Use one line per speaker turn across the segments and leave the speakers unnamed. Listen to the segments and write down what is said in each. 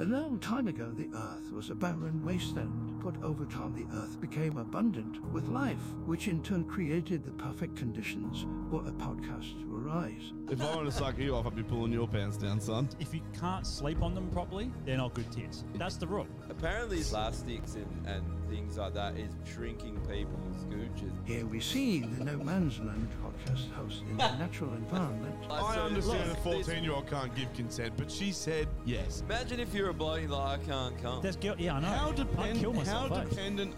A long time ago, the earth was a barren wasteland, but over time, the earth became abundant with life, which in turn created the perfect conditions for a podcast to arise.
If I wanted to suck you off, I'd be pulling your pants down, son.
If you can't sleep on them properly, they're not good tits. That's the rule.
Apparently, plastics and, and things like that is shrinking people's gooches.
Here we see the No Man's Land podcast host in a natural environment.
I understand a 14 year old can't give consent, but she said yes.
Imagine if you're a bloke and you're like, I can't come.
There's guilt. Yeah, I know.
How,
I'd kill
depend- how
myself. eh?
dependent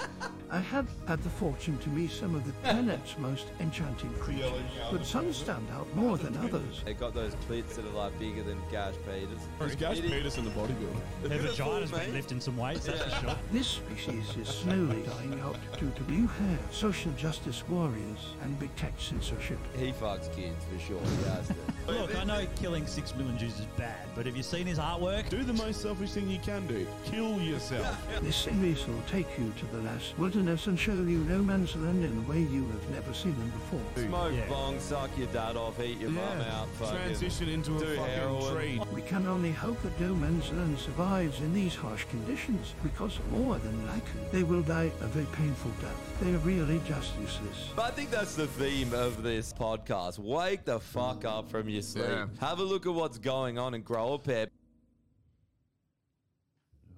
I have had the fortune to meet some of the planet's most enchanting creatures, but some stand out more than others.
They got those clits that are like bigger than Gash Peters.
is Gash Peters in the bodybuilder?
Their vagina's
mate.
been lifting some weights, that's for sure.
This species is slowly dying out due to blue hair, social justice warriors, and big tech censorship.
He fucks kids for sure. He has to.
Look, I know killing six million Jews is bad, but have you seen his artwork?
Do the most selfish thing you can do. Kill yourself.
This series will take you to the last wilderness and show you no man's land in a way you have never seen them before.
Smoke
Yeah.
bong, suck your dad off, eat your mum out, fucking
Transition into
do
a fucking
heroin.
tree.
We can only hope that no man's land survives in these harsh conditions, because more than likely they will die a very painful death. They are really just useless.
But I think that's the theme of this podcast. Wake the fuck up from your sleep. Have a look at what's going on and grow a pair.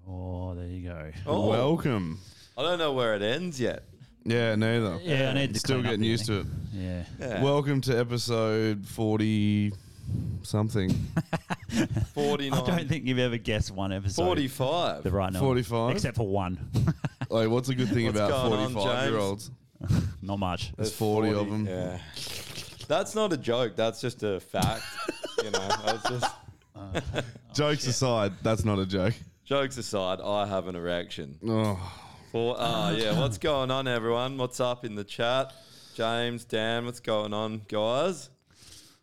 Oh, there you go.
Oh,
Welcome.
I don't know where it ends yet.
Yeah, neither.
Yeah, I need to
Still
clean up
getting
the
used to it.
Yeah.
Welcome to episode 40 something.
49.
I don't think you've ever guessed one episode.
45.
The right number.
45?
Except for one.
Like, what's a good thing
What's
about
going on,
45 year olds?
not much.
There's 40, of them.
Yeah. That's not a joke. That's just a fact. you know, that's just.
Jokes aside, that's not a joke.
Jokes aside, I have an erection.
Oh,
For, ah, yeah. What's going on, everyone? What's up in the chat? James, Dan, what's going on, guys?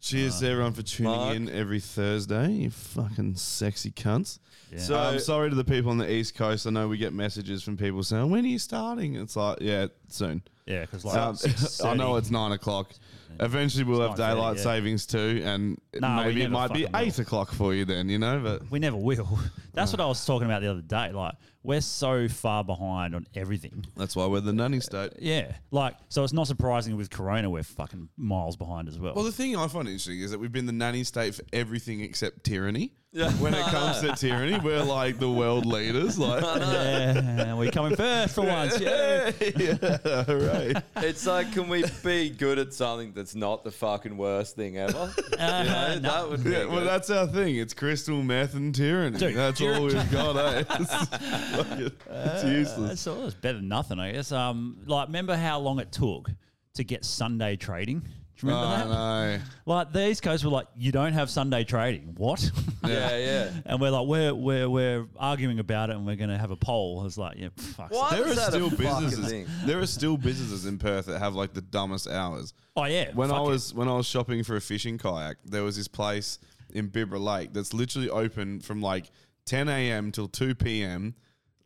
cheers to everyone for tuning
Mark.
in every Thursday, you fucking sexy cunts.
So,
um, sorry to the people on the East Coast. I know we get messages from people saying, "When are you starting?" It's like, yeah, soon.
Yeah, because like
Um, I know it's nine o'clock. Eventually, we'll have
9:30,
daylight
yeah.
savings too, and
Nah, we
maybe it
never
might be
fucking will.
eight o'clock for you then. You know, but
We never will. That's what I was talking about the other day. Like, we're so far behind on everything.
that's why we're the nanny state.
Yeah. Like, so it's not surprising with Corona, we're fucking miles behind as well.
Well, the thing I find interesting is that we've been the nanny state for everything except tyranny.
Yeah.
When it comes to tyranny, we're like the world leaders. Like,
yeah, we're coming first for once. Yeah.
yeah, right.
It's like, can we be good at something that's not the fucking worst thing ever? You
Uh-huh.
know, that would be
Yeah, well,
good.
that's our thing. It's crystal meth and tyranny.
Dude,
that's
you're-
all we've got. Eh? It's, fucking- it's useless.
Uh, That's, all- that's better than nothing, I guess. Um, like, remember how long it took to get Sunday trading? Do you remember that?
Oh,
Like, the East Coast were like, you don't have Sunday trading. What?
yeah, yeah.
and we're like, we're, we're, we're arguing about it and we're going to have a poll. It's like, yeah, fuck.
Why
There
was
are
that
still
a fucking
businesses.
thing?
There are still businesses in Perth that have like the dumbest hours.
Oh, yeah.
When I
fuck it.
was when I was shopping for a fishing kayak, there was this place in Bibra Lake that's literally open from like 10 a.m. till 2 p.m.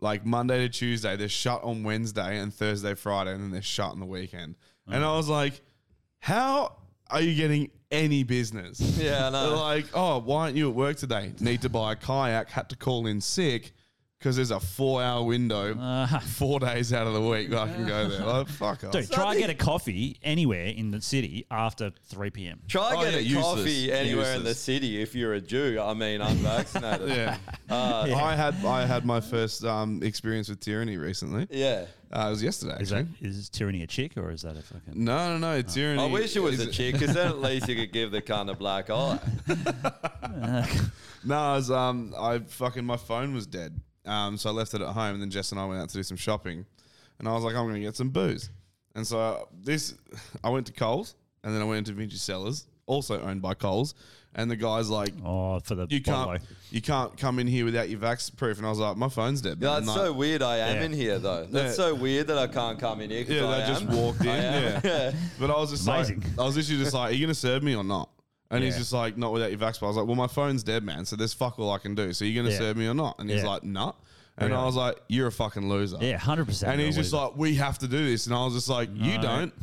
Like Monday to Tuesday, they're shut on Wednesday and Thursday, Friday, and then they're shut on the weekend. And
Mm.
I was like, "How are you getting any business?"
Yeah, I know.
Uh.
They're like, "Oh, why aren't you at work today? Need to buy a kayak. Had to call in sick because there's a four-hour window, four days out of the week where I can go there." Like, fuck off.
Uh. Dude, try and get a coffee anywhere in the city after 3 p.m.
Try
Oh,
get
yeah,
a
useless.
coffee anywhere in the
Useless.
city if you're a Jew. I mean, Uh, unvaccinated.
Yeah. I had I had my first um, experience with tyranny recently.
yeah.
Uh, it was yesterday.
Is that is tyranny a chick or is that a fucking?
No, no, no. Tyranny.
Oh. I wish it was
is
a chick, because then at least you could give the kind of black eye.
no, I was um, I fucking my phone was dead. Um, so I left it at home, and then Jess and I went out to do some shopping, and I was like, I'm gonna get some booze, and so this, I went to Coles, and then I went into Vinci Cellars, also owned by Coles, and the guy's like,
Oh, for the
you can't,
bottle.
you can't come in here without your vax proof, and I was like, my phone's dead.
Yeah,
man."
that's
Like-
so weird. I am in here though. That's
Yeah.
so weird that I can't come in here. 'cause
Yeah,
I
they just
am.
walked in.
I am.
Yeah. But I was just
Amazing.
like, I was literally just like, are you going to serve me or not? And he's
Yeah.
just like, not without your vax. But I was like, well, my phone's dead, man. So there's fuck all I can do. So you're going to
Yeah.
serve me or not? And he's
Yeah.
like, nah. And
Really?
I was like, you're a fucking loser.
Yeah, 100%
And
you're
he's
a
just
loser.
like, we have to do this. And I was just like, you
No,
don't.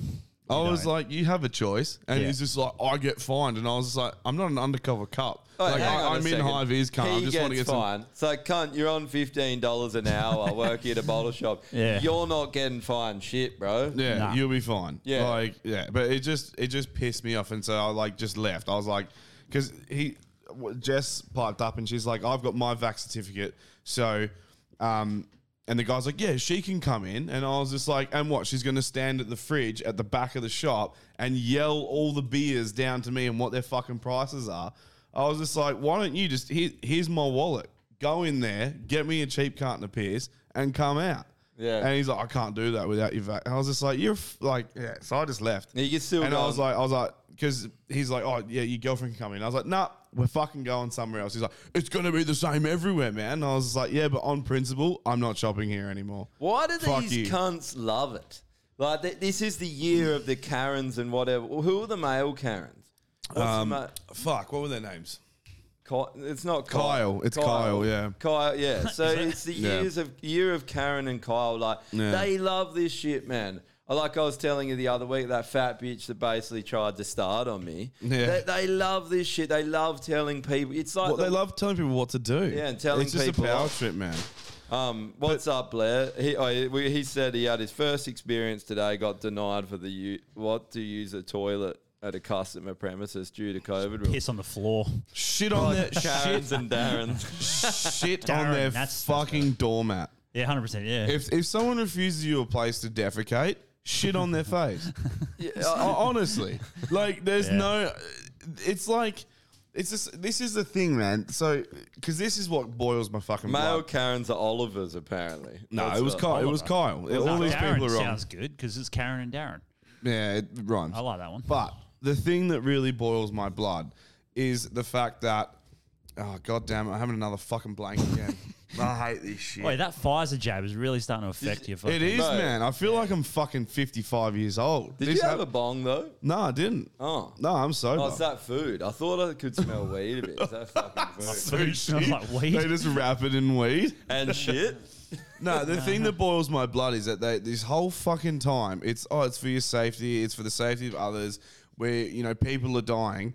I was like, you have a choice. And
Yeah.
he's just like, I get fined. And I was just like, I'm not an undercover cop.
Oh,
like,
hang on
I,
a
am in
second.
high vis, cunt. I
He
just want to
gets
get some.
fined. It's like, cunt, you're on fifteen dollars an hour. I work here at a bottle shop.
Yeah.
You're not getting fined shit, bro.
Yeah, you'll be fine.
Yeah.
like yeah, but it just it just pissed me off, and so I like just left. I was like, because he w- Jess piped up and she's like, I've got my vac certificate, so um. And the guy's like, "Yeah, she can come in." And I was just like, "And what? She's going to stand at the fridge at the back of the shop and yell all the beers down to me and what their fucking prices are." I was just like, "Why don't you just here, here's my wallet? Go in there, get me a cheap carton of piss, and come out."
Yeah.
And he's like, I can't do that without your vac. And I was just like, you're f-, like, yeah. So I just left.
You can still
and
go
I was
on-
like, I was like, because he's like, oh yeah, your girlfriend can come in. I was like, nah, we're fucking going somewhere else. He's like, it's gonna be the same everywhere, man. And I was like, yeah, but on principle, I'm not shopping here anymore.
Why do
Fuck
these
you.
cunts love it? Like th- this is the year of the Karens and whatever. Well, who are the male Karens? What's
Um,
the ma-
fuck, what were their names?
Ky- it's not Kyle.
Kyle. It's Kyle, yeah.
Kyle. Yeah. So
Is it?
it's the
Yeah.
years of year of Karen and Kyle. Like
Yeah.
they love this shit, man. Uh, Like I was telling you the other week, that fat bitch that basically tried to start on me.
Yeah.
They, they love this shit. They love telling people. It's like
Well,
the-
they love telling people what to do.
Yeah, and telling
it's just
people
a power
off.
trip, man.
Um, what's up, Blair? He, I, we, he said he had his first experience today, got denied for the u- what to use a toilet at a customer premises due to COVID. rules.
Piss on the floor.
Shit on
Like
their
Karens
shit
and Darrens.
shit
Darren,
on their
that's-
fucking doormat.
Yeah, hundred percent. Yeah.
If if someone refuses you a place to defecate, shit on their face. Ho- Honestly, like there's
Yeah.
no. It's like it's just this is the thing, man. So because this is what boils my fucking
Male
blood.
Karens are Olivers, apparently.
No,
That's
it was
what-
Kyle. It was Kyle. All these
Darren
people are wrong.
Sounds good because it's Karen and Darren.
Yeah, it rhymes.
I like that one.
But the thing that really boils my blood is the fact that oh god damn it, I'm having another fucking blank again. I hate this shit.
Wait, that Pfizer jab is really starting to affect you.
It is, man. I feel like I'm fucking 55 years old.
Did
This
you have
hap-
a bong though?
No, I didn't.
Oh.
No, I'm sober.
Oh, it's that food. I thought I could smell weed a bit. Is that fucking food?
Food shit. They just wrap it in weed
and shit.
No, the thing that boils my blood is that they this whole fucking time it's oh it's for your safety, it's for the safety of others. Where you know people are dying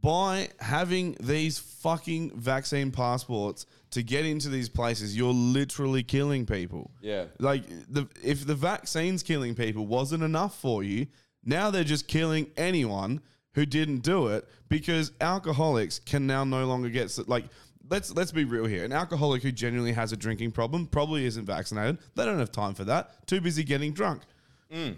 by having these fucking vaccine passports to get into these places. You're literally killing people.
Yeah.
Like the if the vaccines killing people wasn't enough for you, now they're just killing anyone who didn't do it because alcoholics can now no longer get s- like let's let's be real here. An alcoholic who genuinely has a drinking problem probably isn't vaccinated. They don't have time for that. Too busy getting drunk. They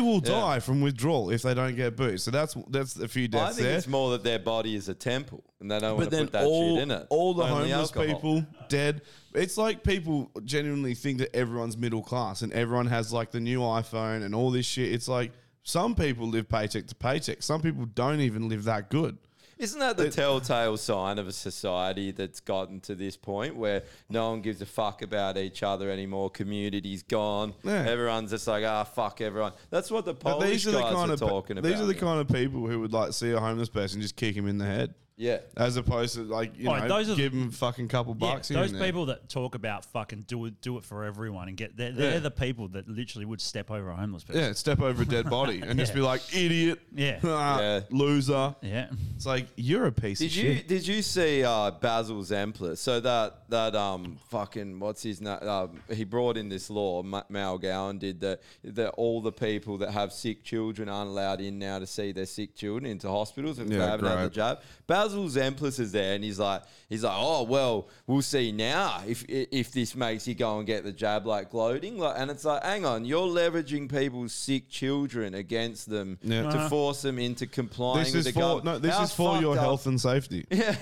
will
Mm. Yeah.
die from withdrawal if they don't get booze. So that's that's a few
I
deaths
think
there.
it's more that their body is a temple and they don't
but
want to
then
put that
all,
shit in it.
all the
Only
homeless
alcohol.
people dead. It's like people genuinely think that everyone's middle class and everyone has like the new iPhone and all this shit. It's like some people live paycheck to paycheck. Some people don't even live that good.
Isn't that the telltale sign of a society that's gotten to this point where no one gives a fuck about each other anymore? Community's gone.
Yeah.
Everyone's just like, ah, fuck everyone. That's what the
But
Polish guys are,
kind of
talking about.
these are the kind of people who would like see a homeless person just kick him in the head.
Yeah.
as opposed to like you
Oh,
know
those are the-
give him fucking couple
Yeah,
bucks. here
those
and there.
people that talk about fucking do it, do it for everyone and get they're, they're
Yeah.
the people that literally would step over a homeless person.
Yeah, step over a dead body and just
Yeah.
be like, idiot,
Yeah.
yeah. loser.
Yeah.
It's like, you're a piece
Did
of
you
shit.
did you see uh, Basil Zempler? So that that um fucking what's his name? Um, he brought in this law. Ma- Mal Gowan did that. That all the people that have sick children aren't allowed in now to see their sick children into hospitals if they
Yeah,
haven't had the
great.
jab. Basil Basil Zemplis is there, and he's like, he's like, oh well, we'll see now if if this makes you go and get the jab like gloating, like, and it's like, hang on, you're leveraging people's sick children against them
Yeah.
to
Uh-huh.
force them into complying
This
with
is
the
for
government.
no. This
How
is for your
fucked up-
health and safety.
Yeah.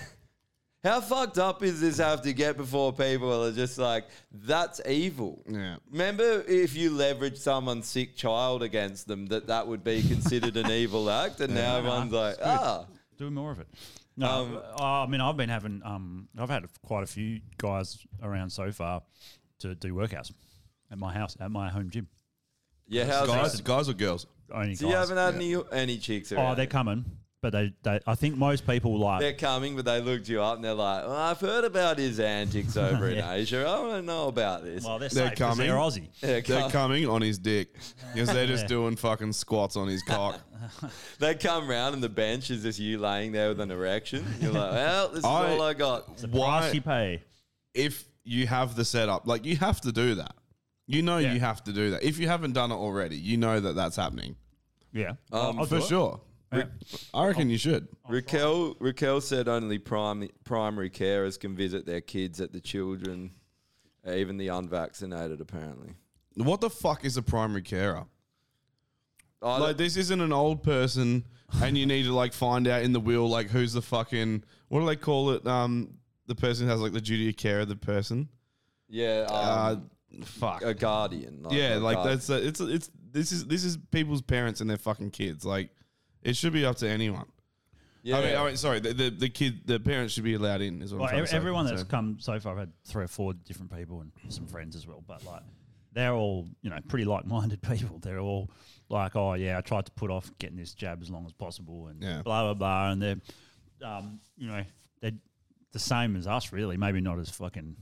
How fucked up is this have to get before people are just like, that's evil?
Yeah.
Remember if you leverage someone's sick child against them, that that would be considered an evil act, and now
Yeah.
everyone's like,
It's good.
ah. Um,
Do more of it. No, I mean I've been having um I've had quite a few guys around so far to do workouts at my house at my home gym.
Yeah, how's
guys,
that?
guys or girls?
Only
So you
guys.
haven't had any any chicks
Oh,
around?
they're coming, but they, they I think most people like
they're coming, but they looked you up and they're like, "Oh, I've heard about his antics over
Yeah.
in Asia. I want to know about this.
Well, they're
They're coming.
They're
They're,
com-
coming on his dick because they're just
Yeah.
doing fucking squats on his cock.
They come round and the bench is just you laying there with an erection. You're like, well, this is all I got.
pay.
If you have the setup, like you have to do that. You know you have to do that. If you haven't done it already, you know that that's happening.
Yeah, Oh,
Um, for sure. I reckon you should.
Raquel Raquel said only prim- primary carers can visit their kids at the children, even the unvaccinated. Apparently,
What the fuck is a primary carer?
I
like this isn't an old person, and you need to like find out in the will like who's the fucking what do they call it? Um, the person who has like the duty of care of the person. Uh,
yeah, um,
fuck,
a guardian.
yeah,
a
like
guardian.
that's uh, it's it's this is this is people's parents and their fucking kids. Like it should be up to anyone. Yeah. I mean,
Yeah.
I mean sorry, the, the the kid, the parents should be allowed in. Is what
Well,
I'm trying
ev-
to say.
everyone that's
So-
come so far, I've had three or four different people and some friends as well. But like, they're all you know pretty like-minded people. They're all like, oh yeah, I tried to put off getting this jab as long as possible, and
Yeah.
blah blah blah. And they're, um, you know, they're the same as us, really. Maybe not as fucking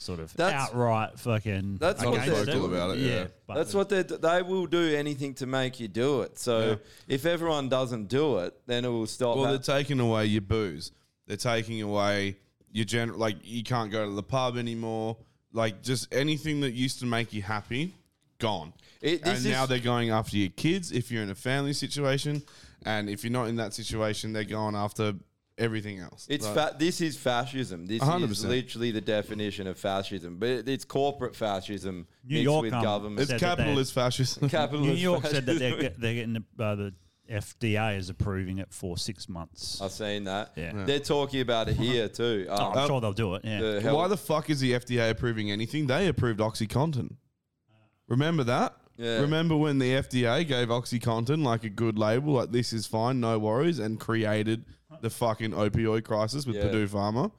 sort of
That's-
outright fucking.
That's what
against
they're
but
that's what they they will do anything to make you do it. So if everyone doesn't do it, then it will stop.
Well,
hap-
they're taking away your booze. They're taking away your general. Like you can't go to the pub anymore. Like just anything that used to make you happy, gone.
It- this
and now
is-
they're going after your kids if you're in a family situation, and if you're not in that situation, they're going after everything else.
It's
Like-
fa- this is fascism. This is
100%.
literally the definition of fascism, but it- it's corporate fascism
New
mixed
York
with
um,
government.
said that they're- New
Capitalist
York said that they're,
fascism.
get- they're getting the- uh, the FDA is approving it for six months.
I've seen that.
Yeah.
They're talking about it here too.
Oh, I'm
Um,
sure they'll do it. Yeah.
the
Why
health-
the fuck is the FDA approving anything? They approved OxyContin. Remember that?
Yeah.
Remember when the FDA gave OxyContin like a good label, like this is fine, no worries, and created the fucking opioid crisis with
Yeah.
Purdue Pharma?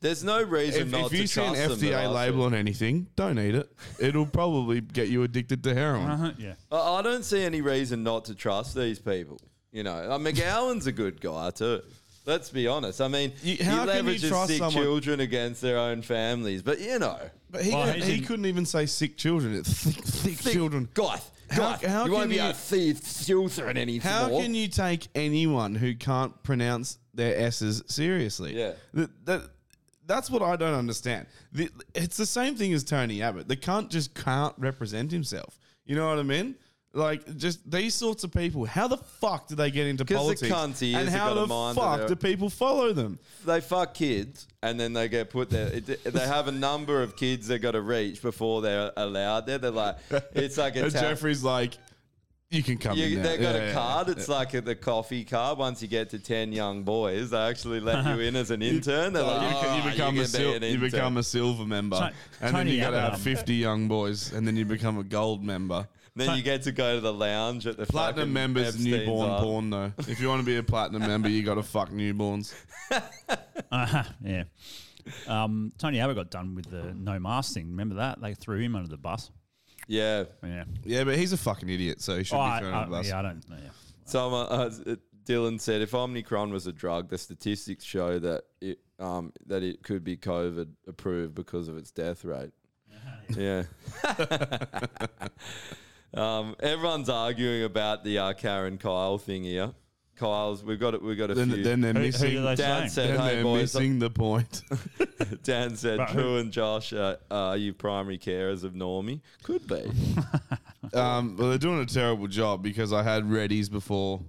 There's no reason
If,
not
if
to
you see an
trust them,
FDA
though, I
label on anything, don't eat it. It'll probably get you addicted to heroin.
Uh-huh, Yeah.
I I don't see any reason not to trust these people. You know, uh, McGowan's a good guy too. Let's be honest. I mean,
how
he
can you
leverages
trust
sick
someone-
children against their own families, but you know,
But he, he couldn't even say sick children. It's thick, thick, children.
Goth.
How,
Guy, you won't be able to see children anymore.
How can you take anyone who can't pronounce their S's seriously?
Yeah.
That, that, that's what I don't understand. The, it's the same thing as Tony Abbott. The cunt just can't represent himself. You know what I mean? Like, just these sorts of people, how the fuck do they get into
'Cause the
politics?
cunt he
and
is, he
how
got a
the
mind that
fuck
they're-
do people follow them?
they fuck kids and then they get put there. It, they have a number of kids they got to reach before they're allowed there. They're like, it's like a
and
ta-
Jeffrey's like, you can come
You,
in. now."
they got
Yeah,
a
yeah,
card.
yeah.
It's like a, the coffee card. Once you get to ten young boys, they actually let you in as an intern. They're
You
like,
beca-
"Alright,
you become a
can be
sil-
an
you
intern."
become a silver member,
Tony-
and then
Tony
you got to
Abbott,
have
um,
fifty young boys, and then you become a gold member.
Then you get to go to the lounge at the
Platinum
fucking
members
Epstein's
newborn
art.
porn though. If you want to be a platinum member, you got to fuck newborns.
Uh-huh, yeah. Um, Tony Abbott got done with the no mask thing. Remember that? They threw him under the bus.
Yeah,
yeah,
yeah. But he's a fucking idiot, so he should be
Oh, I-
thrown under
I-
uh,
the bus.
yeah, I don't know. Yeah.
Someone, uh, uh, Dylan said, if Omicron was a drug, the statistics show that it um, that it could be COVID approved because of its death rate. yeah. um, everyone's arguing about the uh, Karen Kyle thing here. Kyle's, we've got it. We've got a
Then,
few.
then they're missing.
Dan said,
then
"Hey
they're
boys, uh,"
missing the point.
Dan said,
But who-
Drew and Josh, uh, are you primary carers of Normie? Could be.
Um, well, they're doing a terrible job because I had readies before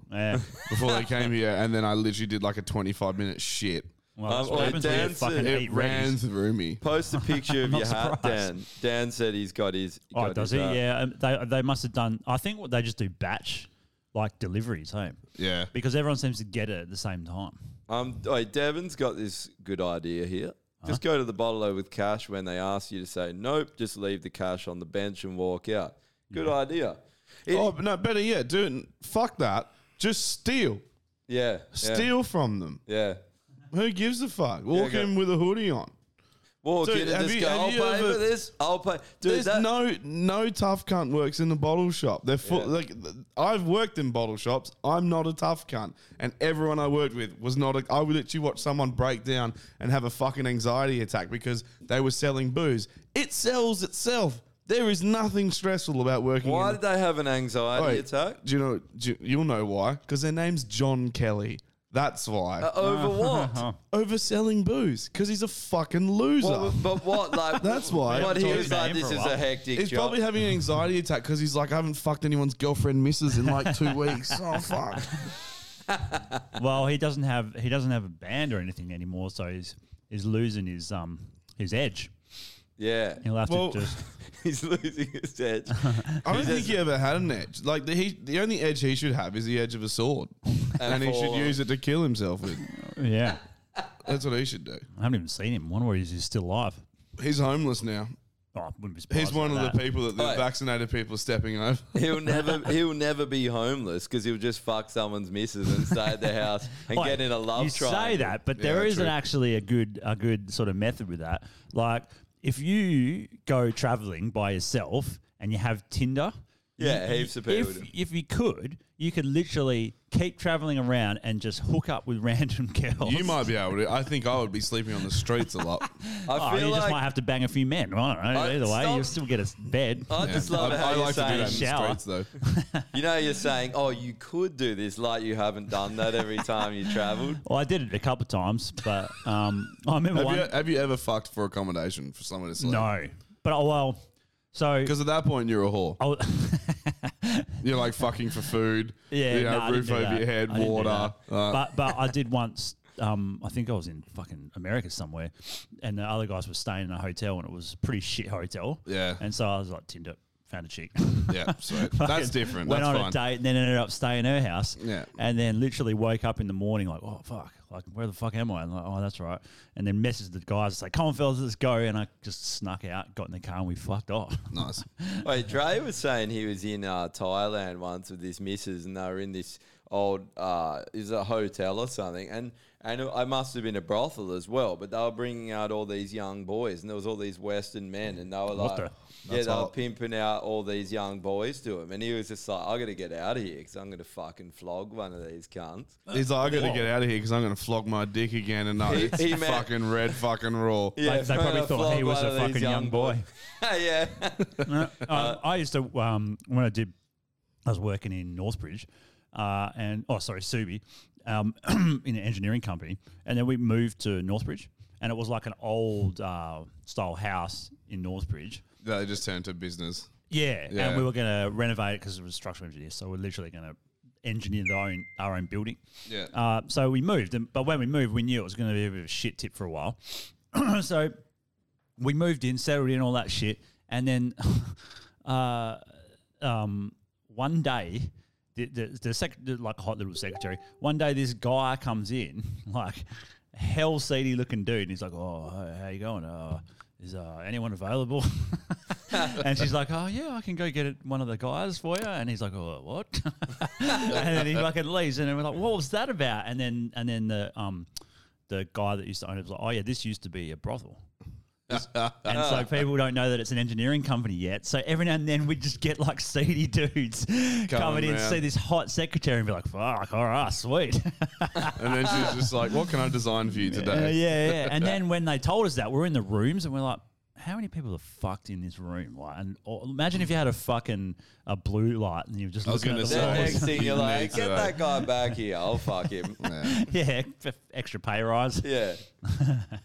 before they came here, and then I literally did like a twenty five minute shit.
Well, that's Um, what or happens when you dancing. fucking
it
eat
ran
Reddies.
through me.
Post a picture of
I'm not
your hat, Dan.
surprised.
Dan said he's got his.
Oh,
got
does he?
his uh, hat.
Yeah, um, they they must have done. I think what they just do batch like deliveries home.
Yeah,
because everyone seems to get it at the same time.
Um, wait, Devin's got this good idea here. Just
Uh-huh.
go to the bottle with cash when they ask you to say nope. Just leave the cash on the bench and walk out. Good idea.
oh but no, better yet, dude. Fuck that. Just steal,
Yeah. yeah.
steal from them.
Yeah.
Who gives a fuck? Walk
go-
in with a hoodie on.
Walk
Dude,
in and
have
just
you-
go.
have
I'll
you
pay
ever-
for this. I'll pay. Dude,
There's
that-
no no tough cunt works in the bottle shop. They're full,
Yeah.
like th- I've worked in bottle shops. I'm not a tough cunt, and everyone I worked with was not. A, I would literally watch someone break down and have a fucking anxiety attack because they were selling booze. It sells itself. There is nothing stressful about working.
Why
in
did they have an anxiety
Mm. Wait,
attack?
Do you know? Do you, you'll know why. Because their name's John Kelly. That's why.
Uh, over what?
over selling booze. Because he's a fucking loser.
Well, but what? Like
That's why.
But he was like, this is a hectic
He's
job.
probably having an anxiety attack because he's like, I haven't fucked anyone's girlfriend missus in like two weeks. Oh fuck.
well, he doesn't have he doesn't have a band or anything anymore, so he's he's losing his um his edge.
Yeah.
He'll have to
Well-
just
he's losing his edge.
I don't think he ever had an edge. Like the he, the only edge he should have is the edge of a sword, and, he should
for-
use it to kill himself with.
yeah.
That's what he should do.
I haven't even seen him. One where he's, he's still alive.
He's homeless now.
Oh, I wouldn't be surprised
He's one of
by
the
that.
people that the
Alright.
vaccinated people are stepping over.
He'll never he'll never be homeless because he'll just fuck someone's missus and stay at their house and
Like,
get in a love
You
triangle.
say that, but
Yeah,
there
that's
isn't
true.
actually a good a good sort of method with that. Like if you go traveling by yourself and you have Tinder,
Yeah, heaps of people
If,
do.
if you could, you could literally keep traveling around and just hook up with random girls.
You might be able to. I think I would be sleeping on the streets a lot.
I
Oh, you
feel
just
like
might have to bang a few men. I don't know.
I-
Either way,
stop. Uh,
you'll still get a s- bed.
I just love
I,
how
I
you're
like to do
saying.
that in
Shower.
the streets though.
You know, you're saying, "Oh, you could do this," like you haven't done that every time you travelled.
Well, I did it a couple of times, but um, I remember
Have
one.
you, have you ever fucked for accommodation for someone to sleep?
no, but oh well. So
Because at that point, you're a whore.
I was-
You're like fucking for food.
Yeah,
You know,
nah, I didn't
roof
do
over
that.
your head,
I didn't do
water.
that.
uh,
but but I did once. Um, I think I was in fucking America somewhere, and the other guys were staying in a hotel, and it was a pretty shit hotel.
Yeah.
And so I was like, Tinder, found a chick.
yeah, sweet.
Fucking
That's different.
Went
That's
on
fine.
a date and then ended up staying in her house.
Yeah.
And then literally woke up in the morning like, oh fuck, like where the fuck am I? And like, oh that's right. And then messaged the guys, it's like, come on fellas, let's go. And I just snuck out, got in the car, and we fucked off.
Nice.
Wait, Dre was saying he was in uh, Thailand once with his missus, and they were in this old, uh, it was a hotel or something, and and I must have been a brothel as well. But they were bringing out all these young boys, and there was all these Western men, and they were like,
What the-
yeah,
That's
they were
hot.
pimping out all these young boys to him, and he was just like, I got to get out of here because I'm going to fucking flog one of these cunts.
He's like, I got to get out of here because I'm going to flog my dick again and no,
He-
it's
he meant-
fucking red, fucking raw.
They- they
I'm
probably
gonna
thought
flog
he was
one
a
of these
fucking young boy.
boy. yeah,
No, um, I used to um, when I did. I was working in Northbridge, uh, and oh, sorry, Subi, um, in an engineering company, and then we moved to Northbridge, and it was like an old uh, style house in Northbridge.
They just turned to business.
Yeah,
Yeah.
and we were going to renovate it because it was structural engineer, so we're literally going to engineer the own, our own building.
Yeah.
Uh, so we moved, and, but when we moved, we knew it was going to be a bit of a shit tip for a while. so we moved in, settled in, all that shit, and then uh, um, one day, the the, the, sec- the like hot little secretary. One day, this guy comes in, like hell seedy looking dude, and he's like, "Oh, hi, how you going? Uh, is uh, anyone available?" and she's like, "Oh yeah, I can go get it, one of the guys for you." And he's like, "Oh what?" and then he fucking leaves, and then we're like, "What was that about?" And then and then the um the guy that used to own it was like, "Oh yeah, this used to be a brothel." and so people don't know that it's an engineering company yet. So every now and then we just get like seedy dudes coming, in,
round.
see this hot secretary, and be like, "Fuck, all right, sweet."
And then she's just like, what can I design for you
Uh,
today?
yeah, yeah. And then when they told us that, we're in the rooms and we're like, how many people are fucked in this room? Like, and or, imagine if you had a fucking a blue light and you were just
I was
looking at
gonna
the
say,
the next
walls.
thing you're
You
like,
need
get
to-
that guy back here. I'll fuck him.
uh, yeah, f- extra pay rise.
Yeah.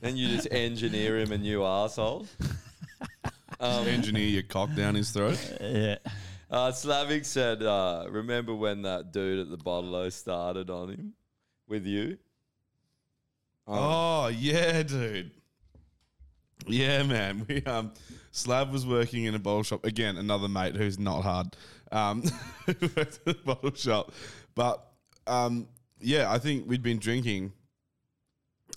then you just engineer him a new asshole.
Engineer your cock down his throat.
Yeah.
Uh, Slavic said, uh, "Remember when that dude at the bottle started on him with you?"
Oh yeah, dude. Yeah, man. We um, Slav was working in a bottle shop again. Another mate who's not hard, um, who worked in a bottle shop. But um, yeah, I think we'd been drinking,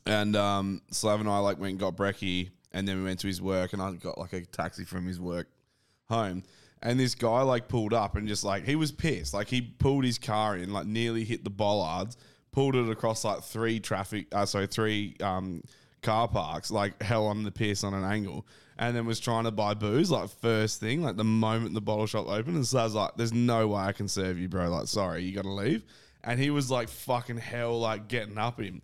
and um, Slav and I like went and got brekkie, and then we went to his work, and I got like a taxi from his work home. And this guy like pulled up and just like he was pissed. Like he pulled his car in, like nearly hit the bollards, pulled it across like three traffic, uh, sorry, three um, car parks, like hell on the piss on an angle, and then was trying to buy booze like first thing, like the moment the bottle shop opened. And so I was like, "There's no way I can serve you, bro. Like, sorry, you got to leave." And he was like, "Fucking hell!" Like getting up him.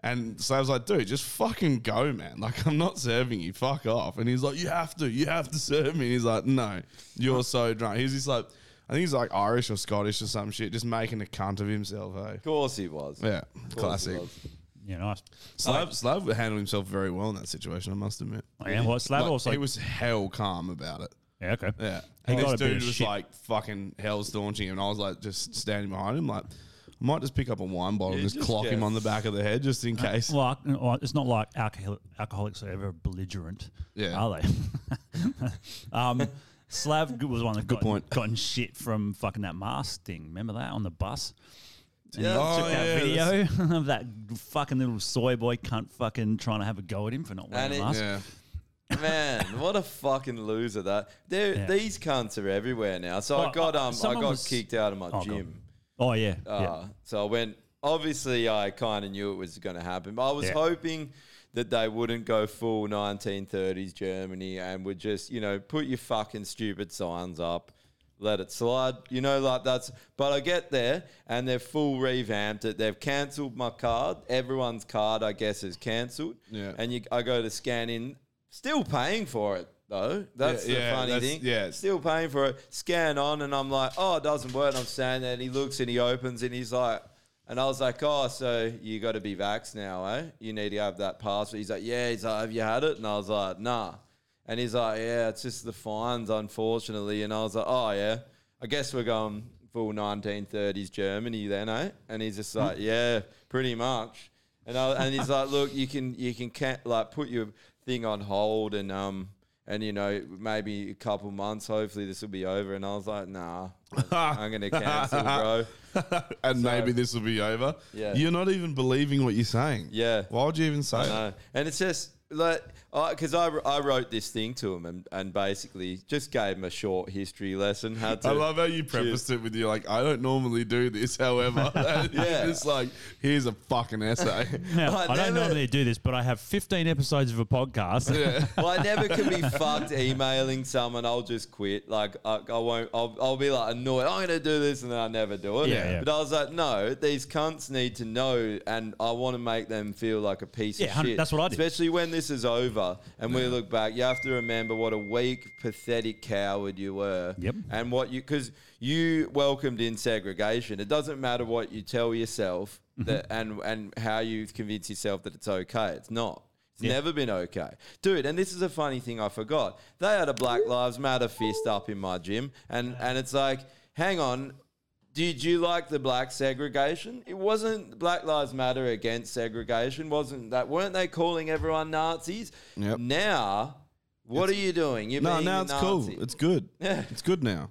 And so I was like, dude, just fucking go, man. Like, I'm not serving you. Fuck off. And he's like, you have to. You have to serve me. And he's like, no, you're so drunk. He's just like, I think he's like Irish or Scottish or some shit, just making a cunt of himself, hey? Of
course he was.
Yeah,
Of course he
classic.
was.
Yeah, nice.
Slav, Slav handled himself very well in that situation, I must admit.
Oh, Yeah, well, Slav also-
He was hell calm about it.
Yeah, okay.
Yeah.
He
And
got
this
a bit
dude
of
was
shit.
like fucking hell staunching him. And I was like, just standing behind him, like, I might just pick up a wine bottle
You
and just,
just
clock him
guess.
on the back of the head just in
Uh,
case.
Well, I- well, it's not like alcohol- alcoholics are ever belligerent,
Yeah.
are they? um, Slav was one that got
point.
gotten shit from fucking that mask thing. Remember that on the bus? And
Yeah.
he
Oh,
took that
yeah,
video of that fucking little soy boy cunt fucking trying to have a go at him for not wearing
And
a
it-
mask.
Man, what a fucking loser that. There,
Yeah.
these cunts are everywhere now. So
Well,
I got
uh,
um, I
someone
got
was-
kicked out of my
Oh, God.
gym.
Oh yeah,
Uh,
yeah.
So I went. Obviously, I kind of knew it was going to happen, but I was
Yeah.
hoping that they wouldn't go full 1930s Germany and would just, you know, put your fucking stupid signs up, let it slide, you know, like that's. But I get there and they've full revamped it. They've cancelled my card. Everyone's card, I guess, is cancelled.
Yeah.
And you, I go to scan in, still paying for it though. That's
Yeah,
the
yeah,
funny
that's-
thing.
yeah.
Still paying for it. Scan on, and I'm like, oh, it doesn't work. And I'm standing there, and he looks and he opens, and he's like, and I was like, oh, so you got to be vaxxed now, eh? You need to have that password. He's like, yeah. He's like, have you had it? And I was like, nah. And he's like, yeah, it's just the fines, unfortunately. And I was like, oh, yeah. I guess we're going full 1930s Germany then, eh? And he's just
Hmm.
like, yeah, pretty much. And I, and he's like, look, you can you can can like put your thing on hold and um and you know maybe a couple months. Hopefully this will be over. And I was like, nah, I'm gonna cancel, bro.
and
So-
maybe this will be over.
Yeah.
You're not even believing what you're saying.
Yeah.
Why would you even say
I
it?
know. And it's just like, because I, I wrote this thing to him and, and basically just gave him a short history lesson. How to
I love how you prefaced it with you like, I don't normally do this, however.
Yeah.
It's like, here's a fucking essay.
Now, I, don't normally do this, but I have 15 episodes of a podcast.
well, I never can be fucked emailing someone. I'll just quit. Like I, I won't. I'll, I'll be like annoyed. I'm gonna do this, and then I never do it.
Yeah, yeah.
But I was like, no, these cunts need to know, and I want to make them feel like a piece
Yeah,
of
hun-
shit.
that's what I did.
Especially when this is over and we look back, you have to remember what a weak, pathetic coward you were. Yep. And what you because you welcomed in segregation. It doesn't matter what you tell yourself that, and and how you convince yourself that it's okay. It's not. It's
Yeah.
never been okay. Dude, and this is a funny thing I forgot. They had a Black Lives Matter fist up in my gym, and, and it's like, hang on, did you like the black segregation? It wasn't Black Lives Matter against segregation, wasn't that? Weren't they calling everyone Nazis?
Yep.
Now, what are you doing? You're
no,
being
now
a
it's
Nazi.
cool. It's good.
Yeah.
It's good now.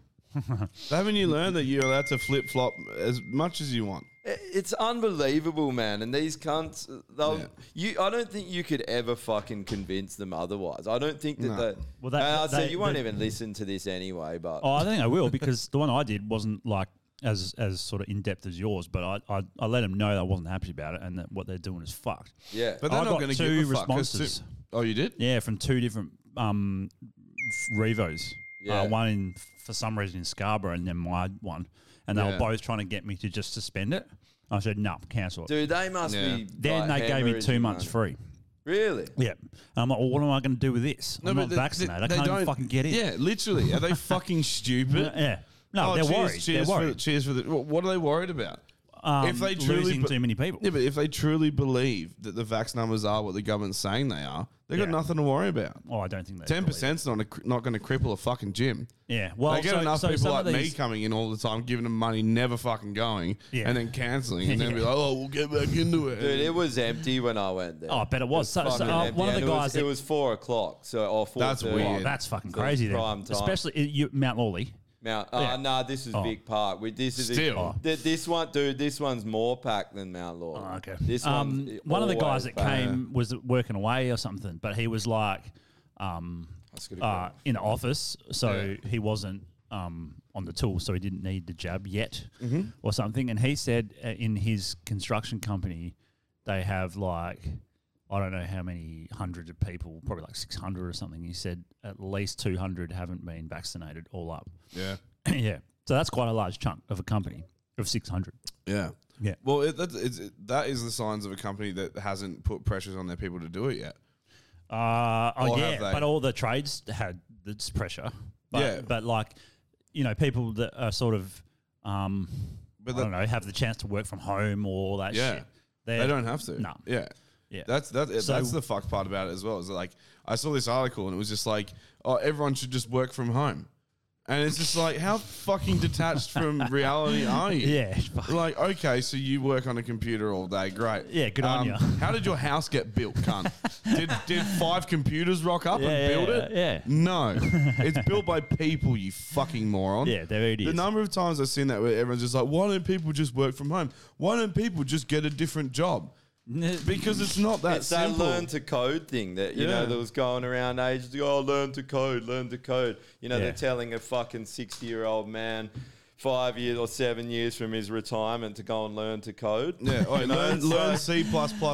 Haven't you learned that you're allowed to flip flop as much as you want?
I- It's unbelievable, man. And these cunts, they'll,
Yeah.
you, I don't think you could ever fucking convince them otherwise. I don't think that
No.
they.
Well,
Well,
that-
so
they-
you won't
they-
even listen to this anyway, but.
Oh, I think I will because the one I did wasn't like as as sort of in depth as yours, but I, I I let them know that I wasn't happy about it and that what they're doing is fucked.
Yeah.
But they're
I
not
got
gonna
two
give a fuck, 'cause two-
responses.
oh, you did?
Yeah, from two different um f- revos.
Yeah.
Uh, one in for some reason in Scarborough and then my one, and they
Yeah.
were both trying to get me to just suspend it. I said no, cancel it.
Dude, they must Yeah. be,
Then
like,
they gave me two
hemorrhaging
months
money.
free.
Really?
Yeah, and I'm like, well, what am I going to do with this? I'm not
they-
vaccinated.
they
I can't
don't-
even fucking get in.
Yeah, literally. Are they fucking stupid?
Yeah. No, they're worried. They're
Oh, Cheers
worried.
For, cheers for the. What what are they worried about?
um, losing too many people.
Yeah, but if they truly believe that the vax numbers are what the government's saying they are, they've got
Yeah.
nothing to worry about.
Oh, I don't think they.
Ten percent's not a, cr- not going to cripple a fucking gym.
Yeah, well,
they get
so-
enough
so
people
some
like
of
me
these-
coming in all the time, giving them money, never fucking going,
Yeah.
and then cancelling, and then be
Yeah.
like, oh, we'll get back into it.
Dude, it was empty when I went there.
Oh, I bet it was. So- so,
fucking
uh,
empty,
one of
and
the
it was-
guys that-
it was four o'clock, so or four.
That's weird. Oh, that's fucking crazy. Then,
Prime time.
especially uh, you, Mount Lawley.
Mount. Uh,
Yeah.
No, this is
Oh.
Vic Park. We, this is
Still.
th- this one, dude. This one's more packed than Mount Law. Oh, okay. This
Um,
one's
one of the
always
guys that
packed.
came was working away or something, but he was like um,
good
uh, in the office, so he wasn't um, on the tool, so he didn't need the jab yet
Mm-hmm.
Mhm.
or something. And he said uh, in his construction company, they have like I don't know how many hundreds of people, probably like six hundred or something. He said at least two hundred haven't been vaccinated all up.
Yeah.
yeah. So that's quite a large chunk of a company of six hundred.
Yeah.
Yeah.
Well, it, that's, it's, it, that is the signs of a company that hasn't put pressures on their people to do it yet.
Uh, oh
Or have
yeah,
they?
but all the trades had this pressure. But,
Yeah.
but like, you know, people that are sort of, um, I don't know, have the chance to work from home or all that
yeah.
shit.
They don't have to.
No.
Yeah.
Yeah.
That's that,
So-
that's the fuck part about it as well. Is that, like I saw this article and it was just like, oh, everyone should just work from home. And it's just like, how fucking detached from reality are you?
Yeah,
Like, okay, so you work on a computer all day. Great. Um,
Yeah, good on ya.
How did your house get built, cunt? did, did five computers rock up
Yeah,
and
yeah,
build it?
yeah.
No. it's built by people, you fucking moron.
Yeah, they're idiots.
The number of times I've seen that where everyone's just like, why don't people just work from home? Why don't people just get a different job? because it's not that
it's that
simple.
learn to code thing that you
Yeah.
know that was going around ages ago. Oh, learn to code, learn to code. You know,
Yeah.
they're telling a fucking sixty-year-old man. Five years or seven years from his retirement to go and learn to code.
yeah, oh,
You know,
learn,
it's
learn
like-
C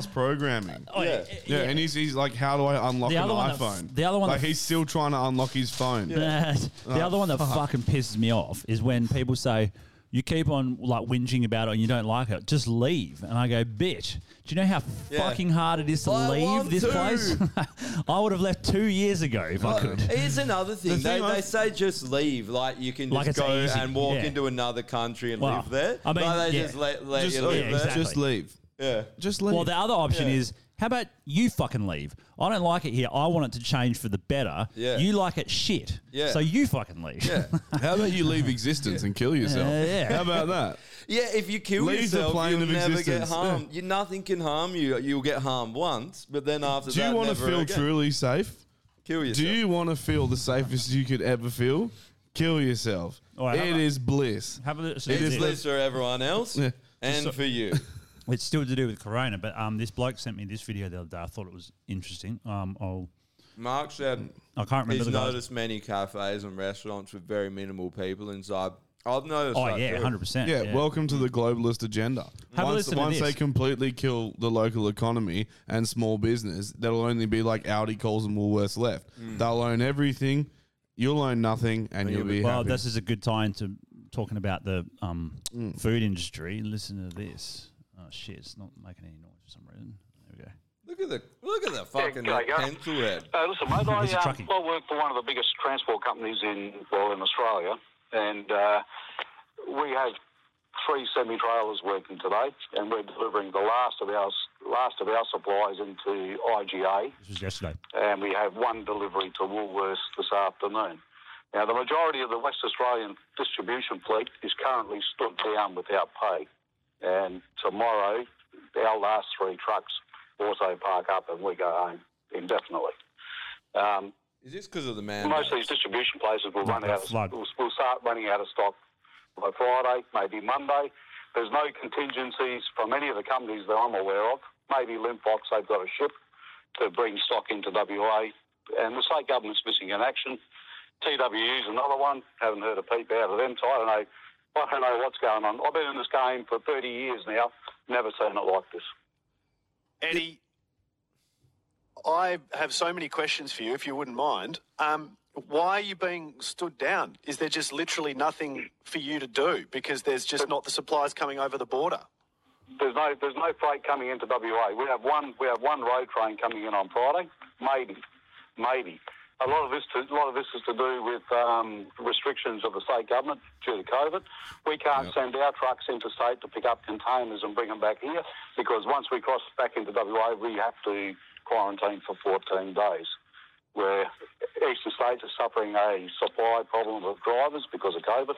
programming.
Oh, yeah.
yeah.
Yeah.
and he's, he's like, how do I unlock
The
an
other one that-
iPhone?
the other one
like
that-
he's still trying to unlock his phone.
the other one that
Oh,
fucking pisses me off is when people say, you keep on like whinging about it and you don't like it, just leave. And I go, bitch, do you know how
Yeah.
fucking hard it is to
I
leave
want
this
to."
place? I would have left two years ago if I could.
Here's another thing.
The
they,
thing I-
they say just leave. Like you can
Like
just
it's
go
easy,
and walk
yeah.
into another country and
Well,
live there.
I mean,
like they
yeah.
just let, let
Just
you live
leave,
there.
exactly. Just
leave.
Yeah.
Just
Well, the other option
Yeah.
is how about you fucking leave? I don't like it here. I want it to change for the better.
Yeah.
You like it shit.
Yeah.
So you fucking leave.
Yeah. How about you leave existence and kill yourself?
Uh, yeah.
How about that?
Yeah, if you kill
Leave the
yourself,
plane
you'll
of
never get
existence, yeah.
harmed. You, nothing can harm you. You'll get harmed once, but then after
Do
that,
you want to
never
feel
again.
truly safe?
Kill yourself.
Do you want to feel the safest you could ever feel? Kill yourself.
All right, how
it
about-
is bliss.
how about this-
It is
Yeah.
bliss for everyone else
Yeah.
and
So-
for you.
It's still to do with Corona, but um, this bloke sent me this video the other day. I thought it was interesting. Um, I'll
Mark said
I can't remember
he's
the guy's-
noticed many cafes and restaurants with very minimal people inside. I've noticed.
Oh,
that
yeah,
too.
100%,
Yeah, welcome to the globalist agenda.
Have a
once
listen to
once
this.
they completely kill the local economy and small business, that'll only be like Audi, Coles, and Woolworths left.
Mm.
They'll own everything, you'll own nothing, and you'll be
well,
happy.
this is a good time to talking about the um,
Mm.
food industry. Listen to this. Oh shit, it's not making any noise for some reason. There we go.
Look at the look at the fucking pencil head.
Uh, listen, mate, I,
Mr.
um,
Trucking.
I work for one of the biggest transport companies in well in Australia, and uh, we have three semi trailers working today, and we're delivering the last of our last of our supplies into IGA,
This was yesterday.
and we have one delivery to Woolworths this afternoon. Now, the majority of the West Australian distribution fleet is currently stood down without pay, and tomorrow our last three trucks also park up and we go home indefinitely. Um,
Is this because of the man?
most of these distribution places will run
Not that
out.
flood.
Of, will, will start running out of stock by Friday, maybe Monday. There's no contingencies from any of the companies that I'm aware of. Maybe Limfox, they've got a ship to bring stock into WA, and the state government's missing in action. TWU's another one. Haven't heard a peep out of them. So I don't know. I don't know what's going on. I've been in this game for 30 years now. Never seen it like this.
Eddie, I have so many questions for you, if you wouldn't mind. Um, why are you being stood down? Is there just literally nothing for you to do because there's just not the supplies coming over the border?
There's no there's no freight coming into WA. We have one we have one road train coming in on Friday, maybe, maybe. A lot of this, to, a lot of this is to do with um, restrictions of the state government due to COVID. We can't send our trucks into state to pick up containers and bring them back here because once we cross back into WA, we have to quarantine for 14 days. Where eastern states are suffering a supply problem of drivers because of COVID.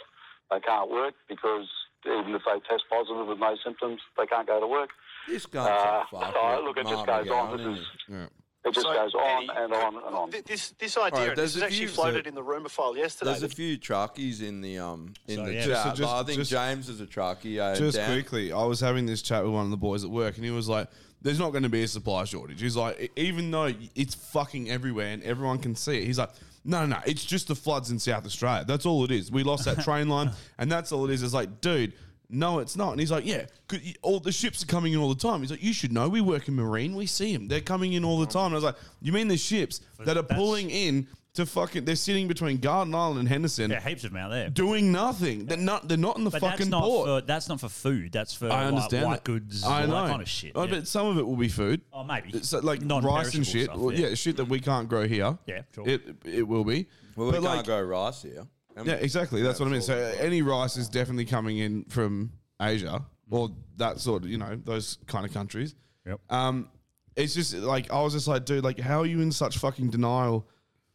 They can't work because even if they test positive with no symptoms, they can't go to work.
This
uh, so look, it just goes on. This is,
Yeah.
it just
So,
goes on
Eddie,
and on and on.
Th- This this idea
Alright,
and
there's
this was
a
actually
few-
floated
so-
in the rumor file yesterday.
There's a few truckies in the um in
So,
the
yeah.
chat.
So
but
just-
I think
just-
James is a truckie. Uh,
Just
Dan-
quickly, I was having this chat with one of the boys at work, and he was like, "There's not going to be a supply shortage." He's like, "E- "Even though it's fucking everywhere and everyone can see it," he's like, "No, no, no, it's just the floods in South Australia. That's all it is. We lost that train line, and that's all it is." It's like, dude. No, it's not. And he's like, yeah, 'cause y- all the ships are coming in all the time. He's like, you should know. We work in marine. We see them. They're coming in all the time. And I was like, you mean the ships that are pulling in to fucking? They're sitting between Garden Island and Henderson. Yeah,
heaps of them out there
doing nothing. They're not. They're not in the
But
fucking
that's not
port.
for that's not for food. That's for
I
like,
understand
white
that.
goods,
I
all
know.
that kind of shit.
Oh,
yeah.
But some of it will be food.
Oh, maybe.
So, like rice
Non-perishable
and shit.
stuff,
Well,
yeah.
yeah. shit that we can't grow here.
Yeah, sure.
It it will be.
Well, we
But,
can't
like-
grow rice here. Can
Yeah,
we?
exactly. That's what I mean. So
all-
uh, any rice is definitely coming in from Asia or that sort of, you know, those kind of countries.
Yep.
Um, it's just like I was just like, dude, like how are you in such fucking denial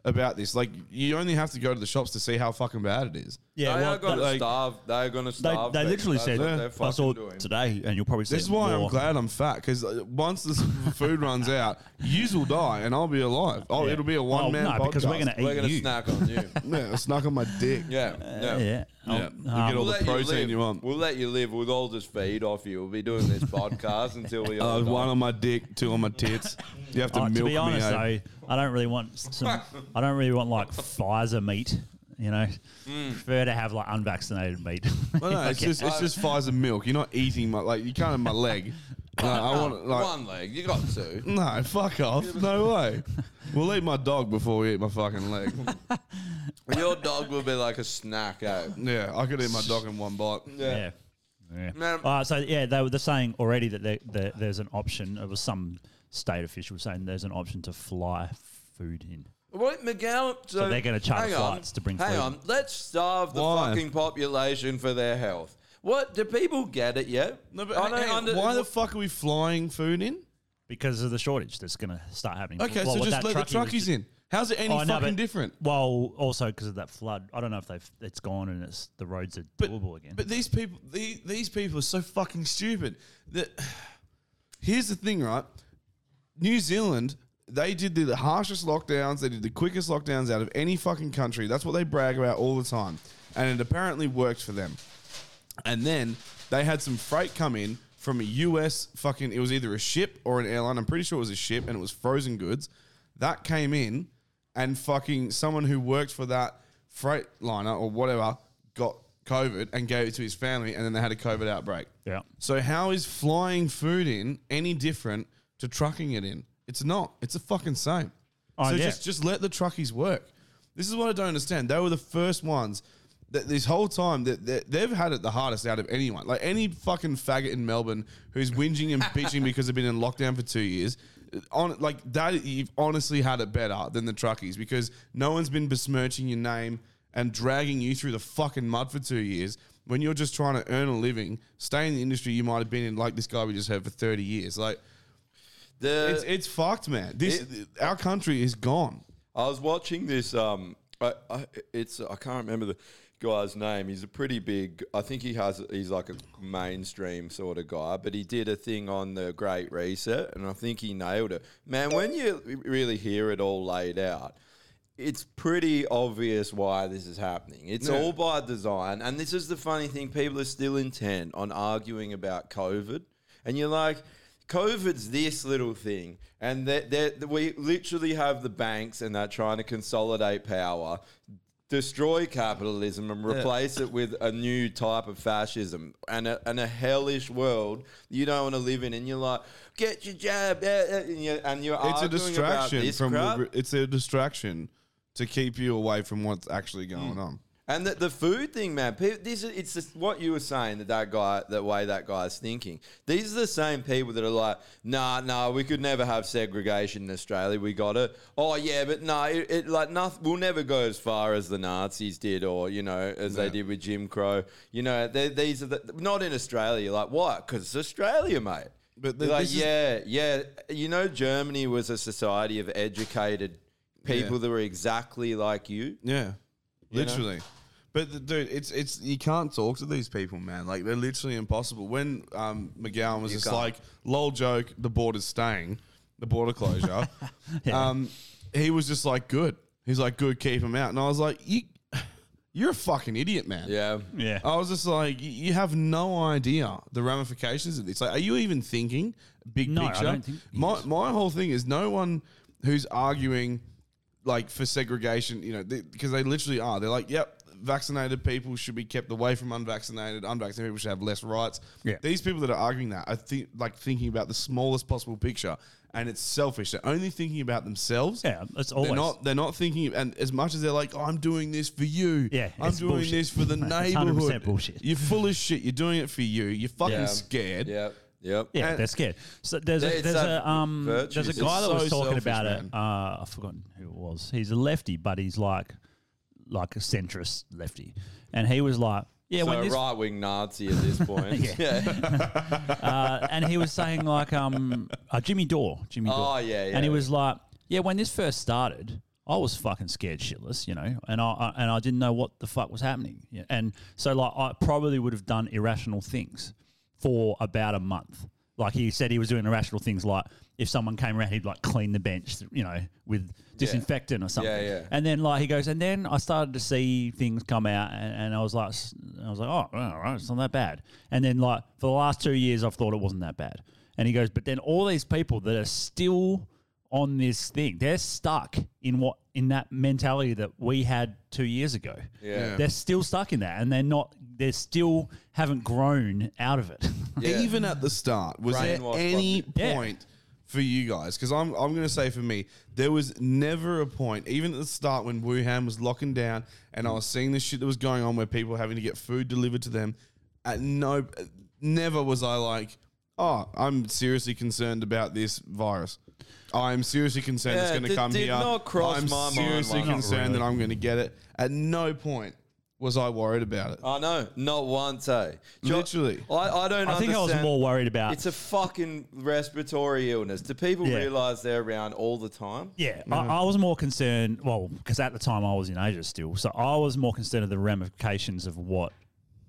about this? Like you only have to go to the shops to see how fucking bad it is.
they are going to starve. They are going to starve.
they
people.
literally
That's
said-
what
Yeah.
they're
I
fucking
saw-
doing.
today, and you'll probably see.
This is
it
why I'm
more.
glad I'm fat because once this food runs out, yous will die and I'll be alive. Oh,
Yeah.
it'll be
Oh,
a one man
no,
podcast.
because we're gonna We're eat gonna you. snack
on you.
yeah, snack on my dick.
Yeah, yeah,
yeah. I'll-
You get all the
let
protein
live.
you want.
We'll let you live. We'll all just feed off you. We'll be doing this podcast until we all
Uh,
die.
one on my dick, two on my tits. You have to
Oh,
milk
to be honest,
me. eh?
though, I don't really want s- some. I don't really want like Pfizer meat. You know,
Mm.
prefer to have like unvaccinated meat.
Well, no, it's
Okay.
just it's just Pfizer milk. You're not eating my like you can't have my leg. No, I want like
one leg. You got two.
No, fuck off. No way. We'll eat my dog before we eat my fucking leg.
Your dog will be like a snack, eh?
Yeah, I could eat my dog in one bite.
Yeah. Yeah.
Man.
Uh, so yeah, they were they're saying already that there, there, there's an option. It was some state official saying there's an option to fly food in.
What Miguel? So,
they're gonna charter
hang on,
flights to bring
Hang
food.
on, let's starve the
Why?
fucking population for their health. What do people get it yet? No,
but hey, why the fuck are we flying food in?
Because of the shortage that's going to start happening.
Okay, so
with
just
that
let the
trucking was
truckies
ju-
in. How's it any
I know,
fucking
Oh, but-
different?
Well, also because of that flood. I don't know if they've it's gone and it's the roads are doable again.
But these people, these, these people are so fucking stupid. That here's the thing, right? New Zealand, they did the harshest lockdowns. They did the quickest lockdowns out of any fucking country. That's what they brag about all the time, and it apparently worked for them. And then they had some freight come in from a US fucking. It was either a ship or an airline. I'm pretty sure it was a ship, and it was frozen goods. That came in, and fucking someone who worked for that freight liner or whatever got COVID and gave it to his family, and then they had a COVID outbreak.
Yeah.
So how is flying food in any different to trucking it in? It's not. It's the fucking same.
Oh,
so
yeah.
just just let the truckies work. This is what I don't understand. They were the first ones that this whole time that that they've had it the hardest out of anyone. Like any fucking faggot in Melbourne who's whinging and bitching because they've been in lockdown for two years. On like that, you've honestly had it better than the truckies because no one's been besmirching your name and dragging you through the fucking mud for two years when you're just trying to earn a living, stay in the industry you might have been in, like this guy we just heard for thirty years. Like
Uh,
it's it's fucked, man. This our country is gone.
I was watching this. Um, I, I, it's I can't remember the guy's name. He's a pretty big. I think he has. He's like a mainstream sort of guy. But he did a thing on the Great Reset, and I think he nailed it. Man, when you really hear it all laid out. It's pretty obvious why this is happening. It's
Yeah.
all by design. And this is the funny thing people are still intent on arguing about COVID. And you're like, COVID's this little thing, and that that- that we literally have the banks and they're trying to consolidate power, destroy capitalism, and
Yeah.
replace it with a new type of fascism and a, and a hellish world you don't want to live in. And you're like, get your jab, eh, eh," and you're, and you're
It's a
arguing about
distraction
this
from
crap. Mm.
the, it's a distraction to keep you away from what's actually going on.
And the, the food thing, man. People, this is, it's just what you were saying that that guy, the way that guy's thinking. These are the same people that are like, nah, nah, we could never have segregation in Australia. We got it. Oh yeah, but no, it, it like nothing. We'll never go as far as the Nazis did, or you know, as they
Yeah.
did with Jim Crow. You know, they, these are the, not in Australia. Like why? Because it's Australia, mate. But
the-
like,
this is-
yeah, yeah. You know, Germany was a society of educated people
Yeah.
that were exactly like you.
Yeah,
You know?
literally. But the, dude, it's it's you can't talk to these people, man. Like they're literally impossible. When um, McGowan was
You
just
can't.
like, "Lol, joke, the border's staying, the border closure." um, he was just like, "Good." He's like, "Good, keep him out." And I was like, "You, you're a fucking idiot, man."
Yeah,
yeah.
I was just like, "You you have no idea the ramifications of this. Like, are you even thinking big
No, I
picture?"
don't think-
my my whole thing is no one who's arguing like for segregation, you know, because they, literally are. They're like, yep, vaccinated people should be kept away from unvaccinated. Unvaccinated people should have less rights.
Yeah.
These people that are arguing that are think like thinking about the smallest possible picture, and it's selfish. They're only thinking about themselves.
Yeah, it's always-
They're not. They're not thinking, and as much as they're like, oh, I'm doing this for you.
Yeah,
I'm
it's
doing
bullshit.
this for the
It's
neighborhood.
100% bullshit.
You're full of shit. You're doing it for you. You're fucking
Yeah.
scared.
Yep. Yep.
Yeah,
And-
they're scared. So there's a,
It's
there's
that
a um
virtue.
there's a
It's
guy that
so
was talking
selfish,
about
man.
it. Uh, I've forgotten who it was. He's a lefty, but he's like like a centrist lefty, and he was like, yeah,
so
when this
right wing Nazi at this point.
Yeah. uh, and he was saying like um uh, Jimmy Dore, Jimmy
Oh,
Dore.
yeah, yeah,
And he
yeah.
was like, yeah, when this first started, I was fucking scared shitless, you know, and I, I and I didn't know what the fuck was happening, yeah. and so like I probably would have done irrational things for about a month. Like he said, he was doing irrational things, like if someone came around, he'd like clean the bench, you know, with disinfectant or something.
yeah.
And then like he goes, and then I started to see things come out, and, and I was like, s- I was like, oh, well, all right, it's not that bad. And then like for the last two years, I've thought it wasn't that bad. And he goes, but then all these people that are still on this thing, they're stuck in what in that mentality that we had two years ago.
Yeah.
they're still stuck in that, and they're not, they're still haven't grown out of it.
Even at the start, was there
Brainwashed
any
fuckers. Yeah.
point for you guys? Because I'm, I'm going to say for me, there was never a point, even at the start when Wuhan was locking down and I was seeing this shit that was going on where people were having to get food delivered to them. At no, never was I like, oh, I'm seriously concerned about this virus. I'm seriously concerned it's
Yeah,
going to
did-
come
did
here.
not cross
I'm
my mind
seriously
like that.
concerned
Not
that
really.
I'm going to get it. At no point was I worried about it.
I know, not once, eh?
Literally.
I, I don't
I think I was
understand-
more worried about-
It's a fucking respiratory illness. Do people
Yeah.
realize they're around all the time?
Yeah,
Mm-hmm.
I, I was more concerned. Well, because at the time I was in Asia still, so I was more concerned of the ramifications of what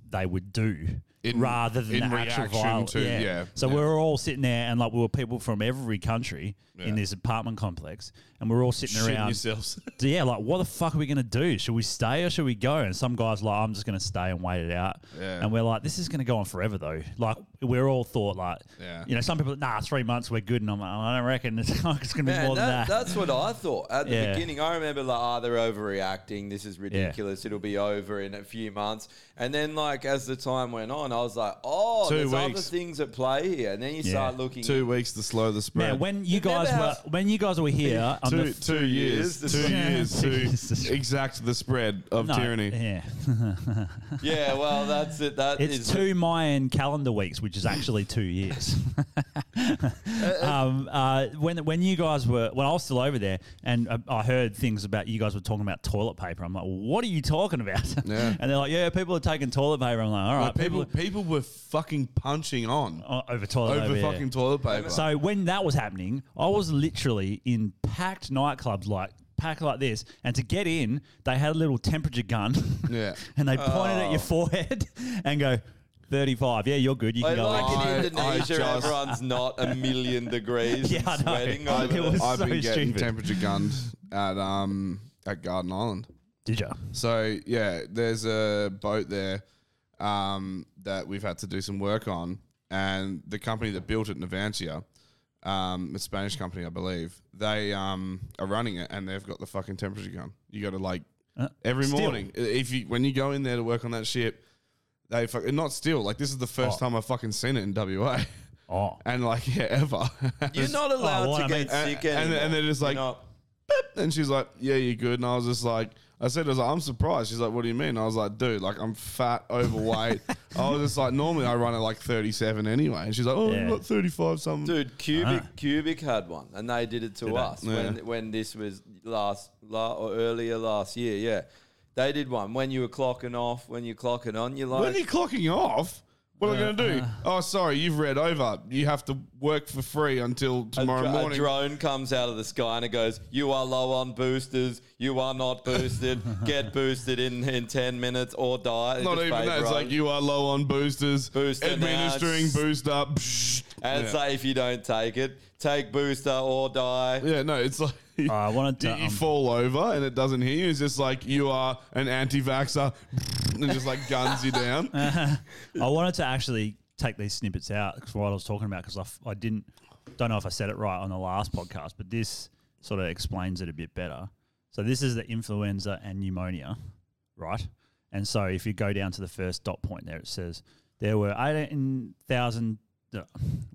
they would do
In-
rather than
in
the actual
reaction
violence.
to- yeah,
So
yeah.
we were all sitting there, and like we were people from every country in this apartment complex, and we were all sitting
Shitting
around
yourselves.
so, yeah, like what the fuck are we gonna do? Should we stay or should we go? And some guys like, I'm just gonna stay and wait it out.
Yeah.
And we're like, this is gonna go on forever though. Like we're all thought like,
Yeah.
you know, some people nah, three months we're good, and I'm like, I don't reckon it's, it's gonna be
Man,
more than that.
That's what I thought at the
Yeah.
beginning. I remember like, ah, they're overreacting. This is ridiculous. It'll be over in a few months. And then, like as the time went on, I was like, oh,
Two
there's other
weeks.
things at play here. And then you
Yeah.
start looking.
Two weeks to slow the spread.
Man, when you guys were when you guys were here, on
two,
the f-
two years, two years to exact the spread of
No,
tyranny.
Yeah,
yeah, well, that's it. That is
it's two Mayan calendar weeks, which is actually two years.
Uh,
um, uh, when when you guys were when I was still over there, and I, I heard things about you guys were talking about toilet paper. I'm like, what are you talking about? and they're like, yeah, people are taking toilet paper. I'm like, all right, uh,
Like, people, people were fucking punching on
over toilet
over
paper, yeah.
fucking toilet paper.
So when that was happening, I was literally in packed nightclubs, like packed like this. And to get in, they had a little temperature gun.
Yeah.
and they pointed at your forehead and go, 35. Yeah, you're good. You can
Like,
go
like
in.
in Indonesia, everyone's not a million degrees
Yeah, I know.
sweating
I-
over
it was
I've
so
been getting
stupid.
temperature gunned at um at Garden Island.
Did you?
So yeah, there's a boat there um, that we've had to do some work on, and the company that built it, Navantia, um, a Spanish company, I believe, they um, are running it, and they've got the fucking temperature gun. You got to like
Uh,
every
still.
morning if you when you go in there to work on that ship, they fuck, and not still like this is the first
Oh.
time I've fucking seen it in WA.
Oh,
and like yeah, ever.
You're not allowed to get sick
and, and,
anymore.
and they're just like, "Beep," and she's like, yeah, you're good. And I was just like, I said, I was like, I'm surprised. She's like, what do you mean? I was like, dude, like I'm fat, overweight. I was just like, normally I run at like 37 anyway. And she's like, oh, you're not 35 something.
Dude, Cubic Cubic had one, and they Ah. did it to
Did they?
us when
Yeah.
when this was last la, or earlier last year. Yeah, they did one when you were clocking off, when you're clocking on. You're like,
when are you clocking off? What are we
Uh,
going to do? oh, sorry, you've read over. You have to work for free until tomorrow
dr-
morning.
A drone comes out of the sky and it goes, "You are low on boosters. You are not boosted. Get boosted in in ten minutes or die." It
Not
just
even
fades
that. It's
right.
like you are low on boosters. Booster administering
now.
boost up.
and it's
Yeah.
like if you don't take it, take booster or die.
Yeah, no, it's like
I wanted
you, you fall over and it doesn't hear you. It's just like you are an anti-vaxxer and it just like guns you down.
I wanted to actually take these snippets out for what I was talking about because I, f- I didn't don't know if I said it right on the last podcast, but this sort of explains it a bit better. So this is the influenza and pneumonia, right? And so if you go down to the first dot point there, it says there were eighteen thousand uh,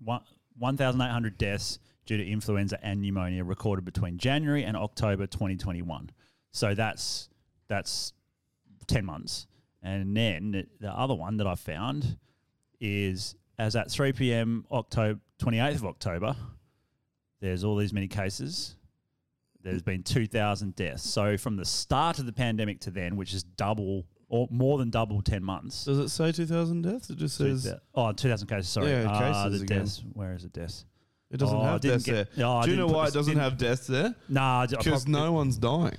one one thousand eight hundred deaths due to influenza and pneumonia recorded between January and October 2021. So that's that's 10 months. And then it- the other one that I found is as at 3 p.m. October 28th of October, there's all these many cases. There's been 2,000 deaths. So from the start of the pandemic to then, which is double or more than double 10 months.
Does it say 2,000 deaths? It just
Two thou- oh, 2,000 cases, sorry.
Yeah,
Ah,
cases
the
again.
deaths. Where is the deaths?
It doesn't
Oh, I
have
didn't
deaths
get-
there.
oh, I
Do you know
didn't put
why
this-
it doesn't
didn't-
have deaths there?
Nah, I d- I
because
prob-
no one's dying.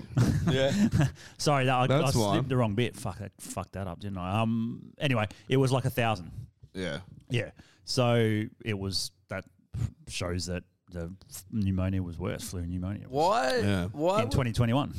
yeah.
Sorry, that, I, I
That's why.
slipped the wrong bit. Fuck, I fucked that up, didn't I? Um. Anyway, it was like a thousand.
Yeah.
Yeah. So it was that shows that the pneumonia was worse. Flu pneumonia. Was.
Why- Yeah. why
in
would-
twenty twenty one?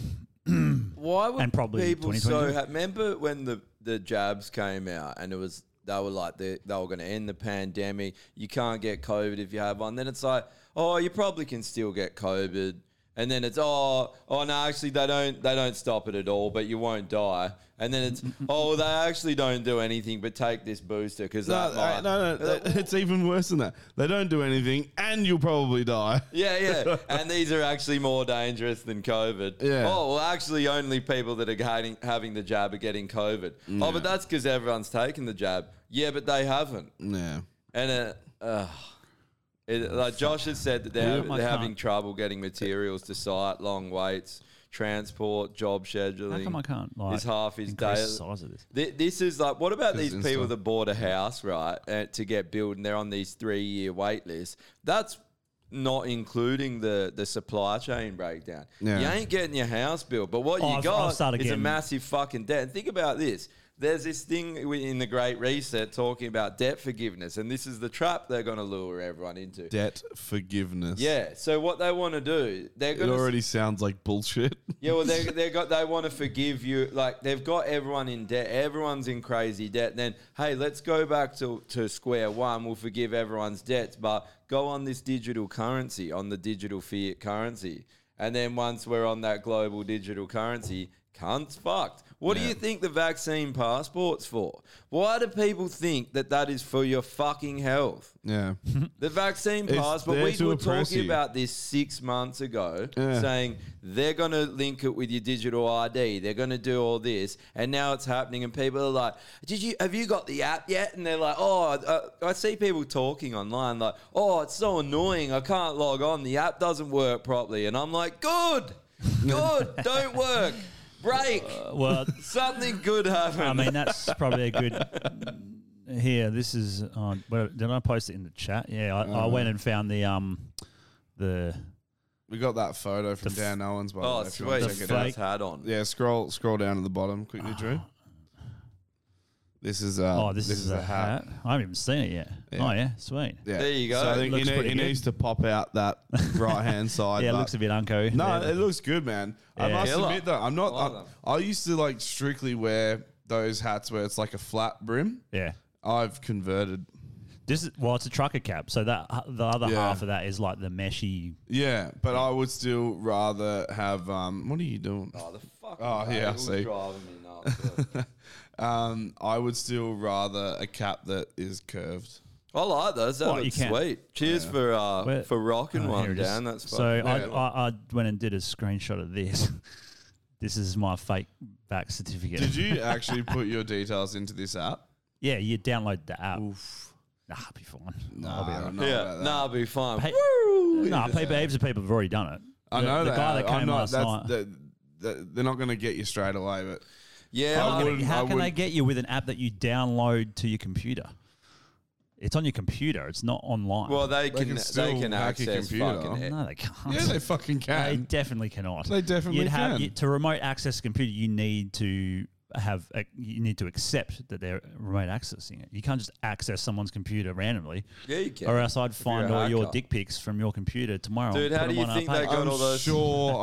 Why were
And probably
people so
2022.
happy? Remember when the, the jabs came out and it was they were like they, they were going to end the pandemic. You can't get COVID if you have one. Then it's like, oh, you probably can still get COVID. And then it's oh oh no, actually they don't they don't stop it at all, but you won't die. And then it's oh they actually don't do anything but take this booster because
No,
that might.
no, no, no, It's even worse than that. They don't do anything and you'll probably die.
Yeah, yeah. and these are actually more dangerous than COVID.
Yeah.
Oh, well, actually, only people that are getting, having the jab are getting COVID. Oh, but that's because everyone's taken the jab. Yeah, but they haven't.
Yeah.
And uh, uh, it, like Josh has said that
Yeah.
they're,
I
they're
can't-
having trouble getting materials to site, long waits, transport, job scheduling.
come I can't, like,
It's half his day.
increase the size of this?
Thi- This is like, what about
'Cause
these
Insta.
people that bought a house, right, uh, to get built and they're on these three year wait lists? That's not including the, the supply chain breakdown. You
Yeah.
ain't getting your house built, but what
Oh,
you
I've- I've
got
started
is a
getting-
massive fucking debt. And think about this. There's this thing wi- in the Great Reset talking about debt forgiveness, and this is the trap they're going to lure everyone into.
Debt forgiveness.
Yeah. So what they want to do, they're
It
going to
already sounds like bullshit.
yeah, well, they they got they want to forgive you. Like they've got everyone in debt. Everyone's in crazy debt. Then hey, let's go back to to square one. We'll forgive everyone's debts, but go on this digital currency, on the digital fiat currency. And then once we're on that global digital currency, cunts fucked. What do you think the vaccine passport's for? Why do people think that that is for your fucking health?
Yeah.
The vaccine
It's
passed, but
there
we
to
were
oppress
talking
you.
about this six months ago,
Yeah.
saying they're going to link it with your digital ID. They're going to do all this, and now it's happening. And people are like, "Did you have you got the app yet?" And they're like, "Oh, uh, I see people talking online like, oh, it's so annoying. I can't log on. The app doesn't work properly." And I'm like, "Good, good, don't work. Break.
well-
something good happened."
I mean, that's probably a good. Here, this is. Uh, where- did I post it in the chat? Yeah, I, I went and found the um the
We got that photo from Dan Owens by
Oh,
the way. if you wanna
sweet.
check it
The
out.
fake-
hat on.
Yeah, scroll scroll down to the bottom quickly, Drew. This is uh,
Ah. oh this, is, a hat. I haven't even seen it yet.
Yeah.
Oh yeah, sweet.
Yeah. So I think it,
Looks
ne-
pretty
it
good.
needs to pop out that right hand side.
Yeah, it
but-
looks a bit unco.
No,
Yeah.
it looks good, man. I
Yeah.
must
Killer.
admit though, I'm not.
Love
I'm- I, used to like strictly wear those hats where it's like a flat brim.
Yeah.
I've converted.
This is well, it's a trucker cap. So that the other
Yeah.
half of that is like the meshy.
Yeah, but I would still rather have. Um, what are you doing?
Oh, the fuck.
Oh, yeah, I
It was
see.
driving me nuts.
um, I would still rather a cap that is curved.
I like those. That
What, you
looks
can't-
sweet. Cheers
Yeah.
for uh,
Where-
for rocking
Oh,
one
here it is.
down. That's
so I,
fucking-
I I went and did a screenshot of this. This is my fake back certificate.
Did you actually put your details into this app?
yeah, you download the app. Nah, I'll be fine. Nah, I'll be
I
all
don't
right.
know Yeah, about that. nah, I'll be fine.
Hey,
Woo!
nah,
Into
people,
that.
heaps of people have already done it.
I
The-
know
the
that.
guy that
I'm
came
not-
last
that's-
night.
that- that- they're not going to get you straight away, but
yeah,
how can, how can they
wouldn't-
get you with an app that you download to your computer? It's on your computer. It's not online.
Well, they They can- can they still can hack your access computer. fucking it.
No, they can't.
Yeah, they
fucking can.
They definitely cannot.
Um, They definitely
You'd have-
can.
you- to remote access a computer, you need to have a, you need to accept that they're remote accessing it. You can't just access someone's computer randomly.
Yeah, you can.
Or else I'd
If
find
you're a
all your
hacker.
dick pics from your computer tomorrow. and
Dude,
put
how do
them
you
on our
think they
page.
got all those?
Sure,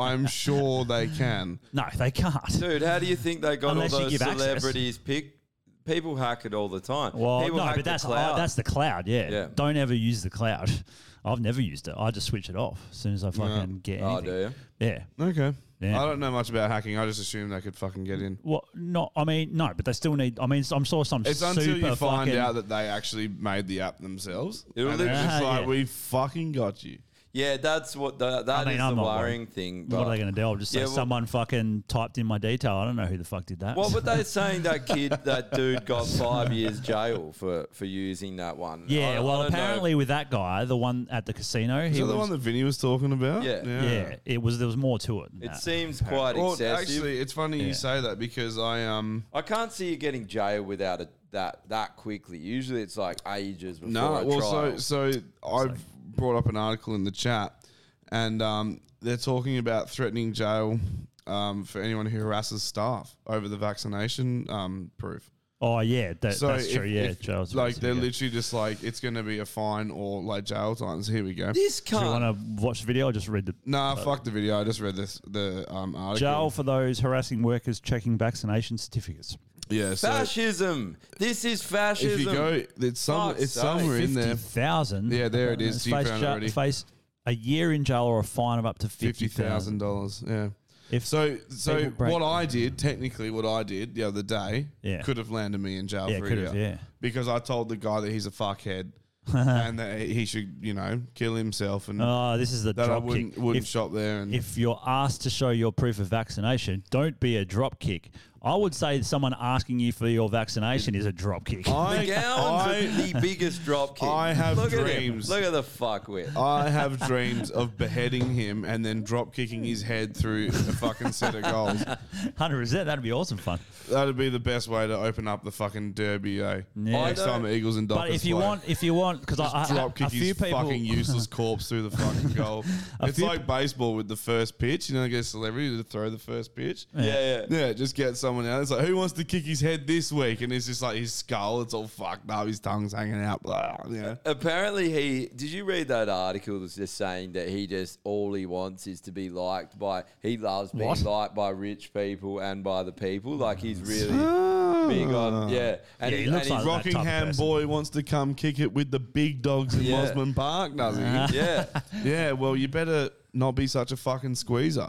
I'm sure they can.
No, they can't.
Dude, how do you think they got
Unless you
all those
give access.
celebrities pick? People hack it all the time.
Well,
People
no,
hack
but
the
that's
cloud.
uh, that's the cloud. Yeah.
Yeah.
Don't ever use the cloud. I've never used it. I just switch it off as soon as I fucking get
Oh,
anything.
do you?
Yeah.
Okay.
Yeah.
I don't know much about hacking. I just assume they could fucking get in.
Well, no, I mean, no, but they still need. I mean, I'm sure some.
It's
super
until you find
fucking-
out that they actually made the app themselves.
It'll
and they're
literally-
just
Ah,
like,
yeah.
we fucking got you.
Yeah, that's what the, that
I mean,
is
I'm
the
not worried.
worrying thing.
What
but-
are they going to do? I'll just say
Yeah, well-
someone fucking typed in my detail. I don't know who the fuck did that.
Well, but they're saying that kid, that dude, got five years jail for for using that one.
yeah,
I- I
well,
don't know.
apparently with that guy, the one at the casino,
Is
he
that the
was-
one that Vinny was talking about?
Yeah. Yeah, it was. There was more to it. than
It
that,
seems
apparently.
quite excessive.
actually, it's funny you say that because I um
I can't see you getting jailed without a, that that quickly. Usually, it's like ages before
No,
a
well,
trial.
so so I've brought up an article in the chat, and um, they're talking about threatening jail um, for anyone who harasses staff over the vaccination um, proof.
Oh yeah, that, that's true.
if-
yeah,
if,
Charles.
like they're literally just like it's going to be a fine or like jail times. Here we go.
Do you want to watch the video? I just read the.
Nah, fuck the video. I just read this the um, article.
Jail for those harassing workers checking vaccination certificates.
Yeah, so-
fascism. This is fascism.
If you go, it's some,
Fuck's
it's
sake.
somewhere in there.
thousand.
Yeah, there it is. You
Face,
found it
ja-
already.
face a year in jail or a fine of up to fifty thousand
dollars. Yeah.
If
so, So
people break-
what I did, technically, what I did the other day,
Yeah.
could have landed me in jail
Yeah,
for a
could
year.
have, yeah.
Because I told the guy that he's a fuckhead and that he should, you know, kill himself. And
Oh, this is the
that I
drop
wouldn't,
kick.
wouldn't
If-
shop there. And
if you're asked to show your proof of vaccination, don't be a drop kick. I would say someone asking you for your vaccination is a drop kick.
McGowan's the biggest drop kick.
I have
Look
dreams.
At him. Look at the fuck with.
I have dreams of beheading him and then drop kicking his head through a fucking set of goals.
Hundred percent. That'd be awesome fun.
That'd be the best way to open up the fucking derby. Eh?
Yeah.
Next
I
time
know.
the Eagles and Dockers
But if you
play.
want, if you want, because I,
Just
I-
drop
a
kick
few
his
people
fucking useless corpse through the fucking goal.
A
it's
few-
like baseball with the first pitch. You know, get a celebrity to throw the first pitch.
Yeah.
Yeah,
yeah. just get someone out. It's like, who wants to kick his head this week? And it's just like his skull. It's all fucked up. His tongue's hanging out. Blah. Yeah.
Apparently, he did. You read that article? That's just saying that he just all he wants is to be liked by. He loves being
What?
liked by rich people and by the people. Like he's really
Ah.
big on. Yeah, and
he,
he, and he's
Rockingham boy wants to come kick it with the big dogs in
Yeah. Ah.
Osman Park, does he?
Yeah.
yeah, well, you better not be such a fucking squeezer.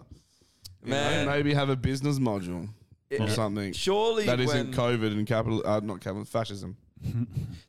You know,
Man.
maybe have a business module
It-
or
it-
something.
surely
that isn't
when-
COVID and capital, uh, not capital, fascism.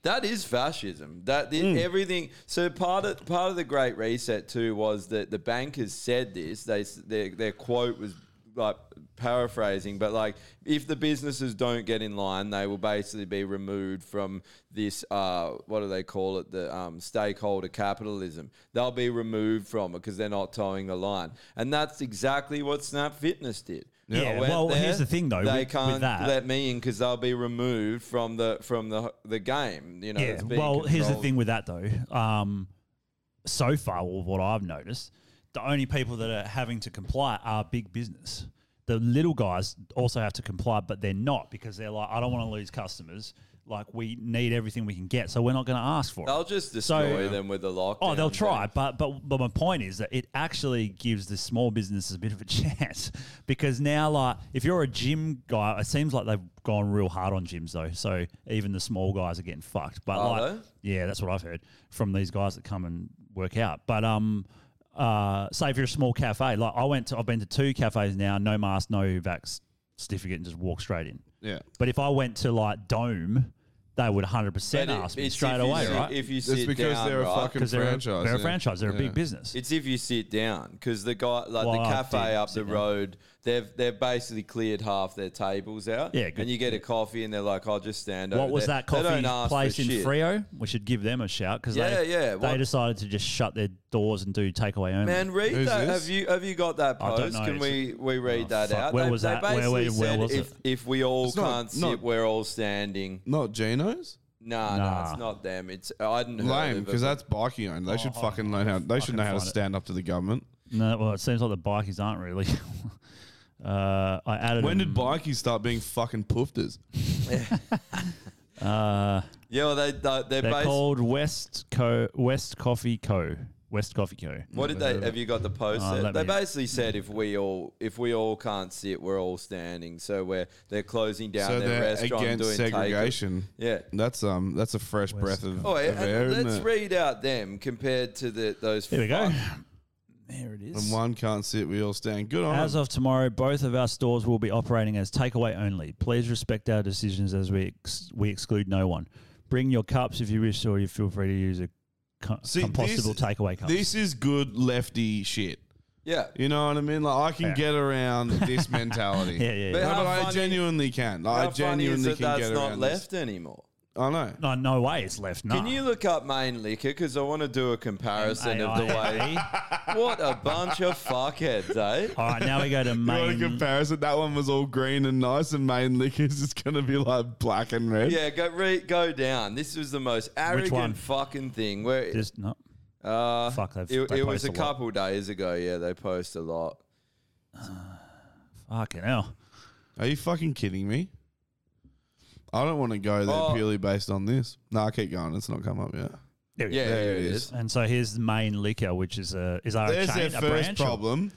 That is fascism. That the,
Mm.
everything. So part of part of the Great Reset too was that the bankers said this. They s- their their quote was like paraphrasing, but like if the businesses don't get in line, they will basically be removed from this. Uh, what do they call it? The um, stakeholder capitalism. They'll be removed from it because they're not towing the line, and that's exactly what Snap Fitness did.
Yeah,
I went
well, here's the thing, though,
They
with- with
can't
that-
let me in because they'll be removed from the from the the game. You know,
yeah.
it's being
Well, here's the
controlled.
thing with that though. Um, so far, well, what I've noticed, the only people that are having to comply are big business. The little guys also have to comply, but they're not because they're like, I don't want to lose customers. Like we need everything we can get, so we're not going to ask for it.
They'll just destroy
So-
them with the lockdown.
Oh, they'll try, but but but my point is that it actually gives the small businesses a bit of a chance because now, like, if you're a gym guy, it seems like they've gone real hard on gyms though. So even the small guys are getting fucked. But
Are
like, yeah, that's what I've heard from these guys that come and work out. But um. Uh, say if you're a small cafe, like I went to, I've been to two cafes now, no mask, no vax certificate, and just walk straight in.
Yeah.
But if I went to like Dome, they would 100%
But it-
ask me
it's
straight
if you
away,
sit-
right?
if you That's sit because down, they're a right? fucking
'Cause they're
franchise,
They're a
yeah.
franchise. They're a
Yeah.
big business.
It's if you sit down because the guy, like
Well,
the
I
cafe
did
up
sit
the
down.
road, they've they've basically cleared half their tables out.
Yeah, good.
and you get a coffee and they're like, "I'll just stand over
What was
there."
that
They don't
coffee
ask for
place in
shit.
Frio? We should give them a shout because
Yeah,
they,
yeah,
they
what-
decided to just shut their doors and do takeaway only.
Man, read that. Have you have you got that
I don't
post?
know.
Can
It's-
we we read
Oh,
that
fuck.
out?
Where
They-
was
they
that? Where- where-
basically
where
said
was it?
if, if we all
It's not-
can't sit,
not-
we're all standing.
Not Geno's?
Nah, nah, it's not them. It's I didn't
Lame, because that's bikie owned. They should fucking learn how. They should know how to
Oh, find it.
stand up to the government.
No, well, it seems like the bikies aren't really. uh, I added.
When did bikies start being fucking poofters?
uh,
yeah, well, they, they
they're
they're, based.
called West Co. West Coffee Co. West Coffee Co.
What did they? Have you got the post?
Uh,
there?
let
they
me-
basically said if we all if we all can't sit, we're all standing. So we're they're closing down
so
their
they're
restaurant
against
doing takeout.
segregation.
Yeah,
that's um, that's a fresh breath of,
Oh,
of
and
air. isn't
let's
it?
read out them compared to the those.
Here we go.
fuck-
There it
When one can't sit, we all stand. Good on.
As of tomorrow, both of our stores will be operating as takeaway only. Please respect our decisions as we ex- we exclude no one. Bring your cups if you wish, or you feel free to use a co- compostable takeaway cup.
This is good lefty shit.
Yeah.
You know what I mean? Like I can
Yeah.
get around this mentality.
Yeah, yeah, yeah. But
No,
how
but I
funny-
genuinely can.
How
I
funny is
genuinely
that
can
that's
get
not
around
left anymore.
This. I know.
No, no way, it's left. No.
Can you look up main liquor because I want to do a comparison of the way. what a bunch of fuckheads, eh?
E. All right, now we go to
You want a
main.
comparison? That one was all green and nice, and main liquors is going to be like black and red.
Yeah, go re- go down. This was the most
one?
arrogant fucking thing. Where
Just no.
Uh,
Fuck, they've-
it,
they
it was
post
a
a lot.
couple days ago. Yeah, they post a lot.
Fucking hell.
Are you fucking kidding me? I don't want to go there
Oh.
purely based on this. No, I keep going. It's not come up yet.
There we go. And so here's the main liquor, which is a is our
There's
Uh, chain,
their
a
first
branch or-
problem.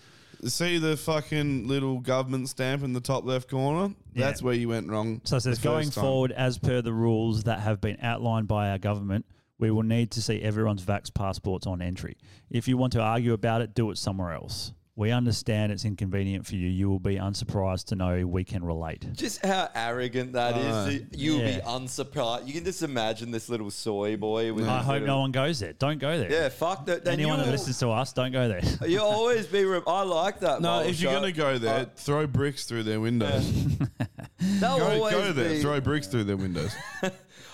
See the fucking little government stamp in the top left corner?
Yeah.
That's where you went wrong.
So it says
the
going
first time.
forward, as per the rules that have been outlined by our government, we will need to see everyone's vax passports on entry. If you want to argue about it, do it somewhere else. We understand it's inconvenient for you. You will be unsurprised to know we can relate.
Just how arrogant that is.
Uh,
You- You'll be
yeah.
unsurprised. You can just imagine this little soy boy. With
I
his
hope
little-
no one goes there. Don't go there.
Yeah, fuck that. Then
Anyone that
you'll-
listens to us, don't go there.
You'll always be. Re- I like that.
No,
Oh,
Miles,
if you're
I-
going to go there, throw bricks through their windows.
They'll
go,
always
go there,
be-
throw bricks through their windows.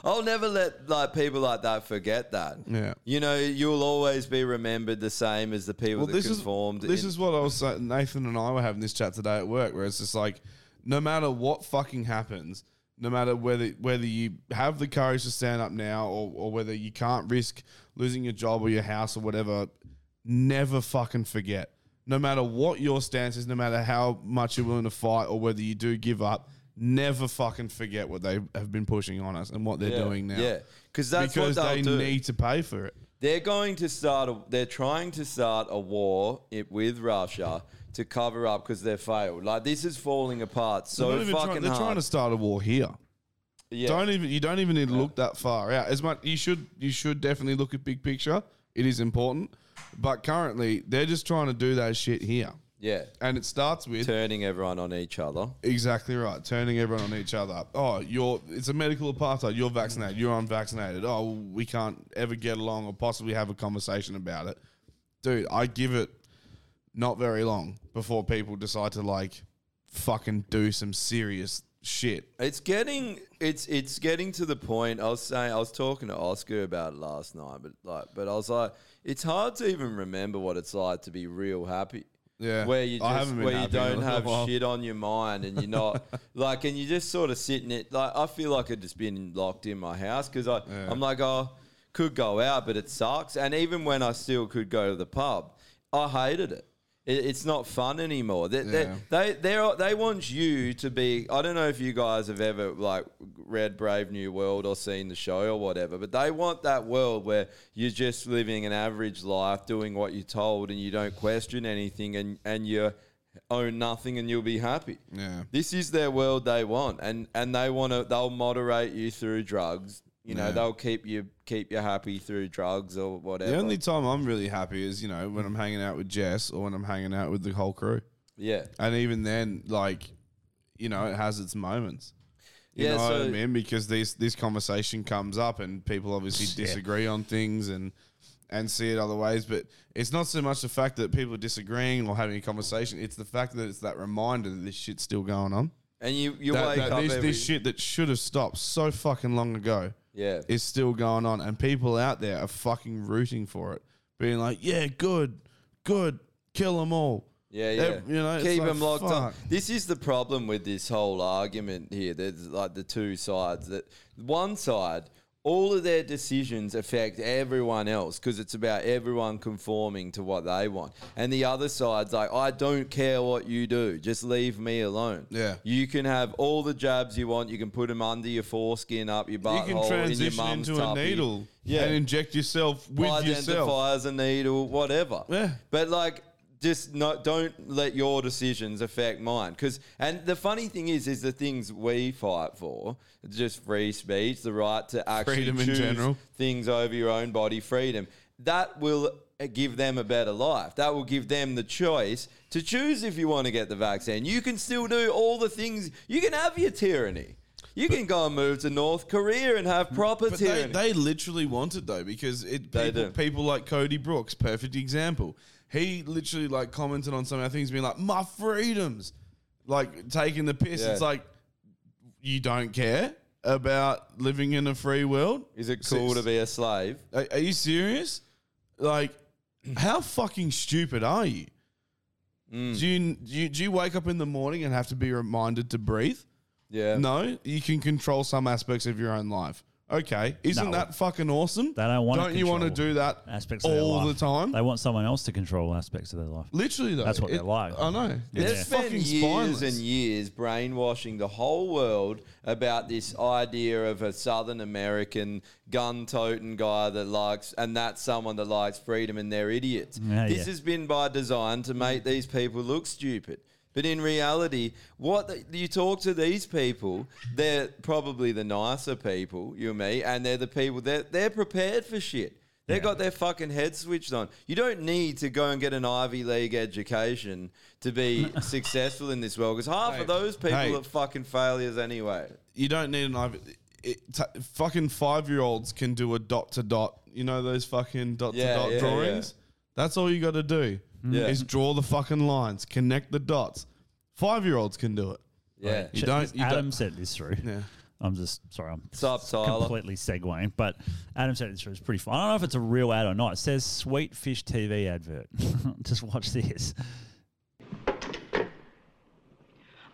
I'll never let like people like that forget that.
Yeah.
You know, you'll always be remembered the same as the people
Well,
that
this is
conformed.
this
in-
is what I was sa- Nathan and I were having this chat today at work, where it's just like, no matter what fucking happens, no matter whether whether you have the courage to stand up now or, or whether you can't risk losing your job or your house or whatever, never fucking forget. No matter what your stance is, no matter how much you're willing to fight or whether you do give up, never fucking forget what they have been pushing on us and what they're
Yeah,
doing now.
yeah. 'Cause that's what
because
they'll
they
do.
need to pay for it.
They're going to start. A, they're trying to start a war it, with Russia to cover up because they've failed. Like this is falling apart
They're
so
not even
fucking
trying, they're
hard.
trying to start a war here.
Yeah.
Don't e even you don't even need to look that far out. As much you should you should definitely look at big picture. It is important, but currently they're just trying to do that shit here.
yeah,
and it starts with
turning everyone on each other.
Exactly right. Turning everyone on each other. Oh, you're it's a medical apartheid. You're vaccinated. You're unvaccinated. Oh, we can't ever get along or possibly have a conversation about it. Dude, I give it not very long before people decide to like fucking do some serious shit.
It's getting it's it's getting to the point. I was saying I was talking to Oscar about it last night, but like, but I was like, it's hard to even remember what it's like to be real happy.
Yeah.
where you
I
just
haven't been
where you
happy in a
don't
little
have
while.
shit on your mind and you're not like, and you just sort of sitting it. Like I feel like I've just been locked in my house because I I'm like oh could go out, but it sucks. And even when I still could go to the pub, I hated it. It- It's not fun anymore. They, they-
Yeah.
they they they want you to be. I don't know if you guys have ever like read Brave New World or seen the show or whatever, but they want that world where you're just living an average life, doing what you're told, and you don't question anything, and and you own nothing, and you'll be happy.
Yeah.
This is their world they want, and and they want to. They'll moderate you through drugs. You know,
Yeah.
they'll keep you keep you happy through drugs or whatever.
The only time I'm really happy is, you know, when I'm hanging out with Jess or when I'm hanging out with the whole crew.
Yeah.
And even then, like, you know, it has its moments. You
Yeah,
know what I
so-
mean? Because this this conversation comes up and people obviously
Yeah.
disagree on things and and see it other ways. But it's not so much the fact that people are disagreeing or having a conversation, it's the fact that it's that reminder that this shit's still going on.
And you, you
That-
wake
that
up
this,
every-
this shit that should have stopped so fucking long ago
Yeah.
is still going on and people out there are fucking rooting for it being like yeah good good kill them all
Yeah, yeah.
Ev- you know it's
keep
like,
them locked
fuck.
up. This is the problem with this whole argument here. There's like the two sides. That one side, all of their decisions affect everyone else because it's about everyone conforming to what they want. And the other side's like, I don't care what you do. Just leave me alone.
Yeah.
You can have all the jabs you want. You can put them under your foreskin, up your
you
butthole,
can
in your
transition
mum's
into a
tuppy.
needle
Yeah.
and inject yourself with yourself
identify as a needle, whatever. Yeah. But like, just no, don't let your decisions affect mine. Because and the funny thing is, is the things we fight for, just free speech, the right to actually
Freedom in
choose
general.
things over your own body, freedom. That will uh, give them a better life. That will give them the choice to choose if you want to get the vaccine. You can still do all the things. You can have your tyranny. You can go and move to North Korea and have proper
But
tyranny.
they, they literally want it though because it
They
people,
do.
people like Cody Brooks, perfect example. He literally like commented on some of our things, being like, "My freedoms," like taking the piss.
Yeah.
It's like you don't care about living in a free world.
Is it cool to be a slave?
Are, are you serious? Like, how fucking stupid are you?
Mm.
Do, you, do you do you wake up in the morning and have to be reminded to breathe?
Yeah.
No, you can control some aspects of your own life. Okay, isn't
No.
that fucking awesome?
They don't want.
Don't you want to do that
aspects of their
all the
life.
time?
They want someone else to control aspects of their life.
Literally, though,
that's what
It-
they're like.
I know.
They've
It's
spent
fucking
years
spineless.
and years brainwashing the whole world about this idea of a Southern American gun-toting guy that likes, and that's someone that likes freedom, and they're idiots.
Yeah,
this
yeah.
has been by design to
Mm.
make these people look stupid. But in reality, what the, you talk to these people, they're probably the nicer people, you and me, and they're the people that they're prepared for shit. They got their fucking head switched on. You don't need to go and get an Ivy League education to be successful in this world because half of those people
hey.
are fucking failures anyway.
You don't need an Ivy. It, t- fucking five year olds can do a dot to dot. You know those fucking dot
Yeah,
to dot
yeah, Mm-hmm.
drawings. That's all you got to do.
Yeah.
Is draw the fucking lines, connect the dots. Five year olds can do it.
Yeah.
You don't. You
Adam
don't.
sent this through.
Yeah.
I'm just sorry. I'm
Sup, Tyler?
completely segueing, but Adam sent this through. It's pretty fun. I don't know if it's a real ad or not. It says Sweet Fish TV advert. just watch this.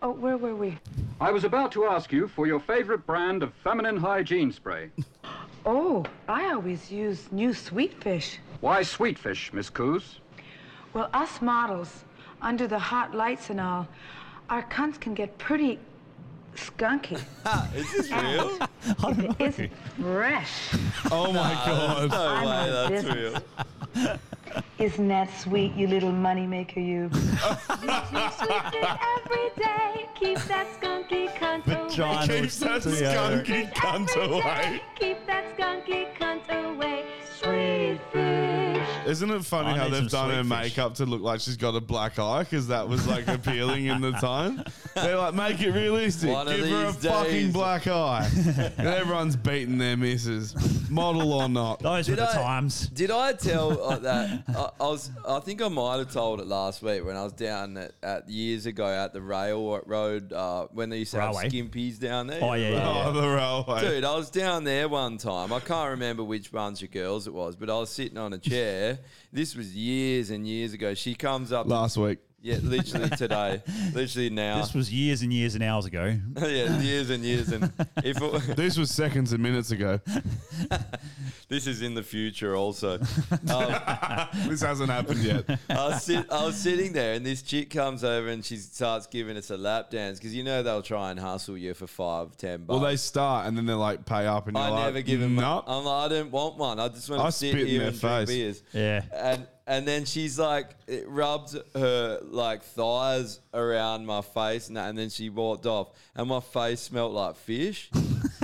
Oh, where were we?
I was about to ask you for your favorite brand of feminine hygiene spray.
Oh, I always use new sweet fish.
Why Sweetfish, Miss Coos?
Well, us models, under the hot lights and all, our cunts can get pretty skunky.
Is this real?
It's fresh.
Oh my
Nah,
god.
there's no way
a
that's
business.
real.
Isn't that sweet, you little moneymaker, you?
every day. Keep that skunky cunt
John
away.
keeps that
uh,
skunky cunt away.
Keep that skunky cunt away. Sweet fish.
Isn't it funny
I
how
need
they've done
some
her
sweet fish.
makeup to look like she's got a black eye because that was like appealing in the time? They're like, make it realistic.
One of
Give her a
these
fucking
days."
black eye. and everyone's beating their misses, model or not.
Those were the times.
Did I tell uh, that? I, I was. I think I might have told it last week when I was down at, at years ago at the railroad uh, when they used to
Railway.
have skimpies down there.
Oh, yeah, yeah, yeah.
Oh, the railway.
Dude, I was down there one time. I can't remember which bunch of girls it was, but I was sitting on a chair. this was years and years ago. She comes up
Last week.
Yeah, literally today. literally now.
This was years and years and hours ago.
yeah, years and years and if it,
this was seconds and minutes ago.
This is in the future, also.
this hasn't happened yet.
I was, sit, I was sitting there, and this chick comes over and she starts giving us a lap dance because you know they'll try and hustle you for five, ten bucks.
Well, they start and then they're like, pay up. And you're
I
like,
never give Oh, them.
No.
I'm like, I don't want one. I just want
I
to sit
spit in
here
their
and drink
face.
beers.
Yeah.
And and then she's like, it rubbed her like thighs around my face, and, that, and then she walked off, and my face smelt like fish.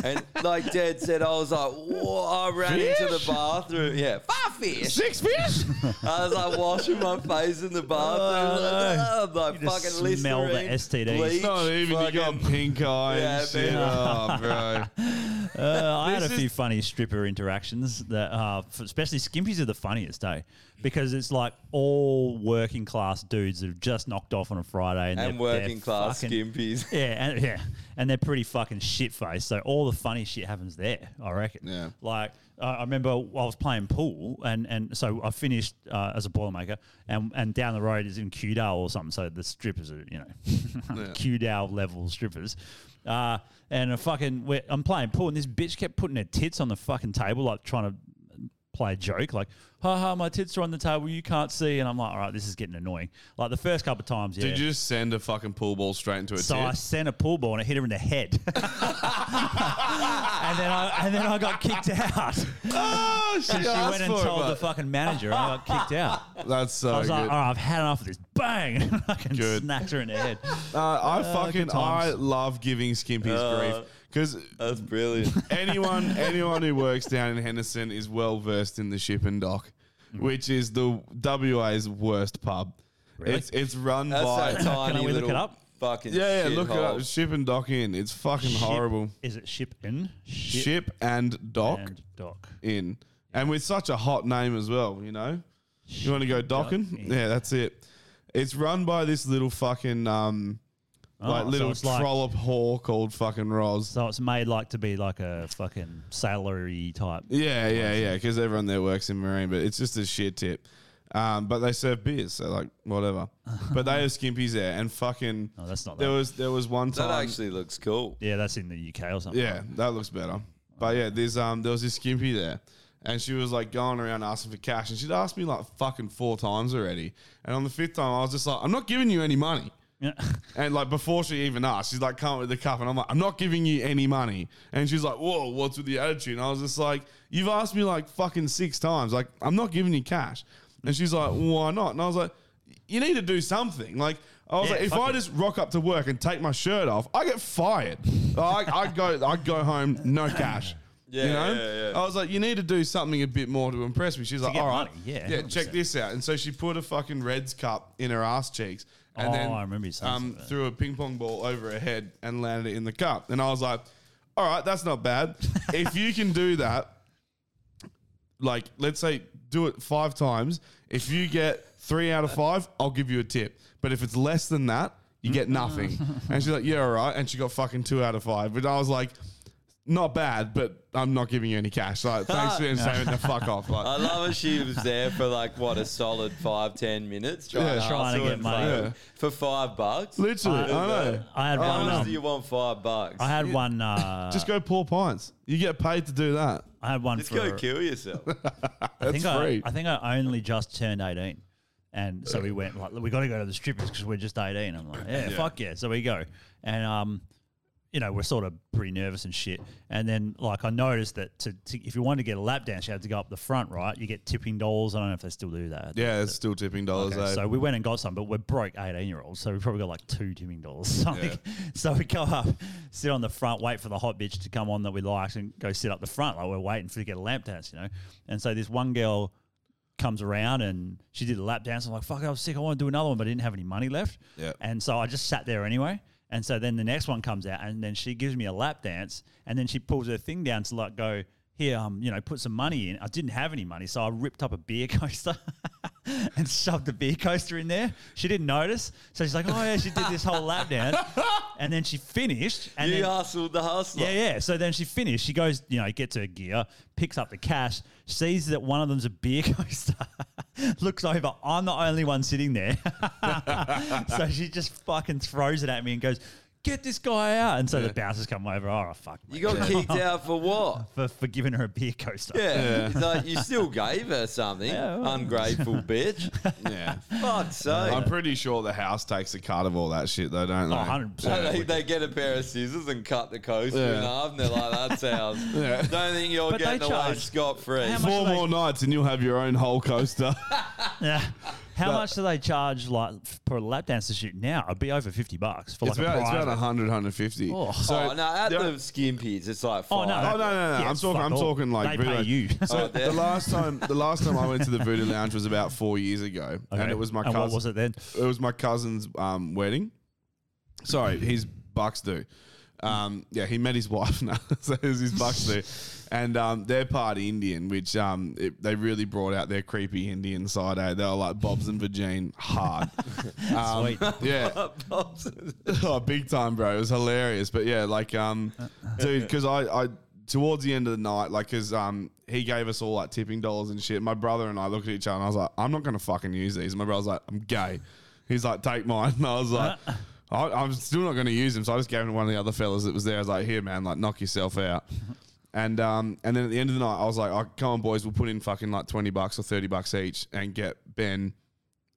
and like Dad said, I was like, whoa, I ran into the
Fish?
bathroom. Yeah, five fish.
Six fish?
I was like washing my face in the bathroom.
Oh,
I'm like,
You just
fucking
smell the
Listerine,
STDs.
bleach,
Not even you got pink eye.
Yeah,
Yeah, shit.
man.
Oh, bro.
Uh, I had a
This is-
few funny stripper interactions that, uh, f- especially Skimpies, are the funniest day because it's like all working class dudes that have just knocked off on a Friday and,
And
they're- they're
working class
fucking-
skimpies.
Yeah, and yeah, and they're pretty fucking shit faced. So all the funny shit happens there, I reckon.
Yeah.
Like uh, I remember I was playing pool, and and so I finished uh, as a boilermaker, and and down the road is in Qdale or something. So the strippers are you know
Yeah.
Qdale level strippers. Uh, and a fucking, we're, I'm playing pool, and this bitch kept putting her tits on the fucking table, like trying to play a joke, like, ha ha, my tits are on the table, you can't see. And I'm like, all right, this is getting annoying. Like the first couple of times, yeah.
Did you just send a fucking pool ball straight into a
so I
tit?
sent a pool ball and I hit her in the head, and then I and then I got kicked out.
Oh,
she went and told the fucking manager, and I got kicked out.
That's so
I was like,
Oh, good.
all right, I've had enough of this. Bang! And I can
Good.
snacked her in the head.
Uh, I
Uh,
fucking
good
I
times.
love giving Skimpies
Uh,
grief because
that's brilliant.
Anyone anyone who works down in Henderson is well versed in the ship and dock,
Mm.
which is the WA's worst pub.
Really?
It's it's run
That's
by
that tiny Can I look little it up? fucking
yeah yeah
shit
look it
hole.
up ship and dock in it's fucking
Ship-
horrible
Is it ship in?
ship, and dock
and dock.
in and with such a hot name as well you know you want to go docking
in.
yeah that's it it's run by this little fucking um
Oh,
like
so
little
it's like-
trollop whore called fucking Roz
So it's made like to be like a fucking salary type.
Yeah, yeah, yeah. Because everyone there works in marine, but it's just a shit tip. Um, but they serve beers, so like whatever. but they have skimpies there, and fucking.
No, that's not
There
that.
was there was one
That
time.
actually looks cool.
Yeah, that's in the UK or something.
Yeah, that looks better. But yeah, there's um there was this skimpy there, and she was like going around asking for cash, and she'd asked me like fucking four times already. And on the fifth time, I was just like, I'm not giving you any money.
Yeah.
And like before she even asked, she's like, "Come with the cup," and I'm like, "I'm not giving you any money." And she's like, "Whoa, what's with the attitude?" And I was just like, "You've asked me like fucking six times. Like, I'm not giving you cash." And she's like, "Why not?" And I was like, "You need to do something." Like, I was
Yeah,
like, "If
fuck
I
it.
just rock up to work and take my shirt off, I get fired. Like, I go, I go home, no cash."
Yeah,
you know,
yeah, yeah.
I was like, you need to do something a bit more to impress me. She's like,
get
all right,
money, yeah,
yeah, check
100%.
this out. And so she put a fucking Reds cup in her ass cheeks, and
Oh,
then
I remember you saying
um,
something.
threw a ping pong ball over her head and landed it in the cup. And I was like, all right, that's not bad. if you can do that, like, let's say do it five times. If you get three out of five, I'll give you a tip. But if it's less than that, you get nothing. and she's like, yeah, all right. And she got fucking two out of five. But I was like, not bad, but I'm not giving you any cash. Like, thanks for the entertainment. the fuck off. Like,
I love it. She was there for like what a solid five, ten minutes trying,
Yeah.
to,
Trying
hustle
to get
and
money.
fail
Yeah.
for five bucks.
Literally, I know.
I had
How
one,
much
um,
do you want five bucks?
I had one. Uh,
Just go pour pints. You get paid to do that.
I had one
Just
for.
go kill yourself.
I think
That's free.
I, I think I only just turned eighteen, and so we went like we got to go to the strippers because we're just eighteen. I'm like, yeah,
Yeah.
fuck yeah. So we go, and um, you know, we're sort of pretty nervous and shit. And then like I noticed that to, to if you wanted to get a lap dance, you had to go up the front, right? You get tipping dollars. I don't know if they still do that.
Yeah, it's still tipping dollars.
Okay,
eh?
so we went and got some, but we're broke 18 year olds. So we probably got like two tipping dollars. or Something.
Yeah.
So we go up, sit on the front, wait for the hot bitch to come on that we liked and go sit up the front. Like we're waiting for to get a lap dance, you know? And so this one girl comes around and she did a lap dance. I'm like, fuck, I was sick. I want to do another one, but I didn't have any money left.
Yeah.
And so I just sat there anyway. And so then the next one comes out and then she gives me a lap dance and then she pulls her thing down to like go, here, um, you know, put some money in. I didn't have any money, so I ripped up a beer coaster and shoved the beer coaster in there. She didn't notice. So she's like, oh, yeah, she did this whole lap dance. And then she finished. And
you
then,
hustled the hustler.
yeah, yeah. So then she finished. She goes, you know, gets her gear, picks up the cash, sees that one of them's a beer coaster, looks over. I'm the only one sitting there. so she just fucking throws it at me and goes, get this guy out. And so the bouncers come over. Oh, fuck.
You
mate."
got kicked out for what?
For, for giving her a beer coaster.
Yeah. It's like you still gave her something. Ungrateful bitch.
yeah.
Fuck's sake.
I'm pretty sure the house takes a cut of all that shit, though, don't they?
Oh, 100%.
I think they get a pair of scissors and cut the coaster
Yeah.
in half, and they're like, "That's ours."
Yeah.
Don't think you're
But they
getting away Oh,
charge-
scot free.
How much
Four more nights and you'll have your own whole coaster.
Yeah. How much do they charge like f- per lap dancer shoot now? It'd be over fifty bucks for
It's
like
about,
a
it's
private.
about 100, 150.
Oh.
oh, no, at
there-
the skimpies, it's like
Oh no,
five.
no, no, no! I'm talking. I'm talking like
They pay
Voodoo.
you.
So
Oh,
the
they're-
last time, the last time I went to the Voodoo Lounge was about four years ago, and
Okay.
it was my.
And
cousin,
what was it then?
It was my cousin's um, wedding. Sorry, his bucks do. Um, yeah, he met his wife now, so it was his bucks do, and um, they're part Indian, which um, it, they really brought out their creepy Indian side. Eh? They were like Bob's and Virgin hard. Um,
Sweet.
yeah, oh, big time, bro. It was hilarious. But yeah, like, um, dude, because I, I, towards the end of the night, like, because um, he gave us all like tipping dollars and shit. My brother and I looked at each other and I was like, I'm not going to fucking use these. And my brother's like, I'm gay. He's like, take mine. And I was like, I, I'm still not going to use them. So I just gave them to one of the other fellas that was there. I was like, here, man, like, knock yourself out. And um, and then at the end of the night, I was like, oh, come on, boys, we'll put in fucking like 20 bucks or 30 bucks each and get Ben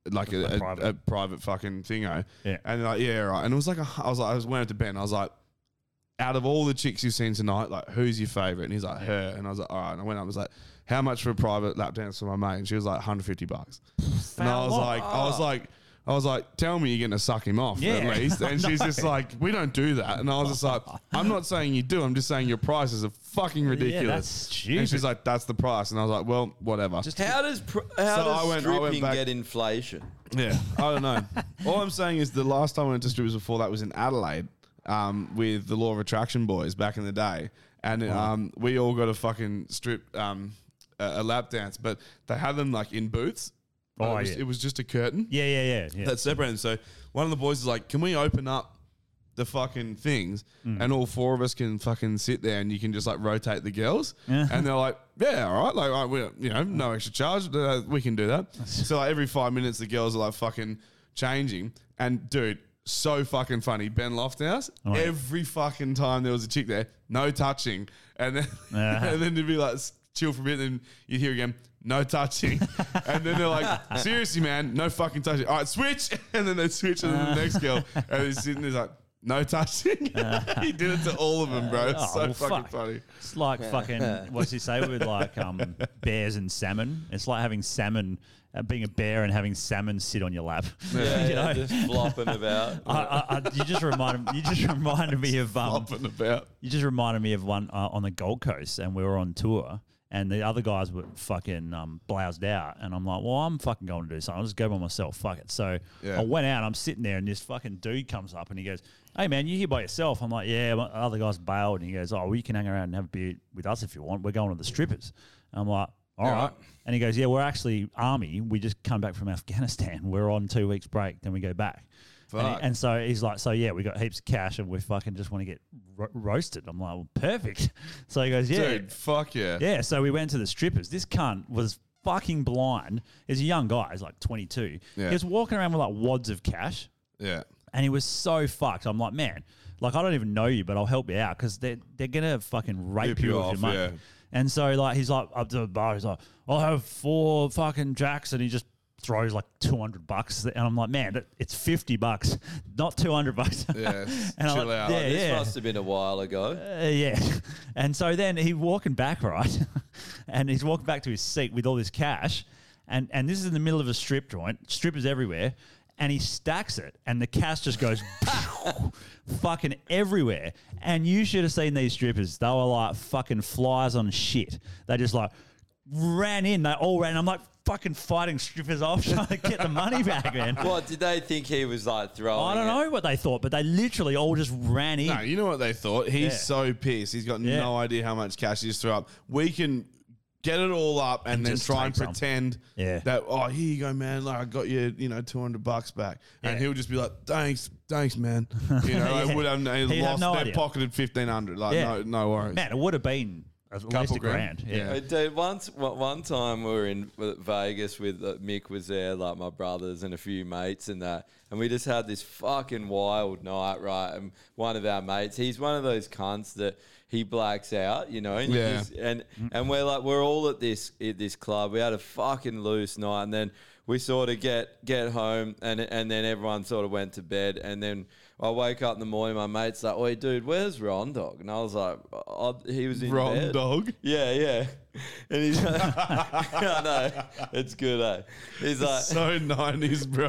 like a,
A
a-
private.
a private fucking thingo.
Yeah.
And they're like, yeah, right. And it was like, a, I was like, I was went up to Ben. I was like, out of all the chicks you've seen tonight, like, who's your favorite? And he's like, her. And I was like, all right. And I went up and was like, how much for a private lap dance for my mate? And she was like, 150 bucks. and I was
lot.
like, I was like, I was like, tell me you're going to suck him off
Yeah.
at least. And she's just
No.
like, we don't do that. And I was just like, I'm not saying you do. I'm just saying your prices are fucking ridiculous.
that's
And
stupid.
she's like, that's the price. And I was like, well, whatever. Just
How does pr- how
So
does
I went- I went
stripping
back-
get inflation?
Yeah, I don't know. All I'm saying is the last time I went to strippers before that was in Adelaide um, with the Law of Attraction boys back in the day, and um, we all got a fucking strip um, a, a lap dance, but they had them like in booths. but
Oh,
it, was,
yeah.
it was just a curtain.
Yeah, yeah, yeah, yeah.
That separated. them. So one of the boys is like, "Can we open up?" The fucking things,
Mm.
and all four of us can fucking sit there, and you can just like rotate the girls,
Yeah.
and they're like, "Yeah, all right, like, all right, we don't, you know, no extra charge, uh, we can do that." so like every five minutes, the girls are like fucking changing, and dude, so fucking funny. Ben Lofthouse,
Oh, yeah.
every fucking time there was a chick there, no touching, and then
Yeah.
and then to be like s- chill for a bit, then you would hear again, no touching, and then they're like, seriously, man, no fucking touching. All right, switch, and then they switch, and then the next girl, and he's sitting there like. No touching. he did it to all of them, bro. It's
Oh,
so
well,
fucking
fuck.
funny.
It's like fucking what's he say with like um, bears and salmon? It's like having salmon, uh, being a bear and having salmon sit on your lap.
Yeah, yeah, just flopping about.
I, I, I, you just reminded you just reminded me of um,
flopping about.
You just reminded me of one uh, on the Gold Coast, and we were on tour. And the other guys were fucking um, bloused out, and I'm like, "Well, I'm fucking going to do something. I'll just go by myself. Fuck it." So
Yeah.
I went out. I'm sitting there, and this fucking dude comes up, and he goes, "Hey, man, you here by yourself?" I'm like, "Yeah." My other guys bailed, and he goes, "Oh, well, you can hang around and have a beer with us if you want. We're going to the strippers." I'm like, "All right."
Yeah.
And he goes, "Yeah, we're actually army. We just come back from Afghanistan. We're on two weeks break, then we go back." And, he-
Fuck.
and so he's like, so yeah, we got heaps of cash and we fucking just want to get ro- roasted. I'm like, well, perfect. So he goes, yeah.
Dude, fuck yeah.
Yeah, so we went to the strippers. This cunt was fucking blind. He's a young guy, he's like 22.
Yeah.
He was walking around with like wads of cash
Yeah.
and he was so fucked. I'm like, man, like I don't even know you, but I'll help you out because they're they're gonna fucking rape
Rip
you,
you
of
off,
your money.
yeah.
And so like he's like up to the bar, he's like, I'll have four fucking jacks, and he just throws like two hundred bucks, and I'm like, man, that, it's fifty bucks, not two hundred bucks.
Yeah,
and I'm like, yeah,
this
yeah.
must have been a while ago.
Uh, yeah. And so then he walking back, right? and he's walking back to his seat with all this cash. And, and this is in the middle of a strip joint, strippers everywhere. And he stacks it, and the cash just goes fucking everywhere. And you should have seen these strippers. They were like fucking flies on shit. They just like ran in. They all ran. I'm like fucking fighting strippers off trying to get the money back, man.
What did they think he was like throwing?
I don't know what they thought, but they literally all just ran in.
No, you know what they thought. He's
Yeah.
so pissed. He's got
Yeah.
no idea how much cash he just threw up. We can get it all up and,
And
then
just
try and
take some.
pretend
Yeah.
that oh here you go man like I got you you know two hundred bucks back and
Yeah.
he'll just be like thanks thanks man you know
Yeah.
I would have no,
He'd
lost
have no
they
idea.
pocketed fifteen hundred like
Yeah.
no no worries
Man, it would have been at least a grand. Yeah.
Uh, Dude, once one one time we were in Vegas with uh, Mick was there, like my brothers and a few mates and that, and we just had this fucking wild night, right? And one of our mates, he's one of those cunts that he blacks out, you know, and you
Yeah.
just- and and we're like we're all at this at this club. We had a fucking loose night, and then we sort of get get home and and then everyone sort of went to bed and then I wake up in the morning. My mate's like, "Oi, dude, where's Ron Dog?" And I was like, I, "He was in
Ron
bed.
Dog?
Yeah, yeah. And he's like, I know. It's good, eh? He's like,
so 90s, bro.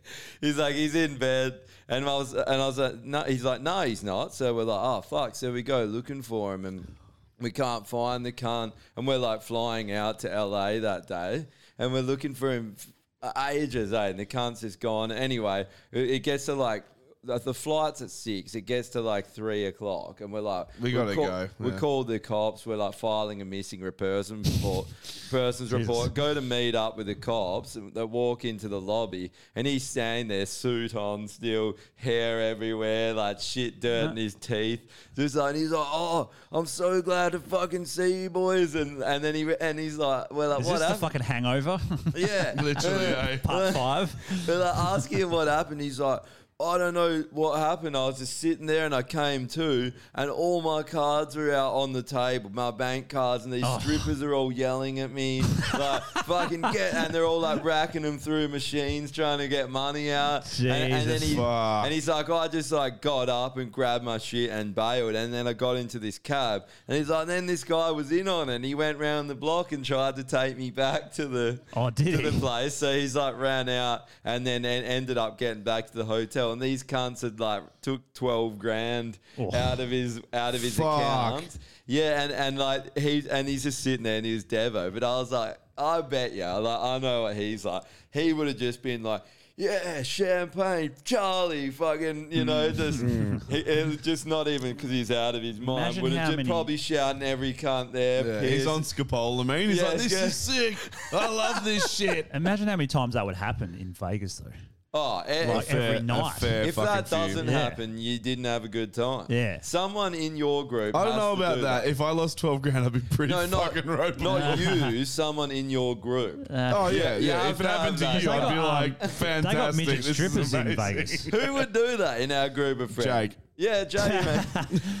he's like, he's in bed. And I was, and I was like, no, he's like, no, he's not. So we're like, oh, fuck. So we go looking for him and we can't find the cunt. And we're like flying out to LA that day and we're looking for him f- ages, eh? And the cunt's just gone. Anyway, it, it gets to like, the the flight's at six. It gets to like three o'clock, and we're like,
We gotta
call-
go,
We
yeah.
called the cops. We're like filing a missing re- person report. person's report. Go to meet up with the cops. and They walk into the lobby, and he's standing there, suit on, still hair everywhere, like shit, dirt in his teeth. Just like he's like, oh, I'm so glad to fucking see you boys. And and then he re- and he's like, well, like,
Is
what
this the
happened?
fucking hangover?
Yeah,
Literally, eh? Part five.
But like asking him what happened, he's like, I don't know what happened. I was just sitting there and I came to, and all my cards were out on the table, my bank cards, and these
Oh.
strippers are all yelling at me, like fucking get, and they're all like racking them through machines trying to get money out. and, and then
Jesus.
he,
Fuck.
Ah.
and he's like, I just like got up and grabbed my shit and bailed, and then I got into this cab, and he's like, then this guy was in on it, and he went round the block and tried to take me back to the
Oh,
to
did he?
the place. So he's like ran out and then en- ended up getting back to the hotel. And these cunts had like took twelve grand
Oh.
out of his out of his
Fuck.
account. Yeah, and, and like he and he's just sitting there and he was Devo. But I was like, I bet you, like I know what he's like. He would have just been like. Yeah, champagne, Charlie, fucking, you
Mm.
know, just he, it was just not even because he's out of his mind.
Imagine
Would
how
have just
many-
probably shouting every cunt there.
Yeah, he's
pissed.
on scopolamine. He's
uh, Yeah,
like, this
it's
is sick. I love this shit.
Imagine how many times that would happen in Vegas, though.
Oh, eh,
Like
if-
every A night. fair
if
fucking
that
few.
doesn't
Yeah.
happen, you didn't have a good time.
Yeah.
Someone in your group.
I don't
has
know
to
about
do
that. If I lost 12 grand, I'd be pretty
No, not,
fucking roped.
not you. Someone in your group.
Uh,
Oh, yeah,
you
yeah.
have
If it
have
happened to
that.
you, I'd be like,
they got
fantastic.
midget
This is
strippers in
amazing."
Vegas.
Who would do that in our group of friends?
Jake.
Yeah, Jake, man.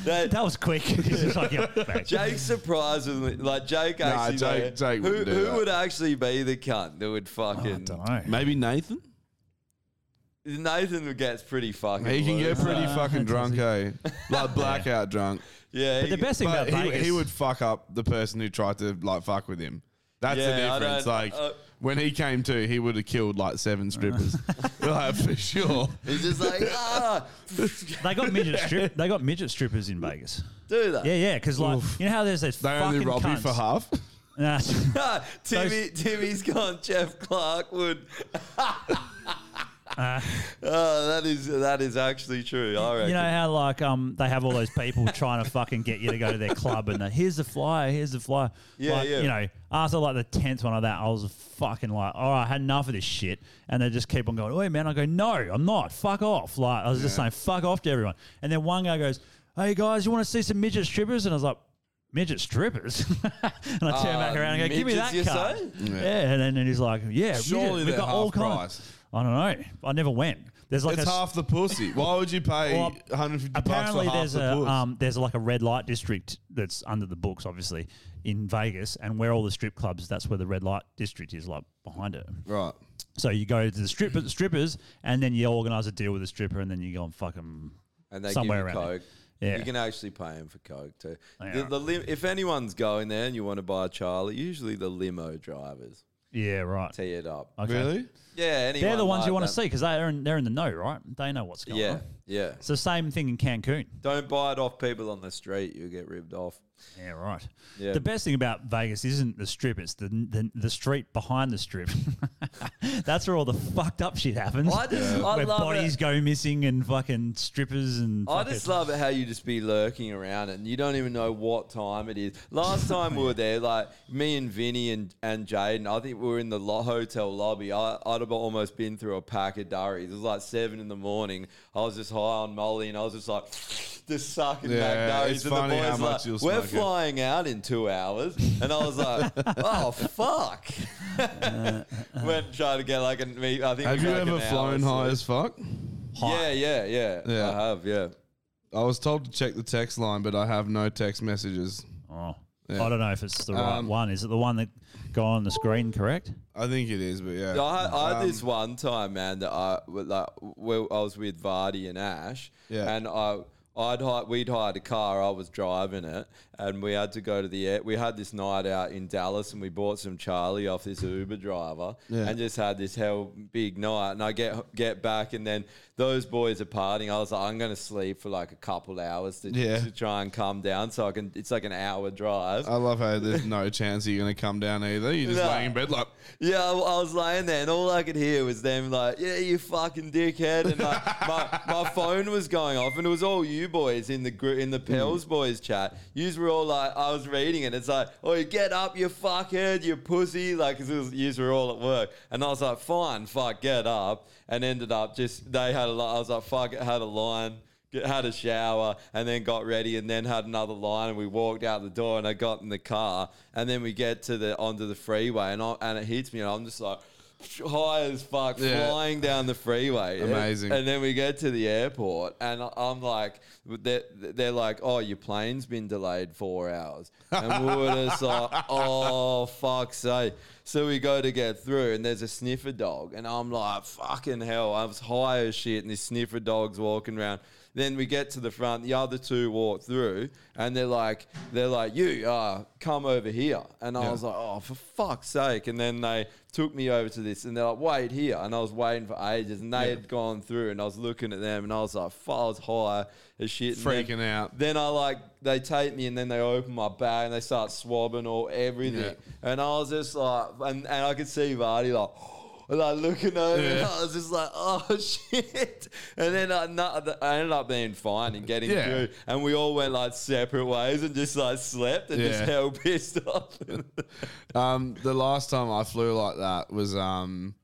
That,
was quick.
Jake surprisingly, like Jake
Nah,
actually.
Jake-
like,
Jake
who
wouldn't do
who
that.
would actually be the cunt that would fucking?
Maybe Nathan?
Nathan gets pretty fucking.
He can get
loose,
pretty
Uh,
eh?
fucking drunk, eh? Like blackout drunk.
Yeah, But he- the best thing
But
about
he,
Vegas-
he would fuck up the person who tried to like fuck with him. That's
Yeah, I
the difference.
don't-
Like
uh,
when he came to, he would have killed like
Uh.
seven strippers, like for sure.
He's just like, ah,
They got midget strip. They got midget strippers in Vegas.
do that.
Yeah, yeah. Because like, you know how there's those.
They only
fucking
rob you
cunts.
for half.
Nah.
Ah, Timmy, Timmy's gone. Jeff Clark would. oh, that is that is actually true. I reckon.
You know how like um they have all those people trying to fucking get you to go to their club and they, here's the flyer, here's the flyer.
Yeah,
like,
yeah.
You know, after like the tenth one of that, I was fucking like, all right, I had enough of this shit. And they just keep on going, oh man, I go, no, I'm not. Fuck off. Like I was just saying, fuck off to everyone. And then one guy goes, hey guys, you want to see some midget strippers? And I was like. Midget strippers, and I turn back
Uh,
around and go, "Give me
midgets,
that
you
card."
say?
Yeah,
Yeah.
and then and he's like, "Yeah,
Surely
midget,
they're
we've got all
half
kinds." I don't know. I never went. There's like
it's
a s-
half the pussy. Why would you pay
Well,
150 bucks for
apparently
half
there's
the
a
puss?
um, there's like a red light district that's under the books, obviously in Vegas, and where all the strip clubs. That's where the red light district is, like behind it.
Right.
So you go to the stripper, strippers, and then you organize a deal with the stripper, and then you go and fuck them
and they
somewhere
give you
around. there.
coke.
Yeah.
You can actually pay him for coke too.
Yeah.
The, the lim- if anyone's going there and you want to buy a Charlie, usually the limo drivers
yeah, right.
tee it up.
Okay.
Yeah, anyone
they're the ones
like
you want
that.
to see because they're in, they're in the know, right? They know what's going
Yeah,
on.
yeah.
It's the same thing in Cancun.
Don't buy it off people on the street. You get ripped off.
Yeah, right.
Yeah.
The best thing about Vegas isn't the strip; it's the the, the street behind the strip. That's where all the fucked up shit happens.
I just- I
where
love
bodies go missing and fucking strippers and.
I
fucking-
just love it how you just be lurking around it and you don't even know what time it is. Last time we were there, like me and Vinny and, and Jaden, I think we were in the lo- hotel lobby. I, I'd have almost been through a pack of durries. It was like seven in the morning. I was just high on Molly and I was just like, just sucking
Yeah,
back durries.
it's
And
funny
the boys
how
were
much
like,
you'll
We're
smoke it."
flying out in two hours. And I was like, oh, fuck. Went and tried to get like a me. I think
Have
we
you
got, like, an
ever
hour
flown
sleep.
high as fuck?
Yeah, yeah, yeah,
Yeah.
I have, yeah.
I was told to check the text line, but I have no text messages.
Oh.
Yeah.
I don't know if it's the right
Um,
one. Is it the one that got on the screen? Correct.
I think it is, but yeah.
I, I had
Um,
this one time, man, that I like well, I was with Vardy and Ash,
Yeah.
and I I'd hi- we'd hired a car, I was driving it, and we had to go to the air. We had this night out in Dallas, and we bought some Charlie off this Uber driver,
Yeah.
and just had this hell big night. And I get get back, and then those boys are partying. I was like, I'm gonna sleep for like a couple hours to,
Yeah.
to try and calm down, so I can. It's like an hour drive.
I love how there's no chance that you're going to come down either. You're just
No.
laying in bed like,
Yeah, I, I was laying there, and all I could hear was them like, "Yeah, you fucking dickhead," and like, my, my phone was going off, and it was all you boys in the group in the Pels boys chat. You were all like, I was reading it. It's like, "Oh, you get up, you fuckhead, you pussy," like, because you were all at work, and I was like, "Fine, fuck, get up," and ended up just they had a lot. I was like, "Fuck," it had a line get- had a shower and then got ready and then had another line and we walked out the door and I got in the car and then we get to the onto the freeway and I, and it hits me and I'm just like high as fuck
Yeah.
flying down the freeway
Amazing.
and then we get to the airport and I- I'm like they're, they're like oh your plane's been delayed four hours and we were just like oh fuck's sake so we go to get through and there's a sniffer dog and I'm like fucking hell I was high as shit and this sniffer dog's walking around then we get to the front. The other two walk through, and they're like, they're like, you uh, come over here. And I
Yeah.
was like, oh, for fuck's sake! And then they took me over to this, and they're like, wait here. And I was waiting for ages, and they had gone through, and I was looking at them, and I was like, fuck, I was high as shit, And then-
Freaking out.
Then I like, they take me, and then they open my bag, and they start swabbing all everything, and I was just like, and, and I could see Vardy like. Like looking over, and
Yeah.
I was just like, "Oh shit!" And then I, nu- I ended up being fine and getting
Yeah.
through, and we all went like separate ways and just like slept and just
Yeah.
hell pissed off.
um, the last time I flew like that was um,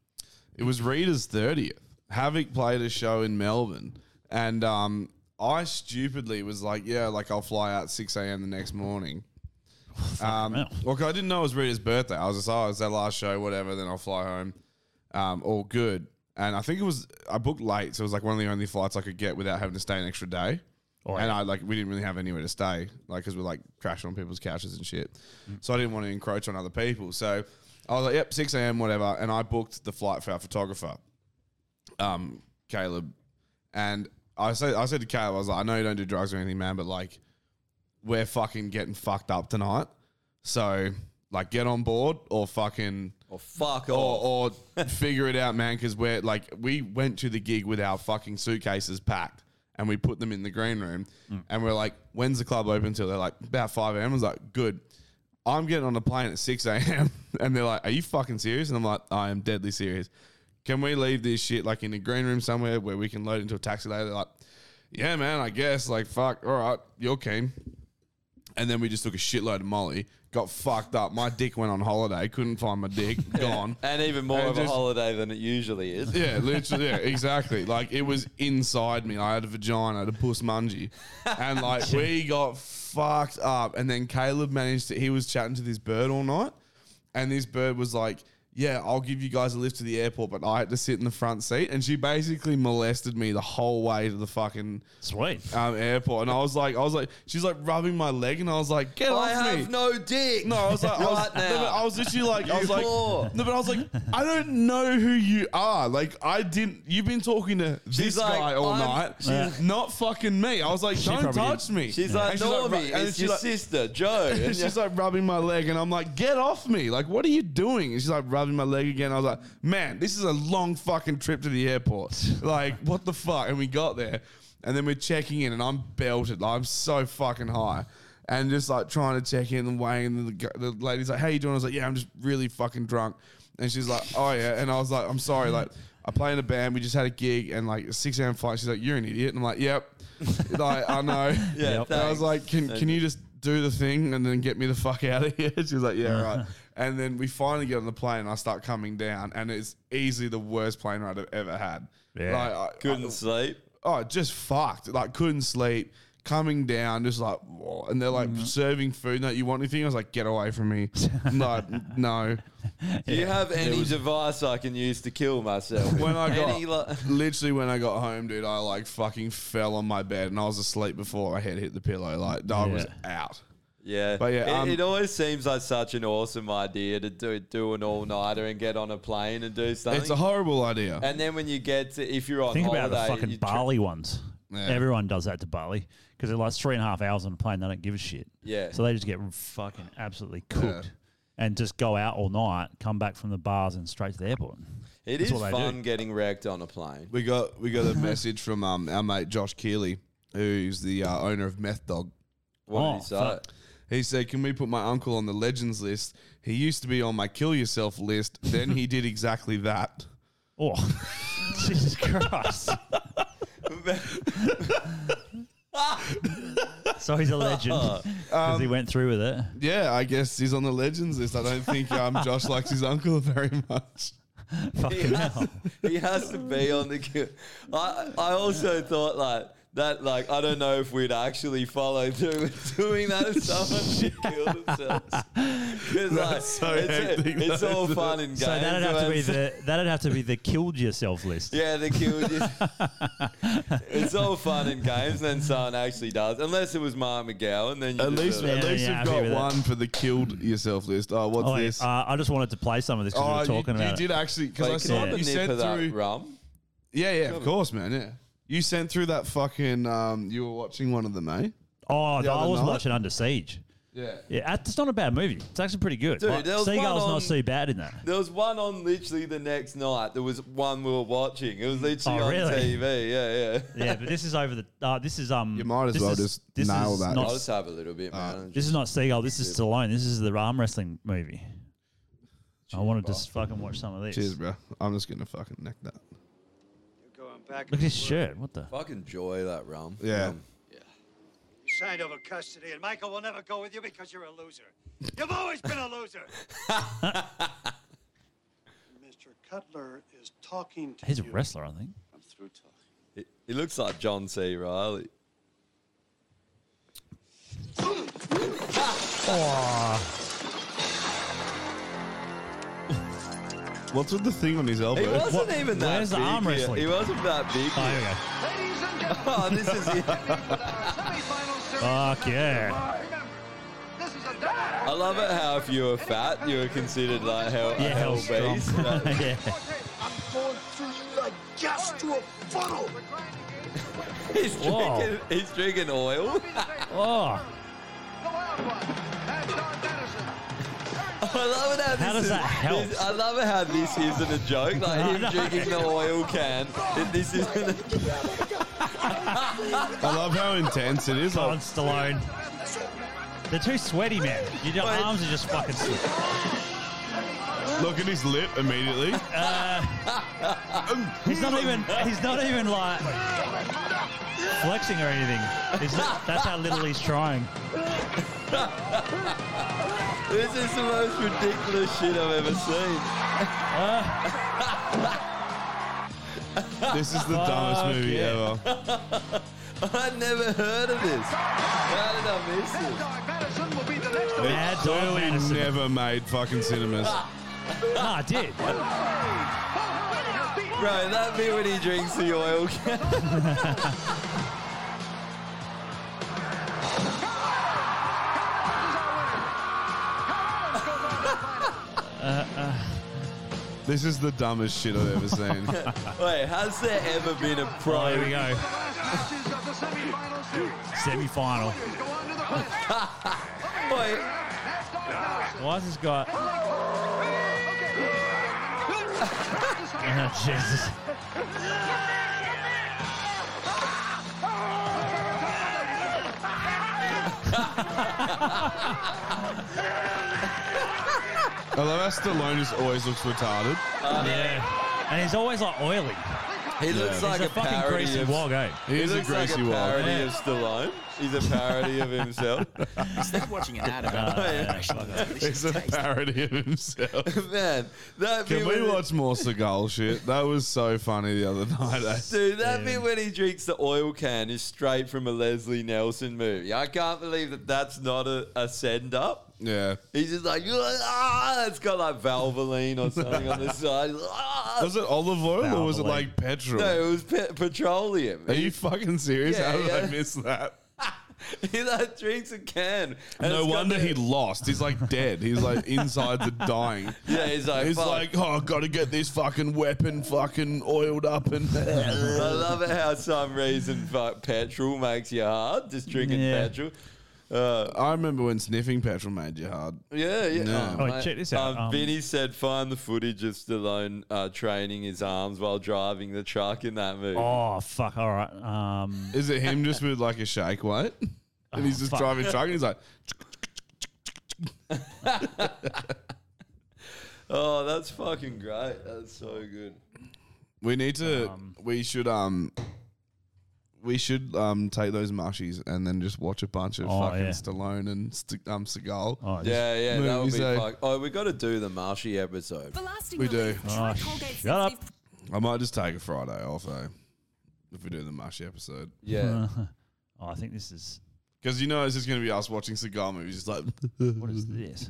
it was Reader's thirtieth. Havoc played a show in Melbourne, and um, I stupidly was like, "Yeah, like I'll fly out six a.m. the next morning." Um, well, 'cause I didn't know it was Rita's birthday. I was just, oh, it's that last show, whatever. Then I'll fly home. Um, all good. And I think it was I booked late, so it was like one of the only flights I could get without having to stay an extra day. And I like we didn't really have anywhere to stay, like because we're like crashing on people's couches and shit. So I didn't want to encroach on other people. So I was like, yep, six a.m. whatever. And I booked the flight for our photographer um, Caleb, and I said, I said to Caleb, I was like, I know you don't do drugs or anything, man, but like, we're fucking getting fucked up tonight. So, like, get on board or fucking
or Oh, fuck
oh. or, or figure it out, man. Because we're like, we went to the gig with our fucking suitcases packed. And we put them in the green room, and we're like, "When's the club open till?" They're like, "About five a.m." I was like, "Good." I'm getting on the plane at six a.m. and they're like, "Are you fucking serious?" And I'm like, "I am deadly serious." Can we leave this shit like in a green room somewhere where we can load into a taxi later? They're like, yeah, man, I guess. Like, fuck, all right, you're keen. And then we just took a shitload of Molly, got fucked up. My dick went on holiday, couldn't find my dick, gone.
and even more
And
of a
just-
holiday than it usually is.
Yeah, literally. Yeah, exactly. Like it was inside me. I had a vagina, I had a puss mungie, and like we got fucked up. And then Caleb managed to. He was chatting to this bird all night, and this bird was like, "Yeah, I'll give you guys a lift to the airport, but I had to sit in the front seat." And she basically molested me the whole way to the fucking
sweet
Uh,
um, airport. And I was like, I was like, she's like rubbing my leg, and I was like, "Get
I
off me!"
have no dick.
No, I was like, I was,
right now.
No, but I was literally like, I
You
was like,
whore.
no, but I was like, I don't know who you are. Like, I didn't. You've been talking to this
like,
guy all
I'm-
night,
she's-
not fucking me. I was like,
She
don't
probably
touch
didn't.
me.
She's like,
And she's
"Normie,
ru- and
it's
she's
your sister, Joe."
And
And
she's like rubbing my leg, and I'm like, get off me! Like, what are you doing? And she's like rubbing my leg again. I was like, man, this is a long fucking trip to the airport. Like, what the fuck? And we got there, and then we're checking in, and I'm belted. Like, I'm so fucking high. And just like trying to check in and weighing, and the, gu- the lady's like, "How you doing?" I was like, "Yeah, I'm just really fucking drunk." And she's like, "Oh yeah," and I was like, "I'm sorry." Like, I play in a band. We just had a gig and like a six hour flight. She's like, "You're an idiot." And I'm like, "Yep." like, I know.
Yeah,
And I
thanks.
was like, "Can can you just do the thing and then get me the fuck out of here?" She's like, "Yeah, right." And then we finally get on the plane. and I start coming down, and it's easily the worst plane ride I've ever had.
Yeah. Couldn't sleep.
Oh, just fucked. Like couldn't sleep. Coming down, just like, whoa. and they're like
Mm.
serving food. No, you want anything? I was like, get away from me. no, no.
Do you have
There
any
was-
device I can use to kill myself?
when I got
Any, like,
literally when I got home, dude, I like fucking fell on my bed and I was asleep before my head hit the pillow. Like I was
Yeah.
out.
Yeah,
But
it,
yeah, um,
it always seems like such an awesome idea to do do an all nighter and get on a plane and do something.
It's a horrible idea.
And then when you get to, if you're on
Think
holiday,
about the fucking
you tr-
Bali ones. Everyone does that to Bali because they're like three and a half hours on a plane. They don't give a shit.
Yeah.
So they just get fucking absolutely cooked and just go out all night, come back from the bars and straight to the airport.
It
That's
is
what they do.
fun getting wrecked on a plane.
We got we got a message from um, our mate Josh Keeley, who's the uh, owner of Meth Dog.
What did he Oh, say? fuck.
He said, "Can we put my uncle on the legends list? He used to be on my kill yourself list. Then he did exactly that."
Oh, Jesus Christ! so he's a legend because
Um,
he went through with it.
Yeah, I guess he's on the legends list. I don't think um, Josh likes his uncle very much.
he, has, he has to be on the. queue. I I also thought like that like I don't know if we'd actually follow through with doing that if someone did kill themselves. 'Cause, like,
That's so
it's,
hectic,
it's
though,
all
isn't it?
fun and games.
So that'd have to be
man.
the that'd have to be the killed yourself list.
Yeah, they killed you. it's all fun and games, then someone actually does. Unless it was Mark McGowan, then you
At least,
deserve
at
it.
least you've got one for the killed yourself list. Oh, what's
Oh, yeah,
this?
uh, I just wanted to play some of this because we were
Oh, you-
talking
you,
about it.
did actually because
Wait,
I
can I
saw
have a
you
nip
sent
of that
through
rum.
Yeah, yeah, of
Come.
course, man. Yeah, you sent through that fucking. Um, you were watching one of them, eh?
Oh,
The
I
other
was
night?
watching Under Siege.
Yeah.
Yeah, uh, it's not a bad movie. It's actually pretty good.
Dude,
Like,
there was one
Seagull's
on-
not so bad in that.
There was one on literally the next night. There was one we were watching. It was literally
Oh,
on
really?
TV. Yeah, yeah.
Yeah, but this is over the. Uh, this is um. You might
as well just nail that.
I'll just have a little bit,
uh,
man.
this is not Seagull. This is Stallone. This is the arm wrestling movie. I want to just fucking watch some of these.
Cheers, bro. I'm just gonna fucking neck that.
Look at his shirt. What the?
Fucking enjoy that rum.
Yeah.
Um,
You signed over custody, and Michael will never go with you because you're a loser. You've always been a loser.
Mr. Cutler is talking to
He's a wrestler, I think.
I'm through talking.
He he looks like John C. Riley.
What's with the thing on his elbow?
He wasn't even that big. here. He wasn't that big. Oh, this is it.
Fuck yeah.
I love it how if you were fat, you were considered like hell, a
Yeah,
hell
hell strong.
beast. Like,
yeah.
I'm going through you like gas to a funnel.
He's
Whoa.
drinking. He's drinking oil.
oh.
I love it how,
How
this
does
is,
that help?
this- I love it how this isn't a joke. Like
I
him
know.
drinking the oil can. and This isn't. A,
I love how intense it is.
Come on, Stallone. They're too sweaty, man. Your your arms are just fucking.
Look at his lip immediately.
He's not even. He's not even like flexing or anything. He's not, that's how little he's trying.
this is the most ridiculous shit I've ever seen.
This is the dumbest
Fuck
movie
yeah.
ever.
I'd never heard of this. How did I miss this?
They
Mad Dog
clearly
Madison.
never made fucking cinemas.
No, Ah, I did.
Bro, that bit when he drinks the oil can.
This is the dumbest shit I've ever seen.
Wait, has there ever been a pro?
Oh, here we
go. Semi-final.
Wait,
Why is this guy? Oh, Jesus.
I love how Stallone just always looks retarded.
yeah. And he's always like oily.
He looks like
he's
a,
a, fucking
parody
greasy
of
wog, eh?
He, looks like a parody of Stallone. He's a parody of himself.
Instead of watching an ad about
Oh, yeah.
He's a parody of himself.
Man, that
Can
bit
we
when-
watch more Seagal shit? That was so funny the other night. eh?
Dude, that bit when he drinks the oil can is straight from a Leslie Nelson movie. I can't believe that that's not a, a send up.
Yeah.
He's just like, ah, it's got like Valvoline or something on the side. Ah.
Was it olive oil or was it
Valvoline.
like petrol?
No, it was pe- petroleum.
Are you fucking serious?
Yeah,
How did
yeah.
I miss that?
he like drinks a can. And
no
it's got
wonder
the-
he lost. He's like dead. He's like insides are dying.
Yeah, he's like,
he's
"Fuck."
like, oh, gotta get this fucking weapon fucking oiled up and.
I love it how some reason fuck petrol makes you hard. Just drinking
Yeah.
petrol. Uh,
I remember when sniffing petrol made you hard.
Yeah, yeah.
No.
mate. Um, Vinny said, "Find the footage of Stallone uh, training his arms while driving the truck in that movie."
Oh fuck! All right. Um,
Is it him just with like a shake weight? And he's
Oh,
just
fuck.
driving a truck and he's like,
Oh, that's fucking great. That's so good.
we need to, we should, um, we should um take those mushies and then just watch a bunch of
Oh,
fucking
yeah. Oh,
Stallone and St- um Seagal.
oh,
yeah, yeah, that would
movies,
be
eh?
fuck. Oh, we got to do the Marshy episode.
We do.
oh,
shut up.
I might just take a Friday off, eh? If we do the mushy episode.
Yeah.
oh, I think this is.
Because you know it's just going to be us watching cigar movies. Just like,
what is this?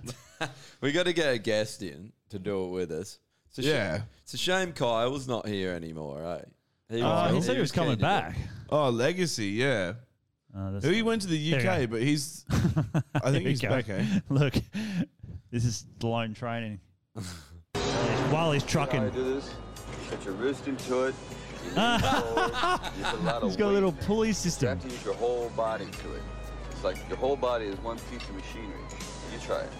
We got to get a guest in to do it with us. It's a
Yeah.
Shame. It's a shame Kyle's not here anymore, eh?
Oh, he said he was
keen
coming
to do it.
back. Oh, Legacy, yeah.
Uh,
Who he went to the
There you
UK,
go.
but he's. I
There
think
we
he's
go.
back, eh?
Look, this is Stallone training. While he's trucking,
do this. Put your wrist into it. You lean forward. There's a lot of
he's got a
weight
little
there.
pulley
You
system.
have to use your whole body to it. It's like your whole body is one piece of machinery. You try it.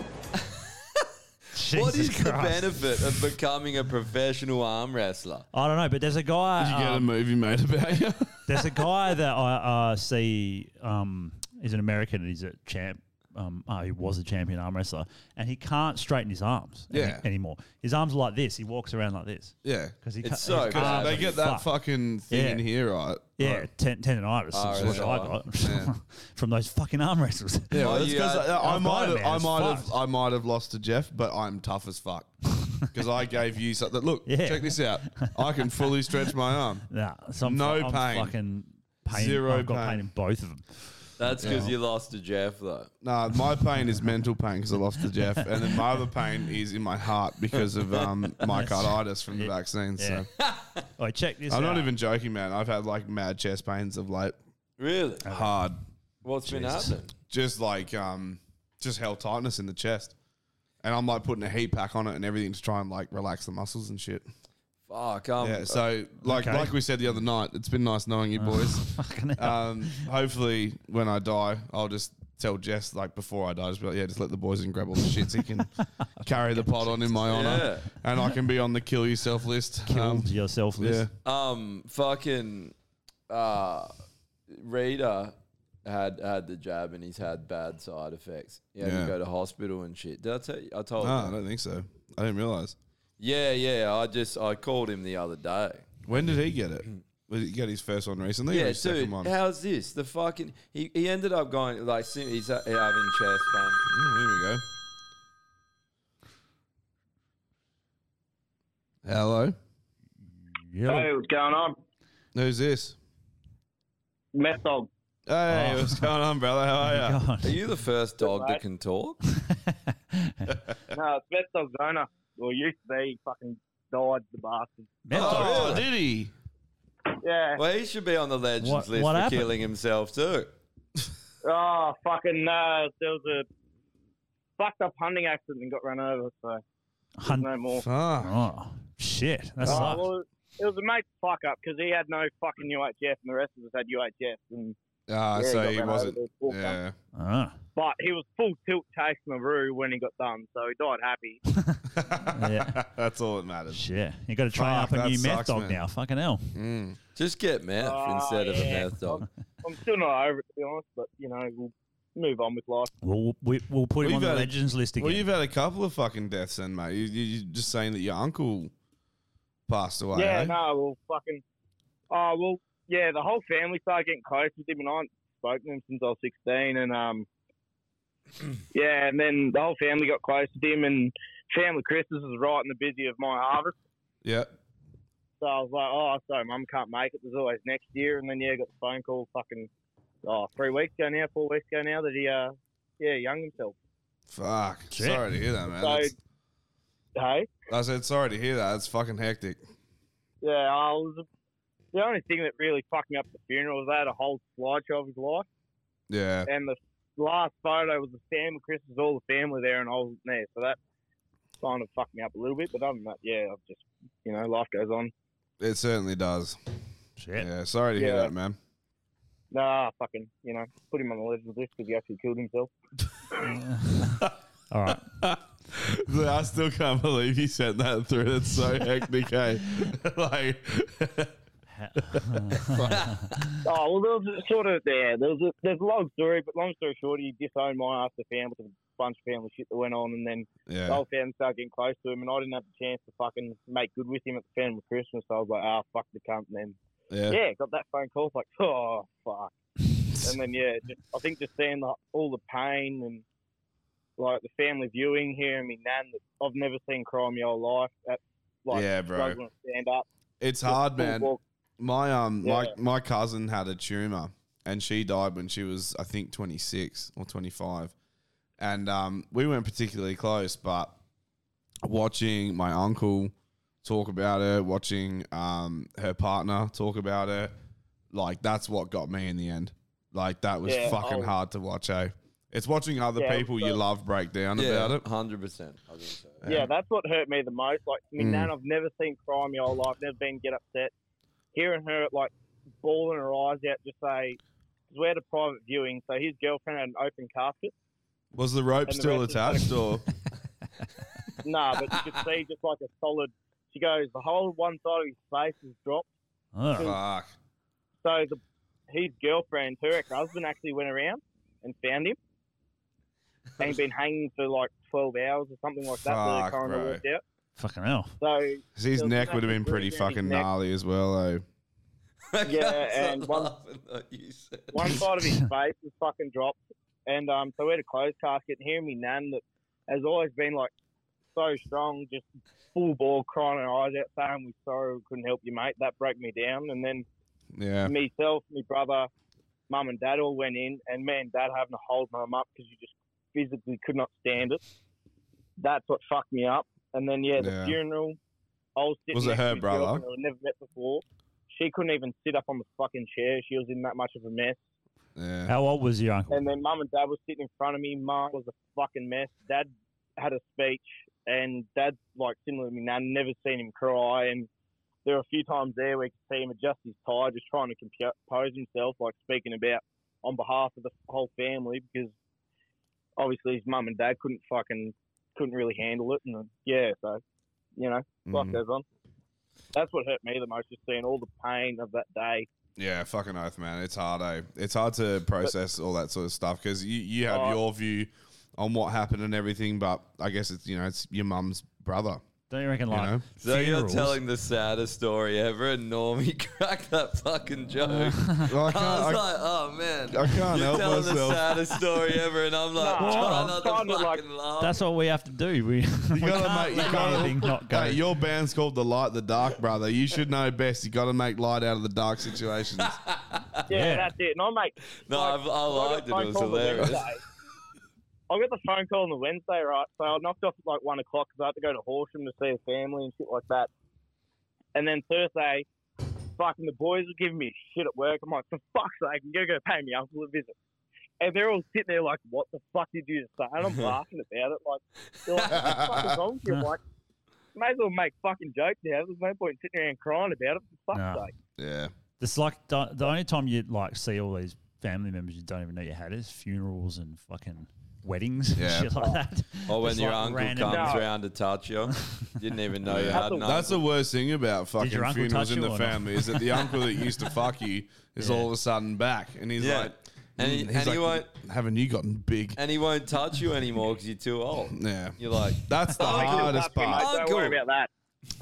what is
Jesus
the
Christ.
benefit of becoming a professional arm wrestler?
I don't know, but there's a guy. um,
Did you get a
movie made about you?
there's a guy that I uh, see. Um, he's an American and he's a champ. Um, oh, he was a champion arm wrestler, and he can't straighten his arms any-
Yeah.
anymore. His arms are like this. He walks around like this.
Yeah.
because he
It's
can't-
so
his arms
bad. They
are
get that
fucked.
fucking thing
Yeah.
in here, right?
Yeah,
Right.
ten, tendonitis
Oh,
is what
really?
I got
Yeah.
from those fucking arm wrestles.
Yeah, well, that's 'cause, uh, I
I've got
might have,
it, man.
I
It's
might
fucked.
have, I might have lost to Jeff, but I'm tough as fuck because I gave you something. Look, check this out. I can fully stretch my arm.
Nah, so I'm
no
fu- I'm
pain.
fucking pain.
Zero
I've got pain
pain.
in both of them.
That's because
Yeah.
you lost to Jeff, though.
Nah, my pain is mental pain because I lost to Jeff, and then my other pain is in my heart because of um, myocarditis from the vaccine. So
I check this.
I'm not
out.
even joking, man. I've had like mad chest pains of late.
Really?
Hard.
What's been Jesus. happening?
Just like um, just hell tightness in the chest, and I'm like putting a heat pack on it and everything to try and like relax the muscles and shit.
Fuck. Um,
yeah, so like
Okay.
like we said the other night, it's been nice knowing you boys. um, hopefully, when I die, I'll just tell Jess like before I die, just be like, yeah, just let the boys in grab all the shits. He can carry the pod on in my honor,
Yeah.
and I can be on the kill yourself list. Um, Kill
yourself list.
Um, fucking uh, Rita had had the jab and he's had bad side effects. He had
Yeah.
to go to hospital and shit. Did I tell you? I
No,
told
I
you.
don't think so. I didn't realize.
Yeah, yeah. I just I called him the other day.
When did he get it? Did he get his first one recently? or
yeah,
his
dude.
second one?
How's this? The fucking he, he ended up going like sim- he's ha- having chest pain.
Oh, here we go. Hello.
Hey, what's going on?
Who's this?
Meth dog.
Hey, what's going on, brother? How are you?
Are you the first dog that can talk?
No, it's meth dog's owner. Well, used to be. He fucking died, the bastard.
Oh,
did he?
Yeah.
Well, he should be on the legends
What-
list
what
for
happened?
killing himself too.
Oh, fucking, uh, there was a fucked up hunting accident and got run over, so
Hun-
no more.
Ah,
Oh shit, that's
Oh, well, it was a mate's fuck up because he had no fucking UHF and the rest of us had UHF. And,
Ah,
yeah,
so
got
he
run over.
wasn't.
It was full cunt.
Yeah.
Ah,
But he was full tilt chasing the roo when he got done, so he died happy.
yeah.
That's all that matters.
Shit, you got to train
Fuck,
up a
that
new meth
sucks,
dog
man.
now. Fucking hell.
Mm.
Just get meth
Oh,
instead of a
yeah.
meth dog.
I'm still not over it, to be honest, but, you know, we'll move on with life.
We'll, we, we'll put him on the legends list
Well,
again.
you've had a couple of fucking deaths then, mate. You, you, you're just saying that your uncle passed away.
yeah,
eh?
no, well, fucking. Oh, well, yeah, the whole family started getting close with him, and I hadn't spoken to him since I was 16. And, um, yeah, and then the whole family got close with him, and family Christmas was right in the busy of my harvest.
Yeah.
So I was like, oh, so mum can't make it. There's always next year. And then, yeah, got the phone call fucking, oh, three weeks ago now, four weeks ago now, that he, uh, yeah, young himself.
Fuck.
Shit.
Sorry to hear that, man.
So-
That's-
Hey?
I said, sorry to hear that. That's fucking hectic.
Yeah, I was. The only thing that really fucked me up at the funeral was they had a whole slideshow of his life.
Yeah.
And the last photo was the family, Christmas, all the family there, and I wasn't there. So that kind of fucked me up a little bit. But other than that, yeah, I've just, you know, life goes on.
It certainly does. Yeah, sorry to hear
Yeah.
that, man.
Nah, fucking, you know, put him on the legends list because he actually killed himself.
All right.
I still can't believe you sent that through. That's so hectic, hey? like,
oh well, there was a sort of yeah, there was a, there's a long story, but long story short, he disowned my ass, the family, because of a bunch of family shit that went on, and then
Yeah.
the whole family started getting close to him, and I didn't have the chance to fucking make good with him at the family Christmas, so I was like, ah, fuck the cunt, and
Yeah.
then yeah, got that phone call, it's like oh fuck, and then yeah, just, I think just seeing the, all the pain and like the family viewing here, and me nan, that I've never seen cry in my whole life. That, like,
Yeah, bro.
struggling to stand up.
it's
Just
hard,
full
man.
walk-
My um, my
Yeah.
my cousin had a tumor, and she died when she was, I think, twenty six or twenty five, and um, we weren't particularly close, but watching my uncle talk about her, watching um her partner talk about her, like that's what got me in the end. Like that was
Yeah,
fucking
I'll-
hard to watch. Eh? It's watching other
Yeah,
people you
so-
love break down
Yeah,
about it.
100%. I think so.
Yeah.
Yeah, that's what hurt me the most. Like, I mean,
Mm.
Nan, I've never seen cry in my whole life, never been get upset. Hearing her, like, bawling her eyes out, just say, because we had a private viewing, so his girlfriend had an open casket.
Was the rope
And the
still
rest is like-
attached or?
nah, but you could see just like a solid, she goes, the whole one side of his face is dropped.
Oh.
Fuck.
So the, his girlfriend, her ex-husband, actually went around and found him. And he'd been hanging for like 12 hours or something like that. so the
Fuck,
coroner
bro.
worked out.
Fucking hell.
So
'Cause His
there was
neck would have
massive
been pretty
bruise around his
fucking
neck.
gnarly as well, eh? though.
Yeah, and one, one side of his face was fucking dropped, and um, so we had a closed casket. And hearing me nan that has always been like so strong, just full ball crying her eyes out, saying we sorry we couldn't help you, mate. That broke me down, and then
Yeah.
myself, my brother, mum, and dad all went in, and me and dad having to hold mum up because you just physically could not stand it. That's what fucked me up. And then yeah, the
Yeah.
funeral. I was sitting
Was it
next
her
to his
brother?
girlfriend who I'd never met before. She couldn't even sit up on the fucking chair. She was in that much of a mess.
Yeah.
How old was your uncle?
And then mum and dad was sitting in front of me. Mum was a fucking mess. Dad had a speech, and dad, like similar to me, now never seen him cry. And there were a few times there where you could see him adjust his tie, just trying to compose himself, like speaking about on behalf of the whole family, because obviously his mum and dad couldn't fucking couldn't really handle it. And uh, yeah, so you know, life
Mhm.
goes on. That's what hurt me the most, just seeing all the pain of that day.
Yeah, fucking oath, man. It's hard, eh? It's hard to process all that sort of stuff because you, you have
Oh.
your view on what happened and everything, but I guess it's you know it's your mum's brother.
Don't you reckon
You
like
know?
So
funerals-
you're telling the saddest story ever, and Normie cracked that fucking joke.
I,
was
can't- I-
like, oh man,
I can't
you're
help
telling
myself.
the saddest story ever, and I'm like,
Nah,
trying
I'm
not
trying
to
to, like-
fucking laugh.
That's what we have to do. We,
You
we
gotta make.
can't let
You gotta,
anything not go.
Hey, your band's called the Light, the Dark, brother. You should know best. You got to make light out of the dark situations.
Yeah,
Yeah.
that's it. And I make
No,
like,
I've, I liked it. It
phone
was
call the
hilarious.
Wednesday. I got the phone call on the Wednesday, right? So I knocked off at like one o'clock because I had to go to Horsham to see a family and shit like that. And then Thursday, fucking the boys were giving me shit at work. I'm like, for fuck's sake, I'm gonna go pay my uncle a visit. And they're all sitting there like, what the fuck did you just say? And I'm laughing about it. Like, they're like, what the fuck is wrong with you? I'm like, may as well make fucking jokes now. There's no point sitting around crying about it. For fuck's
Nah.
sake.
Yeah.
It's like the, the only time you like see all these family members you don't even know you had is funerals and fucking weddings and
Yeah.
shit like that.
Oh,
Or when
Just
your
like
uncle
random-
comes round to touch you, didn't even know you had an
That's the
uncle.
worst thing about fucking
your uncle
funerals
touch
in
you
the
or not?
family is that the uncle that used to fuck you is all of a sudden back, and he's
Yeah.
like,
And he-
"Mm," he's
and he
like, haven't you gotten big?
and he won't touch you anymore because you're too old.
Yeah.
You're like,
That's the
Oh,
hardest
touch me,
part.
mate,
Don't worry about that.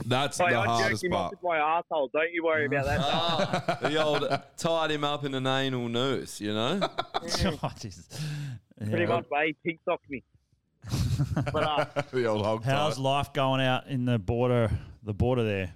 That's
Hey,
the
I jerked
hardest
him off
part.
It's my asshole. Don't you worry about that.
Ah, the old tied him up in an anal noose, you know?
oh, Jesus.
Yeah.
Pretty much, mate. He pink socked me. But uh,
the old hog.
How's life going out in the border? The border there.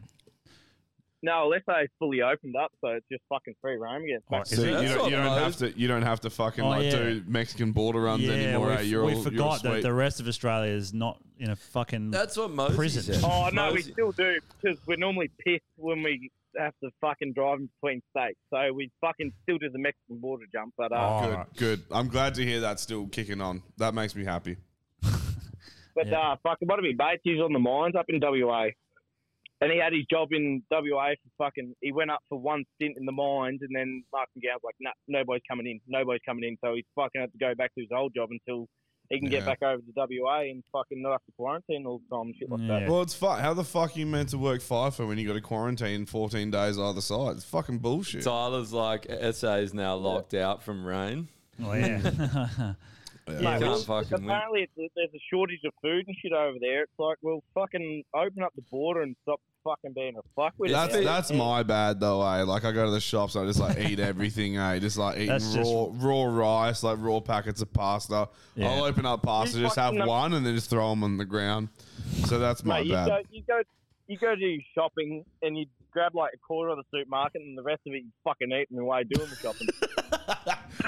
no, let's say it's fully opened up, so it's just fucking free roam again. Back
So you don't, you don't have to. You don't have to fucking
Oh,
like
yeah.
do Mexican border runs
yeah,
anymore.
we,
eh? You're all, you're
we
all
forgot that
sweet.
the rest of Australia is not in a fucking
That's what Moses
prison.
said.
Oh no, we still do because we're normally pissed when we have to fucking drive in between states. So we fucking still do the Mexican border jump. But uh,
good, good. I'm glad to hear that's still kicking on. That makes me happy.
But uh, fucking one of my mates, he was on the mines up in WA, and he had his job in WA for fucking. He went up for one stint in the mines, and then Mark and Gow's like, "Nah, nobody's coming in, nobody's coming in." So he's fucking had to go back to his old job until he can
Yeah.
get back over to WA and fucking not have to quarantine all the time, and shit like that.
Well, it's fuck. How the fuck are you meant to work FIFA when you got to quarantine 14 days either side? It's fucking bullshit.
Tyler's like, SA is now locked out from rain.
Oh, yeah.
You
Mate,
can't
well,
fucking win.
apparently it's, there's a shortage of food and shit over there. It's like, well, fucking open up the border and stop fucking being a fuckwit. about
That's
it.
that's
And-
my bad though, eh? Like I go to the shops, I just like eat everything, eh? Just like eating
That's
raw
just-
raw rice, like raw packets of pasta.
Yeah.
I'll open up pasta,
You
just have
fucking-
one, and then just throw them on the ground. So that's my
Mate, you
bad.
go, you go, you go to your shopping and you grab like a quarter of the supermarket and the rest of it you fucking eat on the way doing the shopping.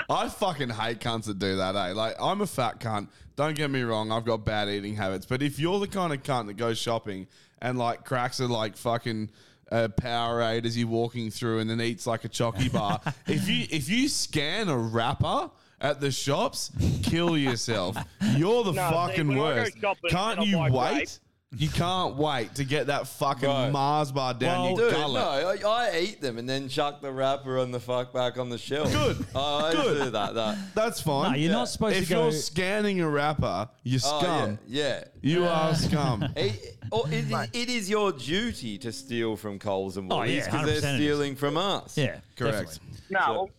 I fucking hate cunts that do that, eh? Like, I'm a fat cunt. Don't get me wrong, I've got bad eating habits. But if you're the kind of cunt that goes shopping and, like, cracks a, like, fucking uh, Powerade as you're walking through and then eats, like, a chocky bar, if you if you scan a wrapper at the shops, kill yourself. You're the
No, see,
fucking
when I go
worst.
shopping
Can't
and I
you
buy
wait?
grape-
You can't wait to get that fucking Mars bar down your
Dude,
gullet.
No, I, I eat them and then chuck the wrapper on the fuck back on the shelf. Good. I
Good.
do that. that.
That's fine.
No, you're not supposed
if
to go-
you're scanning a rapper, you
Oh, yeah,
scum.
yeah,
You are scum.
It, or it, is- it is your duty to steal from Coles and
Oh,
Woolies
yeah,
because
100%
they're
it is.
stealing from us.
Yeah,
Correct.
No, well,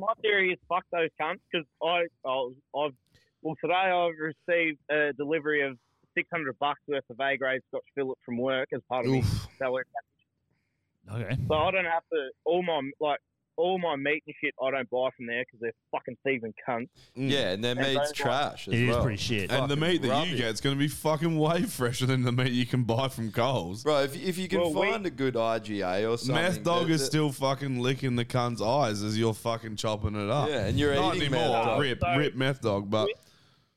my theory is fuck those cunts because I, I, I've, well, today I've received a delivery of 600 bucks worth of A grade Scotch Philip from work as part of my salary
Okay.
So I don't have to all my like all my meat and shit. I don't buy from there because they're fucking thieving cunts.
Yeah, and their
And
meat's
those
trash. As
It is
well.
And the
Fucking
meat that you
rubbish.
get is going to be fucking way fresher than the meat you can buy from Coles.
Bro, if, if you can
Well, we-
find a good IGA or something.
Meth dog
that-
is
that-
still fucking licking the cunt's eyes as you're fucking chopping it up.
Yeah, and you're
Not
eating
anymore.
meth dog.
Rip,
So-
rip meth dog, but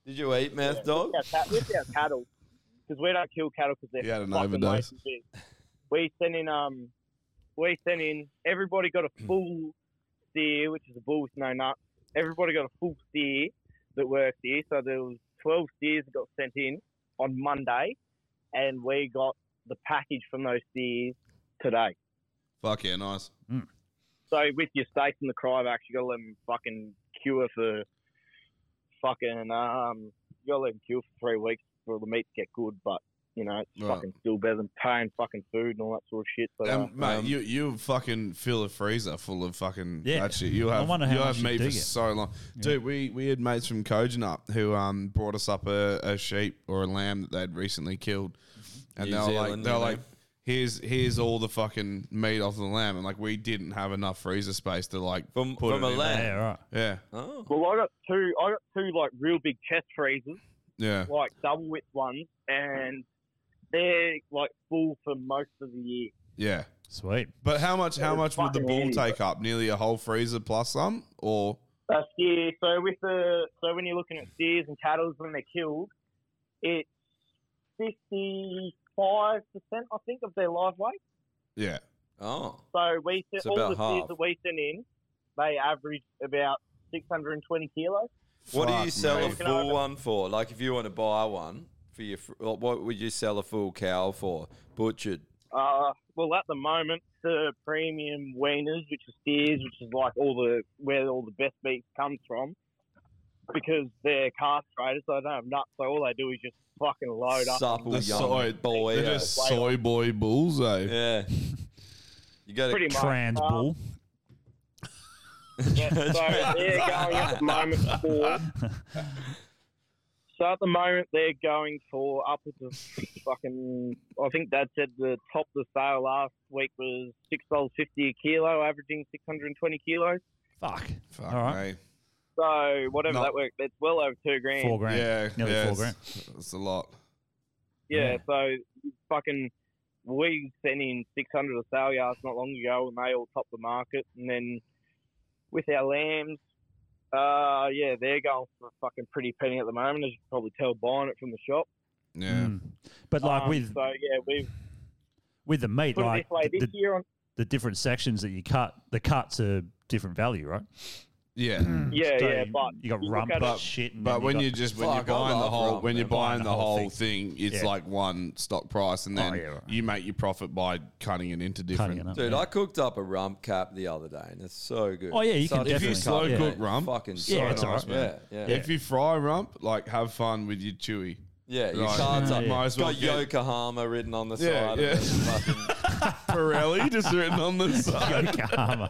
Did you eat meth
Yeah,
dog?
With our, cat- with our cattle, because we don't kill cattle because they're
He had an
fucking
overdose.
racist bitch. We send in um, we send in everybody got a full steer, which is a bull with no nuts. Everybody got a full steer that worked here. So there was twelve steers that got sent in on Monday, and we got the package from those steers today.
fuck yeah, nice.
Mm. So with your steaks and the crybacks, you gotta let them fucking cure for fucking um, you gotta let them cure for three weeks for the meat to get good. But you know, it's
Right.
fucking still better than paying fucking food and all that sort of shit. uh, So,
And mate, you you fucking fill a freezer full of fucking
Um, Yeah.
that shit. You
I
have
wonder how
you
much
have
you
meat
do
for
get.
so long, dude. We we had mates from Cogin up who um brought us up a, a sheep or a lamb that they'd recently killed, and
New
they were like
Zealand,
they were
you know.
like. Here's here's all the fucking meat off the lamb, and like we didn't have enough freezer space to like
from,
put
from
it
a
in.
lamb? Yeah, right.
Yeah,
Oh.
Well, I got two. I got two like real big chest freezers,
yeah.
like double width ones, and they're like full for most of the year.
Yeah.
Sweet.
But how much how
It's
much would the
fucking
bull
handy,
take up? Nearly a whole freezer plus some or
That's yeah. So with the so when you're looking at steers and cattle when they're killed, it's fifty five percent I think of their live weight.
yeah.
Oh.
So we
It's
all the
about
steers
half.
that we send in, they average about six hundred and twenty kilos.
What do you
Fuck,
sell
mate.
a full one for? Like, if you want to buy one for your, fr- what what would you sell a full cow for? Butchered.
Uh, well, at the moment, the premium wieners, which are steers, which is like all the where all the best meat comes from, because they're castrated, so they don't have nuts. So all they do is just fucking load up.
Supple
The
young
soy
boy.
They're
yeah.
just soy boy bulls eh? though.
Yeah. You got
Pretty much. Trans Um, bull. Yeah, so they're going at the moment for. So at the moment they're going for upwards of fucking. I think Dad said the top of the sale last week was six dollars fifty a kilo, averaging six hundred and twenty kilos.
Fuck.
Fuck
All
mate.
So whatever that worked, that's well over two grand.
Four grand.
Yeah,
Nearly
yeah,
four
it's- It's a lot.
Yeah,
Yeah.
so fucking we sent in 600 of sale yards not long ago and they all topped the market. And then with our lambs, uh, yeah, they're going for a fucking pretty penny at the moment, as you can probably tell buying it from the shop.
Yeah.
Hmm. But like
Um,
with
So yeah, we've
with the meat,
put it
like
this way,
the-
this year on
the different sections that you cut, the cuts are different value, right?
Yeah.
Yeah,
So
yeah,
you-
but
you got
you look
rump
at
and
But,
shit. and
but
Mm. then
when
got-
you just when you're buying the whole when you're buying the whole thing, it's
Yeah. Oh,
like one stock price, and then you make your profit by cutting it into different.
Dude, I cooked up a rump cap the other day, and it's so good.
Oh, yeah, you can If you definitely slow cut, yeah. cook rump,
fucking
so nice, man.
Yeah, yeah.
If you fry rump, like have fun with your chewy.
Yeah, your
Right.
cards up.
Might as well
got
get-
Yokohama written on the
Yeah,
side.
yeah.
Of it.
Pirelli just written on the side.
Yokohama.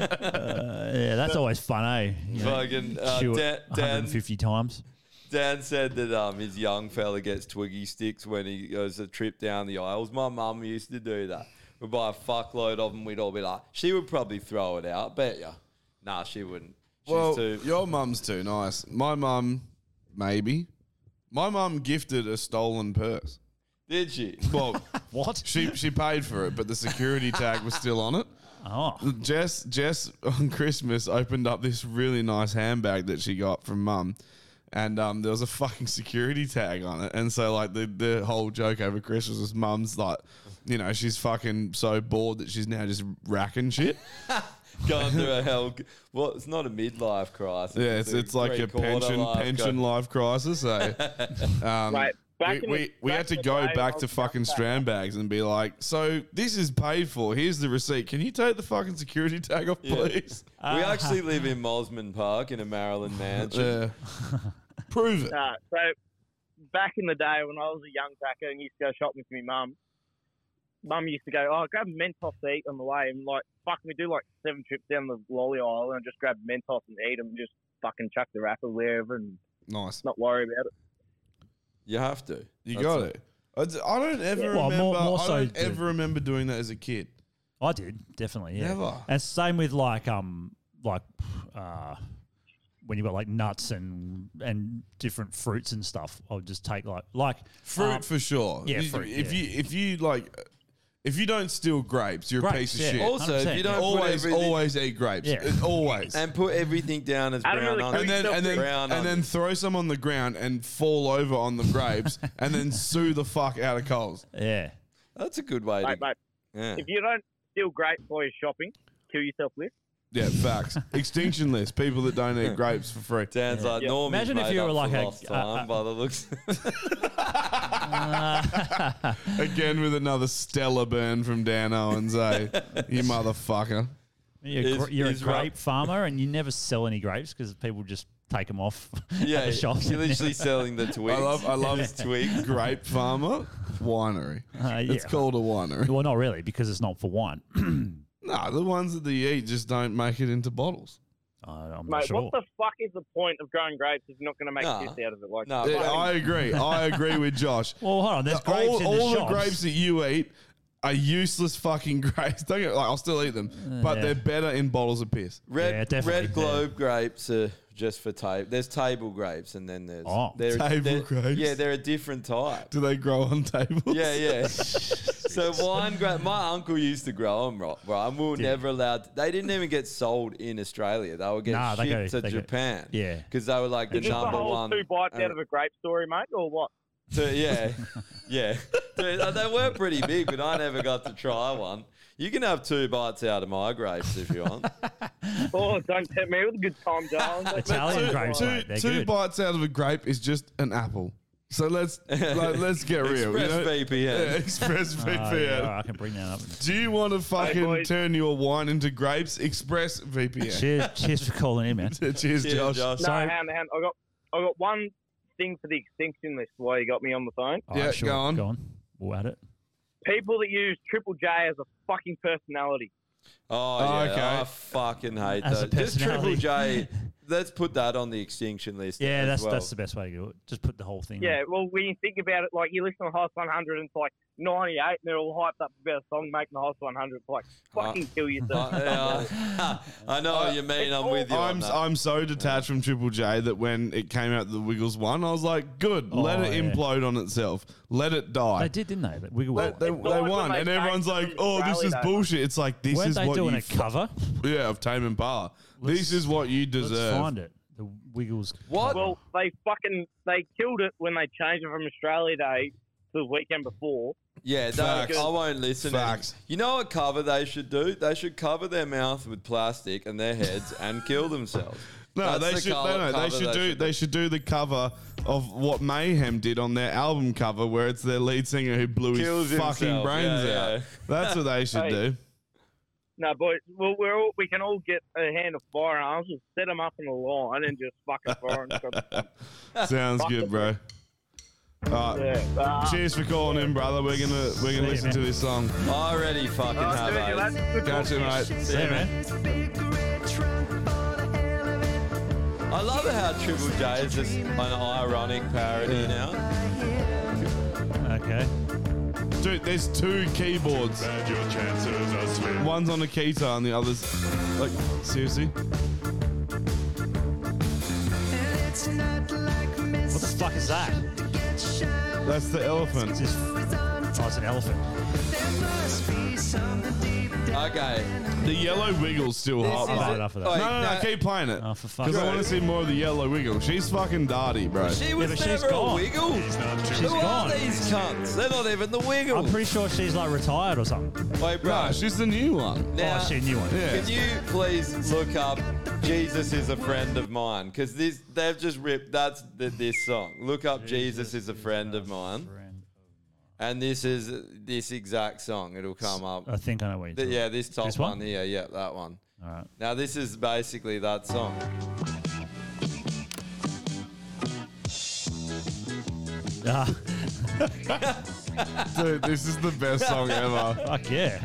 Uh, yeah, that's always fun, eh? You know,
Fucking, uh,
chew it
Dan- Dan-
150 times.
Dan said that um, his young fella gets twiggy sticks when he goes a trip down the aisles. My mum used to do that. We'd buy a fuckload of them. We'd all be like, she would probably throw it out. Bet ya. Nah, she wouldn't. She's
well,
too.
your mum's too nice. My mum, maybe. My mum gifted a stolen purse.
Did she?
Well, what? She she paid for it, but the security tag was still on it.
Oh.
Jess Jess on Christmas opened up this really nice handbag that she got from mum. And um, there was a fucking security tag on it, and so like the, the whole joke over Christmas was mum's like, you know, she's fucking so bored that she's now just racking shit.
Going through a hell. Well, it's not a midlife crisis.
Yeah, it's,
a
it's like a
three-quarter
pension
life
pension
crisis.
life crisis. So, um,
Right,
we,
back in
we,
the-
we
back
had
in
to
the
go
day,
back
I'll
to
jump
fucking
back.
strand bags and be like, so this is paid for. Here's the receipt. Can you take the fucking security tag off,
Yeah.
please?
we actually live in Mosman Park in a Maryland mansion.
Prove it.
Nah, so back in the day when I was a young packer and used to go shopping with my mum, mum used to go, "Oh, grab a Mentos to eat on the way," and like, fuck, we do like seven trips down the lolly aisle and I just grab Mentos and eat them, and just fucking chuck the wrapper wherever and
nice,
not worry about it.
You have to.
You
That's
got
it.
it. I d- I don't ever
Yeah.
remember.
Well, more- more
I
so
don't
the-
ever remember doing that as a kid.
I did definitely. Yeah.
Never.
And same with like um like uh when you got like nuts and and different fruits and stuff. I'll just take like like
Fruit
um,
for sure.
Yeah.
You-
fruit,
if
yeah.
you if you like. If you don't steal grapes, you're
Grapes,
a piece of
yeah.
shit.
Also, if you 100%, don't yeah. put
always,
everything-
always eat grapes.
Yeah.
It- Always.
And put everything down as brown under.
and then and then,
brown
and
under.
then throw some on the ground and fall over on the grapes and then sue the fuck out of Coles.
Yeah,
that's a good way.
to,
Mate, mate,
yeah.
if you don't steal grapes while you're shopping, kill yourself with.
yeah, facts. Extinction list: people that don't eat grapes for free.
Dan's like,
Yeah.
Normie's
Imagine if
made
you
up
were
for
like a-
lost
a-
time
a-
by the looks.
Again with another stellar burn from Dan Owens, eh? you motherfucker.
You're, a gra- you're a grape farmer and you never sell any grapes because people just take them off.
Yeah,
at the shops
you're
and-
literally selling the twigs.
I love, I love
twigs.
Grape farmer winery.
Uh,
It's
yeah.
called a winery.
Well, not really because it's not for wine.
Nah, the ones that they eat just don't make it into bottles.
I'm
Mate, what the fuck is the point of growing grapes if you're not going to make
Nah.
juice out of it? Like,
Uh,
Yeah, I agree. I agree with Josh.
Well, hold on. There's grapes
all
in the
all the
shops.
grapes that you eat are useless fucking grapes. Don't get like I'll still eat them, but
Mm.
yeah.
they're better in bottles of piss.
Red, red globe grapes are just for table. There's table grapes, and then there's
Oh.
there-
Table
there-
grapes.
Yeah, they're a different type.
Do they grow on tables?
Yeah, yeah. so wine grape. My uncle used to grow them, right? right, And we were never allowed. they didn't even get sold in Australia. They were getting
Nah, they
shipped
go-
to
they go-
Japan.
yeah.
because they were like the
Is this the
number
whole
one.
two bites
uh,
out of a grape story, mate, or what?
So, yeah, yeah. Dude, uh, they were pretty big, but I never got to try one. You can have two bites out of my grapes if you want.
oh, don't tempt me with a good time, darling.
two, two- two
Oh,
bites out of a grape is just an apple. So let's like, let's get real. you know?
ExpressVPN.
Yeah, Express
Oh,
VPN.
yeah, all right, I can bring that up.
Do you want to fucking
boys.
turn your wine into grapes? Express VPN.
Cheers, cheers for calling in, man.
Cheers, Josh.
No, hand, hand. I got, I got one thing for the extinction list. While you got me on the phone,
All right, sure, Go on. We'll add it.
people that use Triple J as a fucking personality.
Oh,
Oh,
yeah.
okay.
I fucking hate
As a
that. Just Triple
personality.
J. Let's put that on the extinction list.
Yeah,
as
that's
well.
that's the best way to do it. Just put the whole thing.
Yeah, well, when you think about it, like you listen to House 100 and it's like 98, and they're all hyped up about a song making the House 100. It's like fucking kill yourself.
Uh, yeah, I know what you mean. I'm with you.
Oh, I'm
on that.
I'm so detached from Triple J that when it came out the Wiggles one, I was like, good,
Oh,
let it
yeah.
implode on itself, let it die.
They did, didn't they? That Wiggle
They, they,
Wiggle.
they won, and everyone's like, "Oh, this is bullshit." It's like this
Weren't
is
they
what
doing
you
a cover.
yeah, of Tame and Bar. this is what you deserve.
Let's find it. The Wiggles.
What?
Well, they fucking they killed it when they changed it from Australia Day the weekend before.
Yeah, don't,
Facts.
I won't listen. Facts. You know what cover they should do? They should cover their mouth with plastic and their heads and kill themselves.
No,
That's
they
the
should,
colour-
no, no, they
cover
should do they should do the cover of what Mayhem did on their album cover, where it's their lead singer who blew
Kills
his
himself.
fucking brains
Yeah,
out.
yeah.
That's what they should
Hey.
do.
No, boys. Well, we're all, we can all get a hand of firearms. Just set them up in a line and just fucking fire. 'em.
Sounds
Fuck
good,
it.
bro. All right.
Yeah. Ah.
Cheers for calling in, brother. We're gonna we're gonna listen to this song.
Already fucking
Oh,
have
dude, you
it.
like- Catch you, mate. See you, man.
I love how Triple J is just an ironic parody
Okay.
Dude, there's two keyboards. One's on a keytar and the other's like seriously.
What the fuck is that?
That's the elephant.
Oh, it's an elephant.
now. Okay.
The yellow wiggle's still
This
hot.
is
mate.
it. Like,
No, no, no,
no.
keep playing it. Because I
sake.
want to see more of the yellow wiggle. She's fucking darty, bro.
She was
but
never
she's
a
gone.
wiggle. Who
She's
are
gone.
these cunts? They're not even the
I'm
wiggle.
pretty sure she's like retired or something.
Wait, bro.
Nah, she's the new one.
Now,
oh, she's a new one.
Can you please look up Jesus is a friend of mine? Because this they've just ripped that's the, this song. Look up Jesus, is a friend of mine. And this is this exact song. It'll come up.
I think I know what you're
Th-
talking
yeah, this top
This
one?
one?
here. Yeah, that one.
All right.
Now this is basically that song.
Ah.
Dude, this is the best song ever.
Ah, Fuck yeah.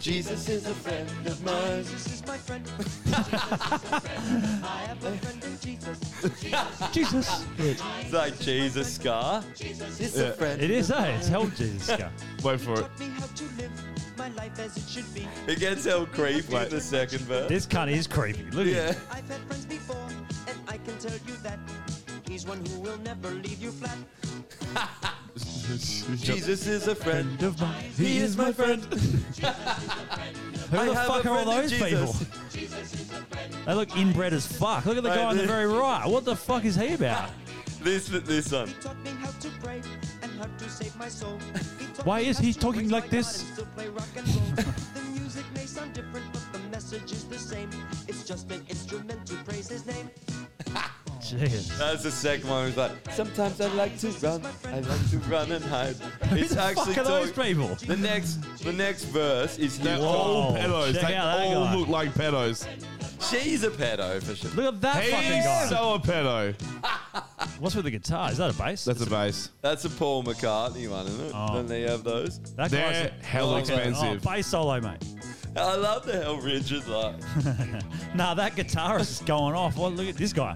Jesus is a friend of mine. Jesus is my friend.
I have a friend in Jesus.
Jesus.
It's like Jesus Scar.
Jesus
It's a friend.
It is, eh? It's held Jesus Scar.
Wait for it.
Taught me how to live my life as it should be.
It gets held creepy in the second verse.
This cunt is creepy. Look at
Yeah.
him.
I've had friends before, and I can tell you that he's one who will never leave you flat.
Jesus is a friend
of mine.
He is my friend.
Who
I
the
have
fuck
a
are all
friend in
those people?
Jesus.
They look inbred as fuck. Look at the
Mate,
guy on the
this-
very right. What the fuck is he about?
This this one.
Taught me how to pray and how to save my soul. He taught
Why
me
is
how
he
to
talking
praise
like
my God
this?
and still play rock and roll. the music may sound different, but the message is the same. It's just an instrument to praise his name.
Jeez.
That's the second one. It was like, sometimes I like to run, I like to run and hide. It's
the
actually
fuck are those
talk-
people?
The next, the next verse is
They're
him
all
talking-
pedos.
Check
They
out that
all
guy.
look like pedos.
She's a pedo for sure.
Look at that fucking guy.
He's so a pedo.
What's with the guitar? Is that a bass?
That's a bass.
That's a Paul McCartney one, isn't it?
Oh.
Don't they have those?
That
They're
guy's
hell
Oh,
expensive.
bass solo, mate.
I love the hell Richard like.
Nah, that guitarist is going off. What? Look at this guy.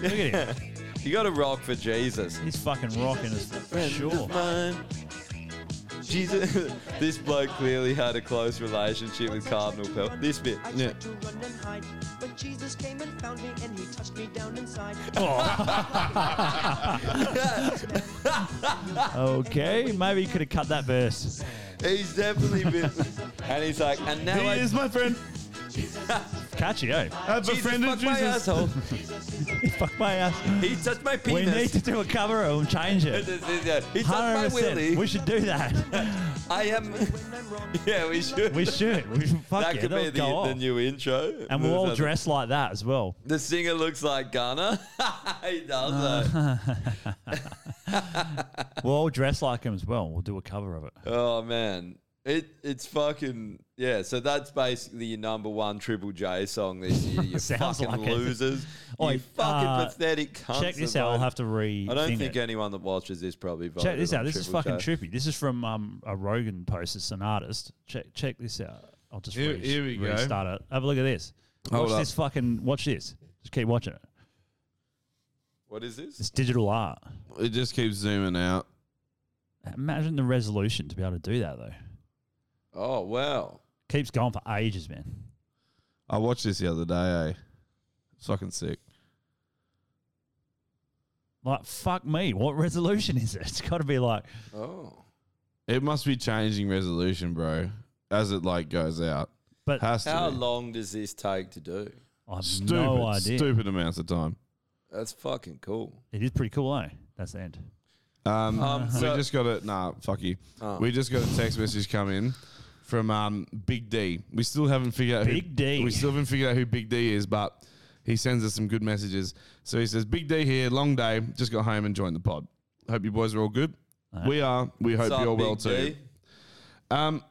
Look at him.
You got to rock for Jesus.
He's fucking rocking as
friend
sure.
of mine. Jesus, this bloke clearly had a close relationship with Cardinal Pell. This bit.
I tried to run and hide, but Jesus came and found me and he touched me down inside.
Okay, maybe you could have cut that verse.
He's definitely been. and he's like, and now
He
I.
is my friend.
Catchy, eh?
I've befriended
fuck my
Jesus.
asshole.
Fuck my ass.
He touched my
We
penis.
need to do a cover and change
he
it.
touched my
100%.
willy.
We should do that.
I am. yeah, we should.
We should. We should fuck
that
it.
could
That'll
be the,
go
the
off.
new intro.
And we'll all
Another-
dress like that as well.
The singer looks like Gunner. he does though.
Uh-huh. We'll all dress like him as well. We'll do a cover of it.
Oh man, it it's fucking yeah. So that's basically your number one Triple J song this year. You
Sounds
fucking
like it.
losers.
Oi,
you fucking
uh,
pathetic cunts.
Check this
that
out. I'll
voted.
have to re.
I don't
thing
think
it.
anyone that watches this probably voted.
Check this
on
out. This is
Triple
fucking
J.
trippy. This is from um, a Rogan post. It's an artist. Check check this out. I'll just
Here-
re-
here we go.
restart it. Have a look at this.
Hold
watch
up.
this fucking. Watch this. Just keep watching it.
What is this?
It's digital art.
It just keeps zooming out.
Imagine the resolution to be able to do that though.
Oh wow.
Keeps going for ages, man.
I watched this the other day, eh? It's fucking sick.
Like fuck me. What resolution is it? It's got to be like
Oh.
It must be changing resolution, bro, as it like goes out.
But
has to
How
be.
long does this take to do?
I have
stupid,
no idea.
stupid amounts of time.
That's fucking cool.
It is pretty cool, eh? That's the end.
Um,
Um,
we
so-
just got a nah, fuck you. We just got a text message come in from um, Big D. We still haven't figured out who,
Big D.
We still haven't figured out who Big D is, but he sends us some good messages. So he says, "Big D here, long day, just got home and joined the pod. Hope you boys are all good. We are. We
What's
hope
up,
you're well
Big
too."
D?
Um,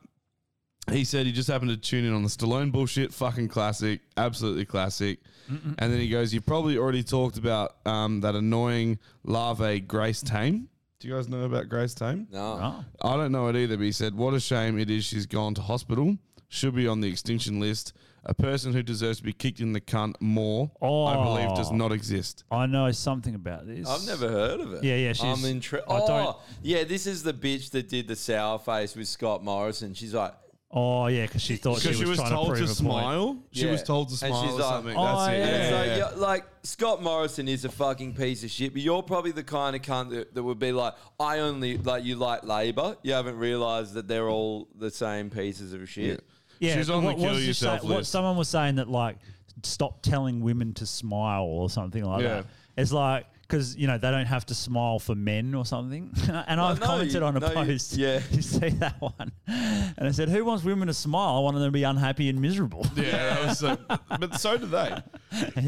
he said he just happened to tune in on the Stallone bullshit, fucking classic, absolutely classic.
Mm-mm.
And then he goes, "You've probably already talked about um, that annoying larvae Grace Tame. Do you guys know about Grace Tame?
Ah.
No.
I don't know it either." But he said, "What a shame it is. She's gone to hospital. Should be on the extinction list. A person who deserves to be kicked in the cunt more, I believe, does
Oh.
not exist."
I know something about this.
Oh. I've never heard of it.
Yeah, yeah. She's,
I'm intrigued.
I
Oh,
don't.
yeah. This is the bitch that did the sour face with Scott Morrison. She's like,
Oh yeah, because she thought she was, trying to prove a Point.
And she's like,
Oh,
And it's
yeah.
like, yeah, like, Scott Morrison is a fucking piece of shit, but you're probably the kind of cunt that, that would be like, I only like you like Labour. You haven't realised that they're all the same pieces of shit.
Yeah, what was you say- What someone was saying that like stop telling women to smile or something like
Yeah.
that. It's like because you know they don't have to smile for men or something. and
No,
I've
no,
commented
you-
on a
no, you-
post.
yeah.
you see that one, and I said, "Who wants women to smile? I want them to be unhappy and miserable."
Yeah, that was so, but so do they.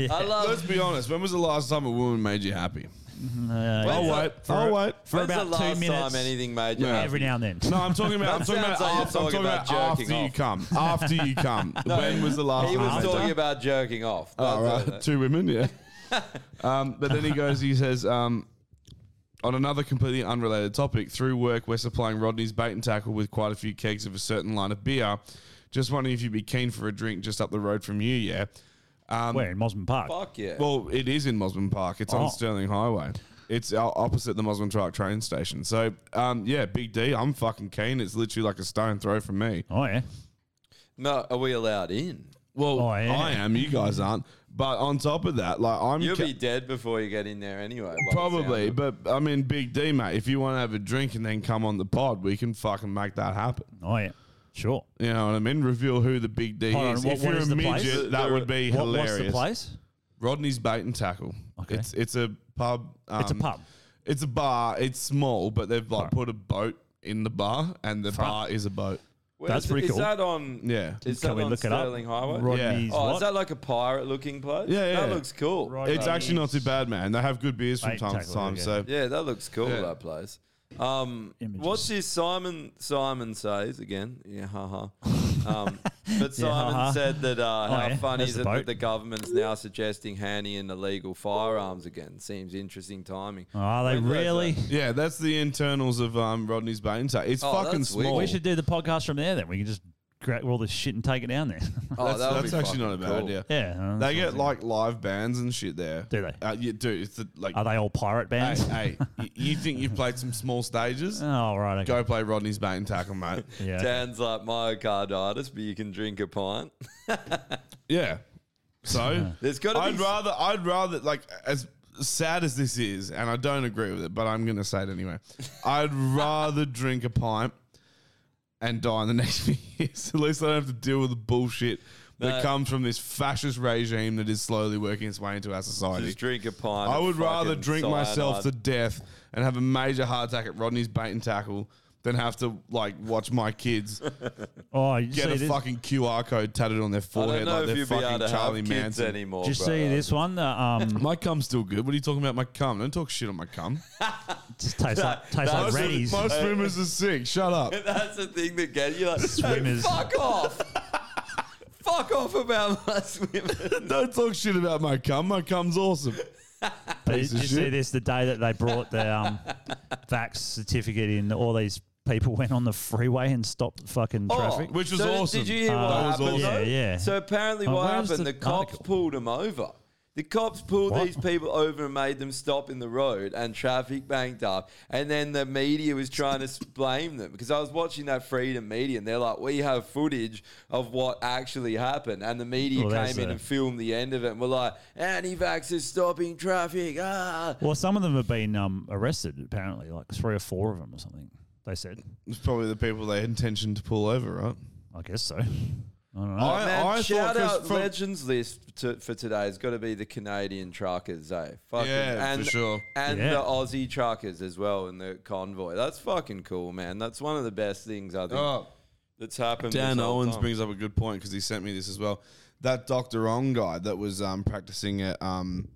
I love-
Let's be honest. When was the last time a woman made you happy?
Uh,
I'll
yeah.
wait.
For-
I'll wait.
for When's about the last two minutes.
time anything made you happy?
every now and then.
No, I'm talking about. I'm
That
talking
sounds
about,
like you're
after,
talking
I'm talking
about
about after
jerking
you
off.
come. After you come. when was the last?
He
time
was
you
talking
done?
about jerking off.
Oh,
That's
right. Two women, yeah. um, but then he goes, he says, um, on another completely unrelated topic, through work, we're supplying Rodney's bait and tackle with quite a few kegs of a certain line of beer. Just wondering if you'd be keen for a drink just up the road from you, yeah? Um,
Where, in Mosman Park?
Fuck yeah.
Well, it is in Mosman Park. It's
Oh.
on Sterling Highway. It's o- opposite the Mosman Park train station. So, um, yeah, Big D, I'm fucking keen. It's literally like a stone throw from me.
Oh, yeah.
No, are we allowed in?
Well, I am. You guys aren't. But on top of that, like I'm
You'll
ca-
be dead before you get in there anyway. by the
Probably,
sound of it.
but I mean, Big D, mate. If you want to have a drink and then come on the pod, we can fucking make that happen.
Oh yeah, sure.
You know what I mean? Reveal who the Big D
Hold on,
is.
what-
if
what
you're
is
a
the
midget,
place?
that would be
What- what's the
hilarious.
place?
Rodney's Bait and Tackle.
Okay.
It's it's a pub. um,
Um,
It's a pub.
It's a bar. It's small, but they've like put a boat in the bar, and the
Fuck.
bar is a boat.
Where is it- Is that on?
Yeah.
Is that on Sterling Highway?
Rodney's
yeah. Oh, is
what?
that like a pirate looking place?
Yeah, yeah.
That looks cool.
It's actually not too bad, man. They have good beers from
Bait and
time to
tackle,
time.
okay.
So
yeah, that looks cool.
Yeah.
That place. Um, what's this? Simon Simon says again. Yeah, haha. Um, but
Yeah,
Simon
haha.
said that uh,
Oh,
how
yeah,
funny
that's
is
the
it that
boat.
the government's now suggesting handing in illegal firearms again? Seems interesting timing.
Oh,
When was that?
Yeah, that's the internals of um, Rodney's Bane. So it's
Oh,
fucking
that's weird.
small.
We should do the podcast from there. Then we can just grab all this shit and take it down there.
Oh,
that's that's actually not a bad idea.
Yeah,
Oh. they get like live bands and shit there. Do they? Uh, yeah, dude. It's the, like
Are they all pirate bands?
Hey, hey y- you think you've played some small stages?
Oh right,
go play Rodney's Bane and tackle, mate.
Dan's like myocarditis, but you can drink a pint.
yeah. So
There's gotta be
I'd
s-
rather I'd rather like as sad as this is, and I don't agree with it, but I'm gonna say it anyway. I'd rather drink a pint and die in the next few years. At least I don't have to deal with the bullshit
No.
that comes from this fascist regime that is slowly working its way into our society.
Just drink a pint.
I
of
would rather
fucking
drink myself to
cyanide.
death and have a major heart attack at Rodney's bait and tackle than have to like watch my kids
Oh, you
get
see
a
this-
fucking QR code tatted on their forehead
know
like
if
they're
you'd be able
fucking
to have
Charlie
kids
Manson
anymore,
Did you see this one? The, um,
my cum's still good. What are you talking about? My cum? Don't talk shit on my cum.
Just tastes like, tastes like
most,
Reddy's.
most swimmers are sick. Shut up.
That's the thing that gets you like
Swimmers.
Hey, fuck off. fuck off about my swimmers.
Don't talk shit about my cum. My cum's awesome.
But
Piece
did
of
you see
shit.
this? The day that they brought the um, vax certificate in, all these people went on the freeway and stopped fucking
Oh,
traffic,
Oh. so did- Did you
Uh,
hear what happened?
Yeah,
though?
yeah.
So apparently,
Oh,
what
where's
happened? The,
the
cops pulled them over. The cops pulled
What?
these people over and made them stop in the road, and traffic banked up. And then the media was trying to s- blame them because I was watching that Freedom Media, and they're like, "We have footage of what actually happened." And the media
Well, that's
came in
a-
and filmed the end of it, and were like, "Anti-vax is stopping traffic." Ah,
well, some of them have been um, arrested apparently, like three or four of them or something. They said
It's probably the people they intention to pull over, right?
I guess so. I don't know.
I, man,
I thought
shout
Chris-
out
from-
legends list to, for today has got to be the Canadian truckers, eh? Fucking,
Yeah,
and,
for sure.
And
Yeah.
the Aussie truckers as well in the convoy. That's fucking cool, man. That's one of the best things I think
Oh.
that's happened.
Dan
this whole
Owens
time.
brings up a good point because he sent me this as well. That Doctor Wrong guy that was um, practicing at um,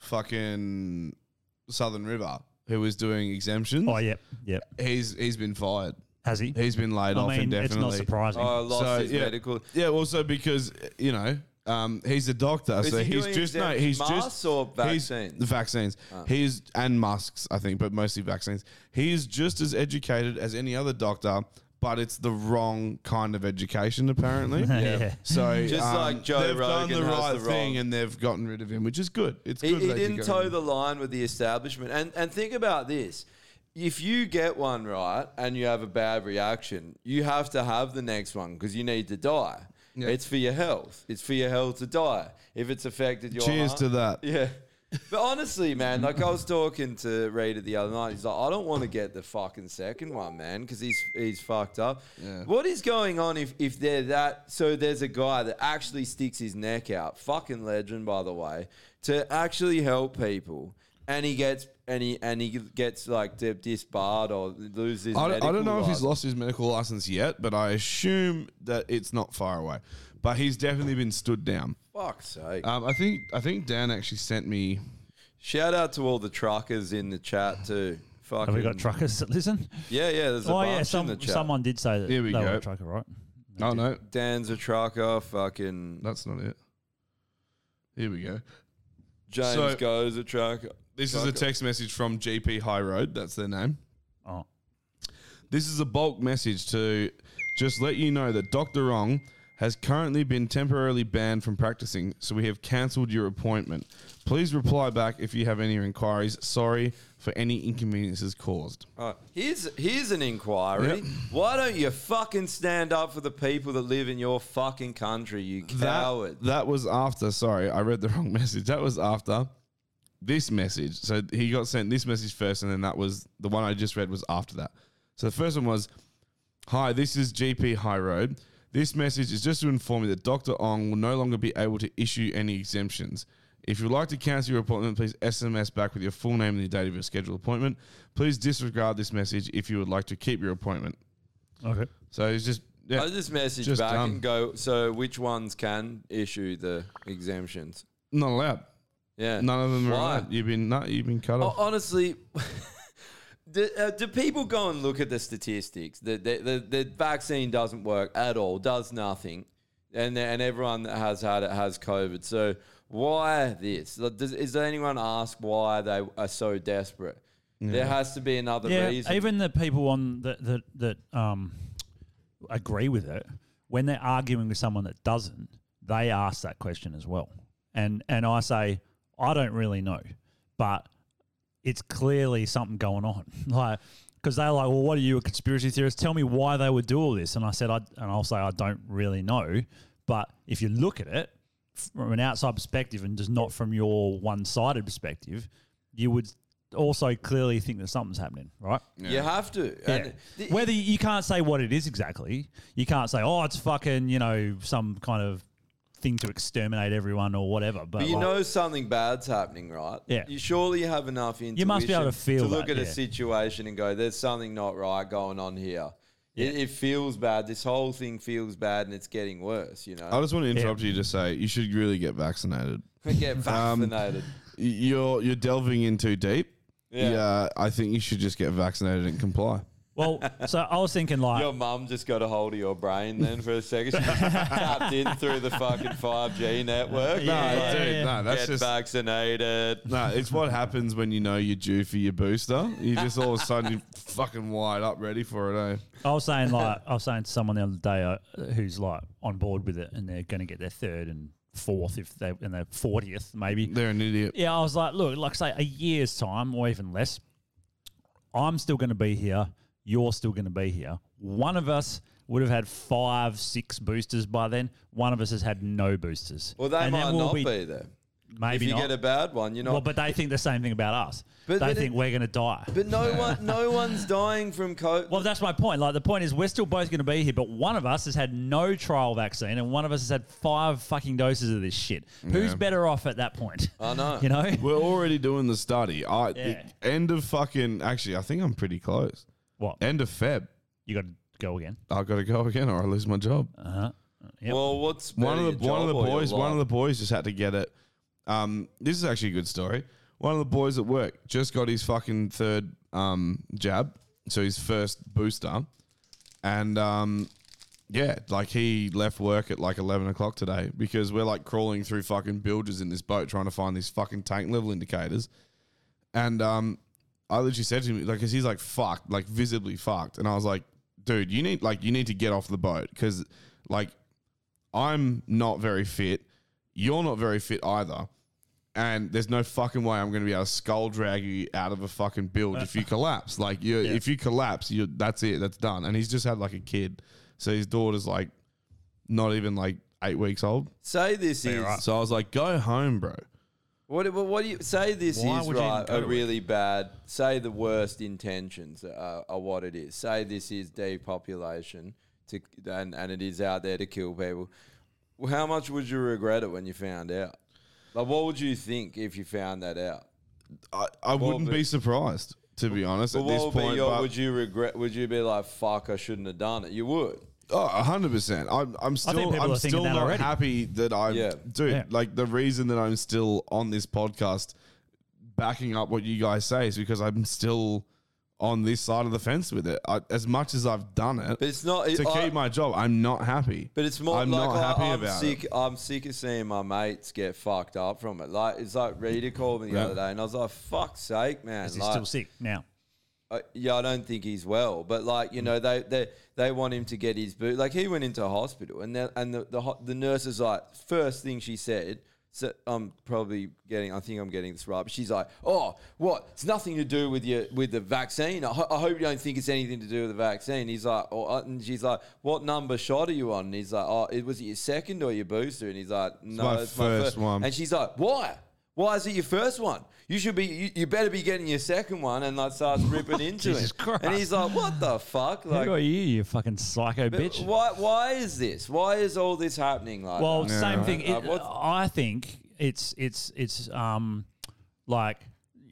fucking Southern River, who was doing exemptions. Oh
yep, yep.
He's he's been fired.
Has he?
He's been laid
I
off
mean, it's not
indefinitely.
surprising. Oh, lost his
yeah,
medical-
Yeah, also because you know. Um, he's a doctor,
Is
so
he
he's
doing
just no.
exempt-
He's
masks
just
or
he's-
vaccines?
Vaccines.
Ah.
He's and masks, I think, but mostly vaccines. He is just as educated as any other doctor, but it's the wrong kind of education, apparently.
Yeah. Yeah.
So
Just
um,
like Joe
they've
Rogan
done the
has
right
the wrong-
thing, and they've gotten rid of him, which is good. It's
He,
good.
he
they
didn't
got
toe
rid of him.
the line with the establishment. And and think about this. If you get one right and you have a bad reaction, you have to have the next one because you need to die.
Yeah.
It's for your health. It's for your health to die. If it's affected your
Cheers
heart-
to that.
Yeah. But honestly, man, like I was talking to Rita the other night, he's like, I don't want to get the fucking second one, man, because he's he's fucked up. What is going on if if they're that? So there's a guy that actually sticks his neck out, fucking legend, by the way, to actually help people, and he gets and he and he gets like di- disbarred or loses. His
I don't, I
medical
don't know if he's
license.
lost his medical license yet, but I assume that it's not far away. But he's definitely been stood down.
Fuck's sake.
Um, I think I think Dan actually sent me.
Shout out to all the truckers in the chat too. Fucking,
Have we got truckers that listen?
Yeah, yeah. There's a
oh
bunch
yeah,
in the
some,
chat.
someone did say that.
Here we
they Were
go.
a trucker, right?
Oh no,
Dan's a trucker. Fucking.
That's not it. Here we go.
James
So-
goes a trucker.
This is a
Trucker.
text message from GP High Road. That's their name.
Oh.
This is a bulk message to just let you know that Dr. Wrong has currently been temporarily banned from practicing, so we have cancelled your appointment. Please reply back if you have any inquiries. Sorry for any inconveniences caused.
Alright, Here's here's an inquiry.
Yep.
Why don't you fucking stand up for the people that live in your fucking country, you coward?
That, that was after. Sorry, I read the wrong message. That was after this message. So he got sent this message first, and then that was the one I just read was after that. So the first one was Hi, this is GP High Road. This message is just to inform you that Dr. Ong will no longer be able to issue any exemptions. If you'd like to cancel your appointment, please SMS back with your full name and the date of your scheduled appointment. Please disregard this message if you would like to keep your appointment.
Okay.
So he's just yeah,
I just Oh, message back
dumb.
and go. So which ones can issue the exemptions?
Not allowed.
Yeah.
None of them are
Why?
allowed. You've been nut. You've been cut
Oh,
off.
honestly, do, uh, do people go and look at the statistics? The, the, the, the vaccine doesn't work at all, does nothing. And, and everyone that has had it has COVID. So why this? Like, Does, is there anyone ask why they are so desperate? There has to be another
yeah,
reason.
even the people on that that that um, agree with it, when they're arguing with someone that doesn't, they ask that question as well. And and I say, I don't really know, but it's clearly something going on, like. Because they're like, well, what are you, a conspiracy theorist? Tell me why they would do all this. And I said, I, and I'll say, I don't really know. But if you look at it from an outside perspective and just not from your one sided perspective, you would also clearly think that something's happening, right?
You have to. And
Yeah.
th-
Whether you can't say what it is exactly, you can't say, oh, it's fucking, you know, some kind of thing to exterminate everyone or whatever. But,
But you
like-
know something bad's happening, right?
Yeah.
You surely have enough intuition
You must be able to feel
look
that,
at a
yeah.
situation and go, "There's something not right going on here. It, it feels bad. This whole thing feels bad, and it's getting worse." You know.
I just want to interrupt you to say you should really get vaccinated.
Get
Um,
vaccinated.
you're you're delving in too deep.
Yeah.
I think you should just get vaccinated and comply.
well, so I was thinking, like,
Your mum just got a hold of your brain then for a second. She tapped in through the fucking five G network.
No,
Like,
dude, no, that's
get
just-
vaccinated.
No, it's what happens when you know you're due for your booster. You just all of a sudden you fucking wired up, ready for it. Eh?
I was saying like I was saying to someone the other day uh, who's like on board with it, and they're going to get their third and fourth if they and their fortieth maybe.
They're an idiot.
Yeah, I was like, look, like say a year's time or even less, I'm still going to be here. You're still going to be here. One of us would have had five, six boosters by then. One of us has had no boosters.
Well, they
And then
might
we'll
not be, there.
Maybe
if you
not.
get a bad one, you're not.
well, but they think the same thing about us.
But-
they
but
think
it-
we're going to die.
But no one, no one's dying from COVID.
Well, that's my point. Like the point is, we're still both going to be here, but one of us has had no trial vaccine, and one of us has had five fucking doses of this shit. Who's
Yeah.
better off at that point?
I know.
You know,
we're already doing the study. I
Yeah.
end of fucking. Actually, I think I'm pretty close.
What
end of Feb?
You got to go again.
I've got to go again, or I lose my job.
Uh-huh.
Well, what's
one
better,
of the
your
one of the
job or your
boys one
life?
of the boys just had to get it. Um, this is actually a good story. One of the boys at work just got his fucking third um, jab, so his first booster, and um, yeah, like he left work at like eleven o'clock today because we're like crawling through fucking bilges in this boat trying to find these fucking tank level indicators, and um, I literally said to him like, because he's like fucked, like visibly fucked, and I was like, dude, you need like you need to get off the boat because like I'm not very fit. You're not very fit either. And there's no fucking way I'm going to be able to skull drag you out of a fucking build if you collapse. Like you, if you collapse, you that's it. That's done. And he's just had like a kid, so his daughter's like not even like eight weeks old.
Say this is
So I was like, go home, bro.
What, what, what do you say? This is
Why would you
right,
even go
a
to it?
really bad. Say the worst intentions are, are what it is. Say this is depopulation, to, and and it is out there to kill people. Well, how much would you regret it when you found out? Like, what would you think if you found that out?
I, I wouldn't be surprised to be honest
But
at this
what would be
point.
your,
but-
would you regret? Would you be like, "Fuck, I shouldn't have done it"? You would.
Oh, hundred percent. I'm I'm still
people
I'm
are thinking
still
that
not
already.
happy that I
Yeah.
dude,
Yeah.
like the reason that I'm still on this podcast backing up what you guys say is because I'm still on this side of the fence with it. I, as much as I've done it,
But it's not-
to
I-
keep my job. I'm not happy.
But it's more
I'm
like
not
I,
happy
am
about
sick.
it.
I'm sick of seeing my mates get fucked up from it. Like it's like Rita called me the
Yeah.
other day, and I was like, "Fuck's sake, man!"
Is he
like,
still sick now?
uh, yeah, I don't think he's well, but like you know, they they they want him to get his boot. Like he went into hospital, and the, and the the, ho- the nurse is like, first thing she said. So I'm probably getting. I think I'm getting this right. But she's like, "Oh, what? It's nothing to do with your with the vaccine. I, ho- I hope you don't think it's anything to do with the vaccine." He's like, "Oh," uh," and she's like, "What number shot are you on?" And he's like, "Oh, it was it your second or your booster?" And he's like, "No,
my
it's my
first
first
one."
And she's like, "Why? Why is it your first one? You should be. You, you better be getting your second one." And like starts ripping into
Jesus
him.
Christ.
And he's like, "What the fuck? Like,
Who are you, you fucking psycho
but
bitch?
why? Why is this? Why is all this happening?" Like,
Well,
that?
same thing.
Like,
It-
what's-
I think it's it's it's um like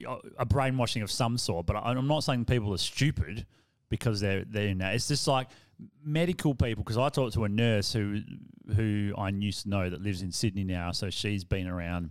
uh, a brainwashing of some sort. But I- I'm not saying people are stupid because they're they're in that. It's just like medical people. Because I talked to a nurse who who I used to know that lives in Sydney now, so she's been around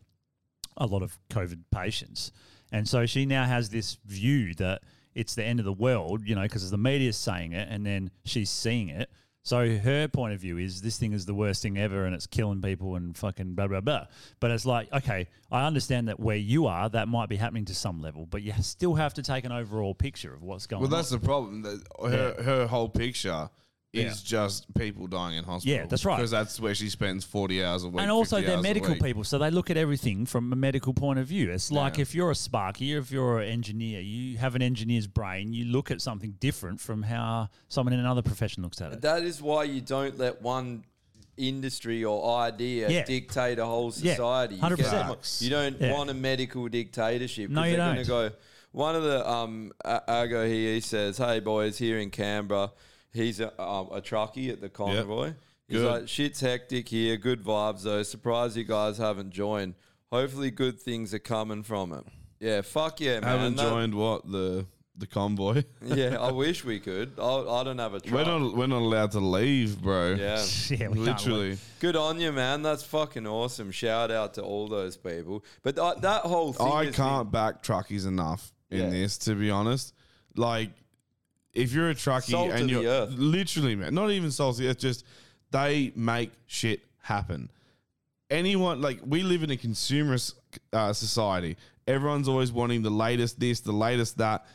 a lot of COVID patients. And so she now has this view that it's the end of the world, you know, because the media's saying it and then she's seeing it. So her point of view is this thing is the worst thing ever and it's killing people and fucking blah, blah, blah. But it's like, okay, I understand that where you are, that might be happening to some level, but you still have to take an overall picture of what's going
Well,
on.
that's the problem. that Her her whole picture
Yeah.
is just people dying in hospital.
that's right.
Because that's where she spends forty hours a week.
and also
50
they're
hours a
medical
week.
people, so they look at everything from a medical point of view. It's like if you're a sparky, if you're an engineer, you have an engineer's brain. You look at something different from how someone in another profession looks at it.
That is why you don't let one industry or idea
Yeah.
dictate a whole
Yeah,
society. You
100%.
get- You don't
Yeah.
want a medical dictatorship. 'cause
No, you
they're
don't.
Gonna go, one of the um, A- Argo here, he says, "Hey boys, here in Canberra, he's a, um, a truckie at the convoy. He's
Good.
like, shit's hectic here. Good vibes though. Surprised you guys haven't joined. Hopefully, good things are coming from it. Yeah, fuck yeah, man.
Haven't
That-
joined what the the convoy.
yeah, I wish we could. I, I don't have a truck.
We're not we're not allowed to leave, bro.
Yeah. Yeah, we can't
literally.
Good on you, man. That's fucking awesome. Shout out to all those people. But th- that whole thing.
I
is-
can't back truckies enough in
Yeah.
this, to be honest. Like, if you're a truckie
Salt of
and
the
you're literally, man, not even salty, it's just they make shit happen. Anyone, like, we live in a consumerist uh, society. Everyone's always wanting the latest this, the latest that.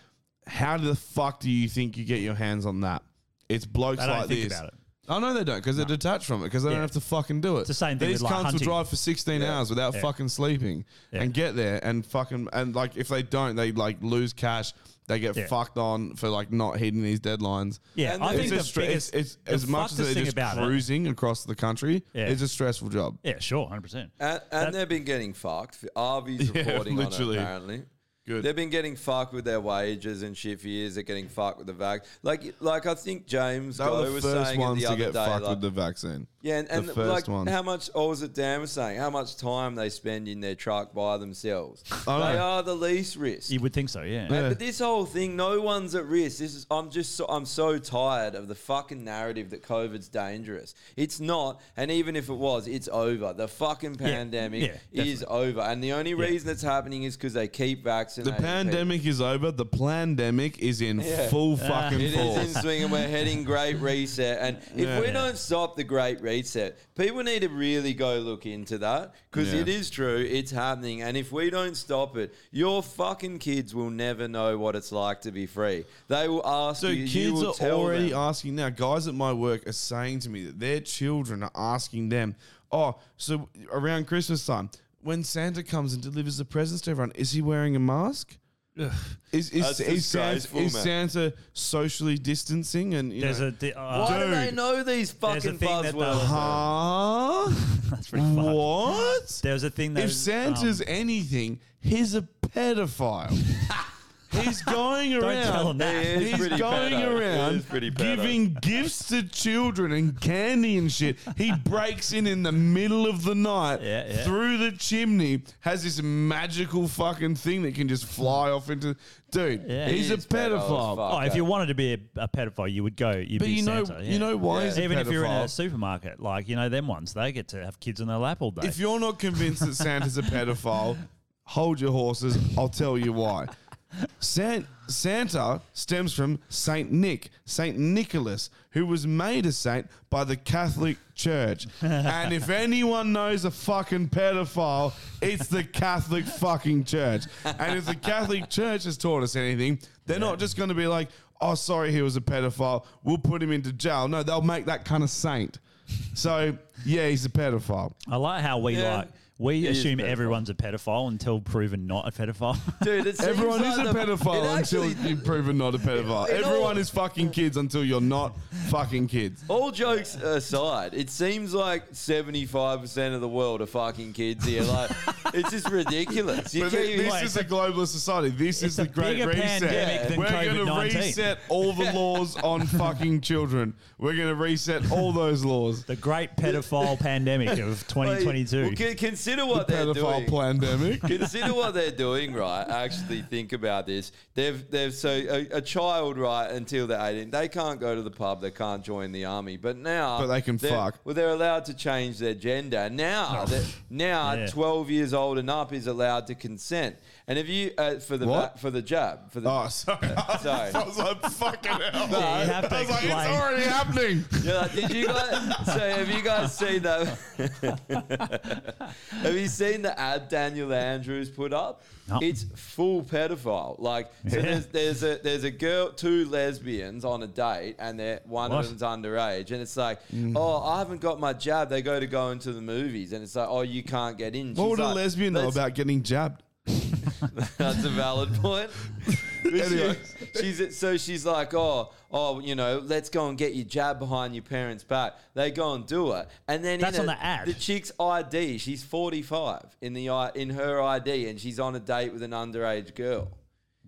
How the fuck do you think you get your hands on that? It's blokes
They don't
like
think
this.
about it.
Oh no, they don't because they're detached from it because they don't have to fucking do it. It's
the same thing
These
with, like,
cunts will
hunting.
drive for sixteen
Yeah.
hours without
Yeah.
fucking sleeping and get there and fucking and like if they don't, they like lose cash. They get
Yeah.
fucked on for like not hitting these deadlines.
Yeah, And I
It's
think
a
the
stre- it's,
biggest-
it's,
the
as much as
fucked
they're
thing
just
about it-
cruising across the country.
Yeah.
It's a stressful job.
Yeah, sure, hundred percent.
And, and they've been getting fucked. Arby's
Yeah,
reporting
literally.
on it, apparently.
Good.
They've been getting fucked with their wages and shit for years. They're getting fucked with the vac. Like, like I think James
They were
Goh
the
was
first
saying it
ones
the
to
other
get
day.
fucked
like-
with the vaccine.
yeah, and, and
the first
like
ones.
how much? Or was it Dan was saying how much time they spend in their truck by themselves?
I
they
know.
are the least risk.
You would think so, yeah.
Uh, But this whole thing, no one's at risk. This is I'm just so, I'm so tired of the fucking narrative that COVID's dangerous. It's not, and even if it was, it's over. The fucking
Yeah,
pandemic
yeah,
is over, and the only reason it's happening is because they keep
The
vaccinating.
pandemic is over. The pandemic is in
people. Yeah.
Uh,
full fucking
It
force.
is in swing, and we're heading great reset. And if
Yeah.
we
Yeah.
don't stop the great reset, people need to really go look into that because
Yeah.
it is true. It's happening, and if we don't stop it, your fucking kids will never know what it's like to be free. They will ask
So
you. you
kids
will
are
tell
already
them.
asking now. Guys at my work are saying to me that their children are asking them, "Oh, so around Christmas time, when Santa comes and delivers the presents to everyone, is he wearing a mask? Is is,
That's
is, Santa,
disgraceful,
is
man.
Santa socially distancing?" And you
There's
know,
a di- uh,
Why do they know these
There's a
fucking
thing that
buzzwords?
Huh?
That's pretty fucked.
What?
There was a thing that
if
was,
Santa's
um,
anything, he's a pedophile. He's going
Don't
around.
tell him that. He is
He's
pretty
going
pedo. He is pretty
around
pedo.
giving gifts to children and candy and shit. He breaks in in the middle of the night
yeah.
through the chimney. Has this magical fucking thing that can just fly off into. Dude,
Yeah.
he's a pedophile.
Oh, if you wanted to be a, a pedophile, you would go. You'd
But
be
you know-
Santa,
you
yeah.
know why he's a
Even if you're in a
pedophile?
supermarket, like you know them ones, they get to have kids on their lap all day.
If you're not convinced that Santa's a pedophile, hold your horses. I'll tell you why. San- Santa stems from Saint Nick, Saint Nicholas, who was made a saint by the Catholic Church. and if anyone knows a fucking pedophile, it's the Catholic fucking Church. And if the Catholic Church has taught us anything, they're not just going to be like, oh, sorry, he was a pedophile. We'll put him into jail. No, they'll make that kind of saint. So, yeah, he's a pedophile.
I like how we
Yeah.
like we
He is
assume
pedophile.
everyone's a pedophile until proven not a pedophile.
Dude, it seems
Everyone
like
is a
the- it
pedophile
actually-
until you're proven not a pedophile.
It all-
Everyone is fucking kids until you're not fucking kids.
All jokes aside, it seems like seventy-five percent of the world are fucking kids here. Like, it's just ridiculous. You
But thi-
can't
this
even-
is a globalist society. This is the great
bigger
reset.
pandemic than
We're gonna
COVID-19.
reset all the laws on fucking children. We're going to reset all those laws.
The great pedophile pandemic of
Well,
2022.
con- consider what
The
they're doing.
pedophile pandemic.
consider what they're doing, right? Actually, think about this. They've they've so a, a child, right, until they're eighteen, they can't go to the pub, they can't join the army, but now,
But they can
they're-
fuck.
Well, they're allowed to change their gender now. they're- now,
Yeah.
twelve years old and up is allowed to consent. And if you uh, for the
What?
va- for the jab for the
oh sorry
sorry.
I was like, fucking hell.
No, you have to
I was like, it's
explain.
already happening.
Yeah, like, did you guys? So have you guys seen that? have you seen the ad Daniel Andrews put up?
No.
It's full pedophile. Like, so
Yeah.
there's there's a there's a girl, two lesbians on a date, and they're one
What?
of them's underage, and it's like,
Mm.
oh, I haven't got my jab. They go to go into the movies, and it's like, oh, you can't get in.
What
She's
would a
like,
lesbian know
"Let's
about getting jabbed?
that's a valid point. But she- she's so she's like, oh, oh, you know, let's go and get your jab behind your parents' back. They go and do it, and then
That's
in
on
a-
the ad.
The chick's ID, she's forty five in the I- in her ID, and she's on a date with an underage girl.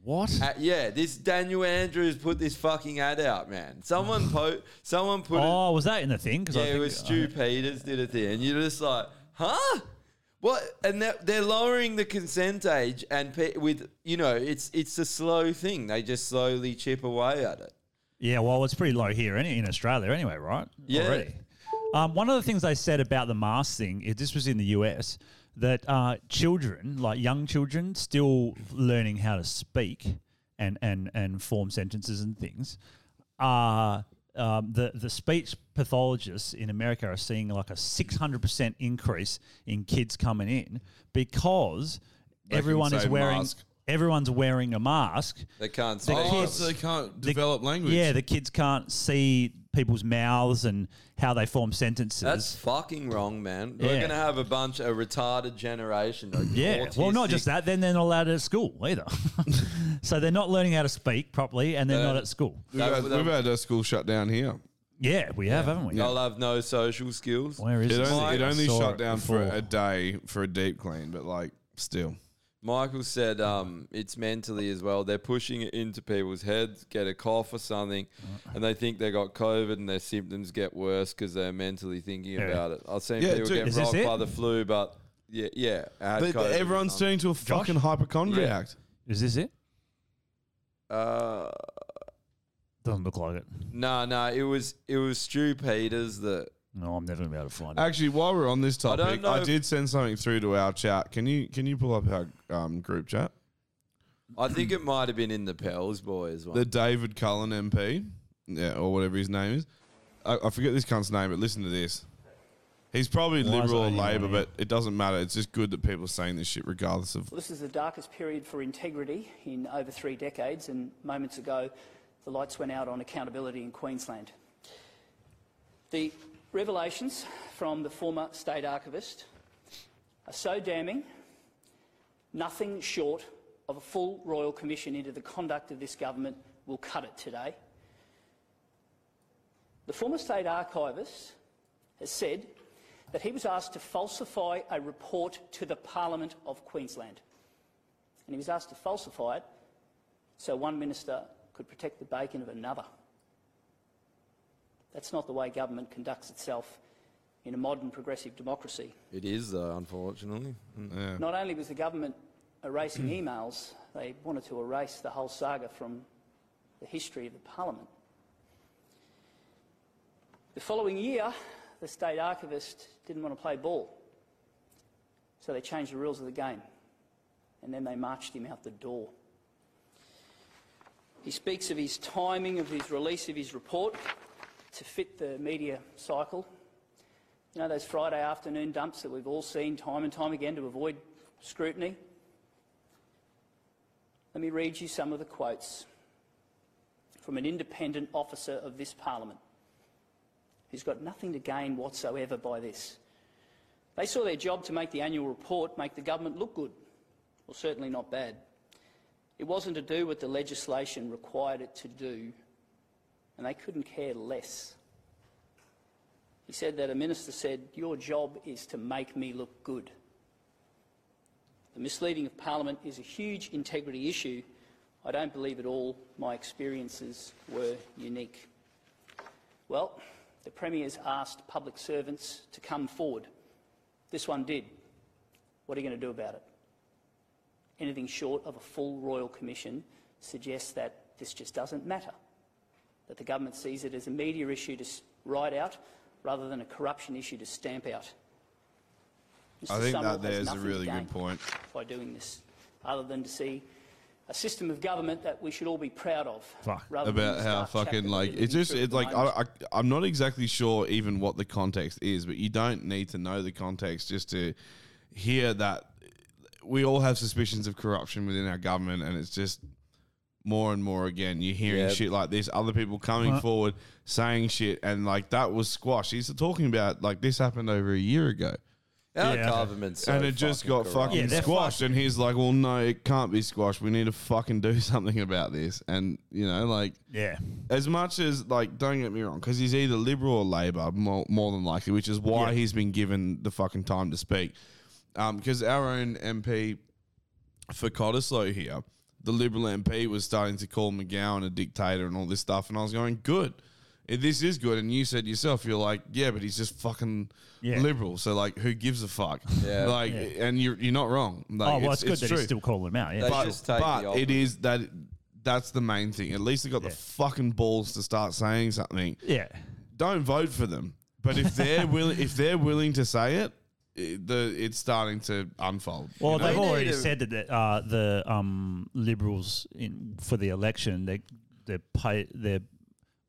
What?
Uh, yeah, this Daniel Andrews put this fucking ad out, man. Someone po- someone put it-
Oh, was that in the thing? 'Cause I
yeah, it
think-
was Stu Peters did a thing. And you're just like, huh? What? And they're, they're lowering the consent age, and pe- with you know, it's it's a slow thing. They just slowly chip away at it.
Yeah, well, it's pretty low here any, in Australia anyway, right?
Yeah.
Already. Um, one of the things they said about the mask thing, is this was in the US, that uh, children, like young children, still learning how to speak and, and, and form sentences and things, are um, the, the speech pathologists in America are seeing like a 600% increase in kids coming in because
They can
everyone is
say
wearing.
mask.
Everyone's wearing a mask.
They can't
The
speak.
kids-
Oh, so they can't
the-
develop language.
Yeah, the kids can't see people's mouths and how they form sentences.
That's fucking wrong, man. We're
Yeah.
gonna have a bunch of retarded generation. Like
yeah, well, not just that. Then they're not allowed at school either, so they're not learning how to speak properly, and they're not at school.
We've, had, we've had a school shut down here.
Yeah, we have, haven't we?
They'll have no social skills.
Where is
It
this?
only, it
I
only
saw
shut
it
down for
before.
a day for a deep clean, but like still.
Michael said um, it's mentally as well. They're pushing it into people's heads, get a cough or something, and they think they got COVID and their symptoms get worse because they're mentally thinking
Yeah.
about it. I've seen
Yeah,
people
dude,
get
is this
rocked by
it?
the flu, but yeah, yeah. I had
But
COVID and
everyone's
I'm-
turning to a fucking hypochondriac.
Is this it?
Uh,
Doesn't look like it.
no, no, it was it was Stu Peters that.
No, I'm never gonna be able to find
Actually, while we're on this
I don't
topic,
know
I,
if-
did send something through to our chat. Can you can you pull up our um, group chat?
I think it might have been in the Pels boys one.
The David Cullen MP, yeah, or whatever his name is. I, I forget this cunt's name, but listen to this. He's probably
Why is
Liberal
it
or
anyone
Labor,
here?
but it doesn't matter. It's just good that people are saying this shit, regardless of.
Well, this is the darkest period for integrity in over three decades, and moments ago, the lights went out on accountability in Queensland. The revelations from the former state archivist are so damning, nothing short of a full royal commission into the conduct of this government will cut it today. The former state archivist has said that he was asked to falsify a report to the Parliament of Queensland. And he was asked to falsify it so one minister could protect the bacon of another. That's not the way government conducts itself in a modern progressive democracy.
It is though, unfortunately. Yeah.
Not only was the government erasing emails, they wanted to erase the whole saga from the history of the parliament. The following year, the state archivist didn't want to play ball, so they changed the rules of the game, and then they marched him out the door. He speaks of his timing of his release of his report to fit the media cycle you know, those Friday afternoon dumps that we've all seen time and time again to avoid scrutiny? Let me read you some of the quotes from an independent officer of this Parliament who's got nothing to gain whatsoever by this. They saw their job to make the annual report make the government look good. Well, certainly not bad. It wasn't to do what the legislation required it to do, and they couldn't care less. He said that a minister said, Your job is to make me look good. The misleading of Parliament is a huge integrity issue. I don't believe at all my experiences were unique. Well, the Premier's asked public servants to come forward. This one did. What are you going to do about it? Anything short of a full Royal Commission suggests that this just doesn't matter, that the government sees it as a media issue to s- ride out rather than a corruption issue to stamp out.
I
Mr.
think
Sumrall
that there
has
is a
nothing to
really
gain
good point.
by doing this, other than to see a system of government that we should all be proud of. rather than
about
this
how
dark chapter
fucking
that
like
we're living
it's just
through at
it's
the
like
moment.
I, I I'm not exactly sure even what the context is, but you don't need to know the context just to hear that we all have suspicions of corruption within our government, and it's just more and more again you're hearing
Yeah.
shit like this, other people coming
Right.
forward saying shit, and like that was squash. He's talking about like this happened over a year ago.
Our Yeah. government's so
and it just
fucking
got
corrupt.
fucking
Yeah, they're
squashed, and he's like, "Well, no, it can't be squashed. We need to fucking do something about this." And you know, like,
Yeah.
as much as like, don't get me wrong, because he's either liberal or Labor, more, more than likely, which is why he's been given the fucking time to speak. Because our own MP for Cottesloe here, the Liberal MP was starting to call McGowan a dictator and all this stuff, and I was going, "Good, Eh, this is good." And you said yourself, you're like, "Yeah, but he's just fucking
Yeah.
liberal, so like, who gives a fuck?"
Yeah.
like,
Yeah.
and you're you're not wrong. Like,
oh well, it's, good that he's still calling them out. Yeah,
but but it is that that's the main thing. At least they got the fucking balls to start saying something.
Yeah.
Don't vote for them. But if they're willing, if they're willing to say it, it the it's starting to unfold. you
Well,
know?
they've already said that the, uh, the um, liberals in for the election they they pay they're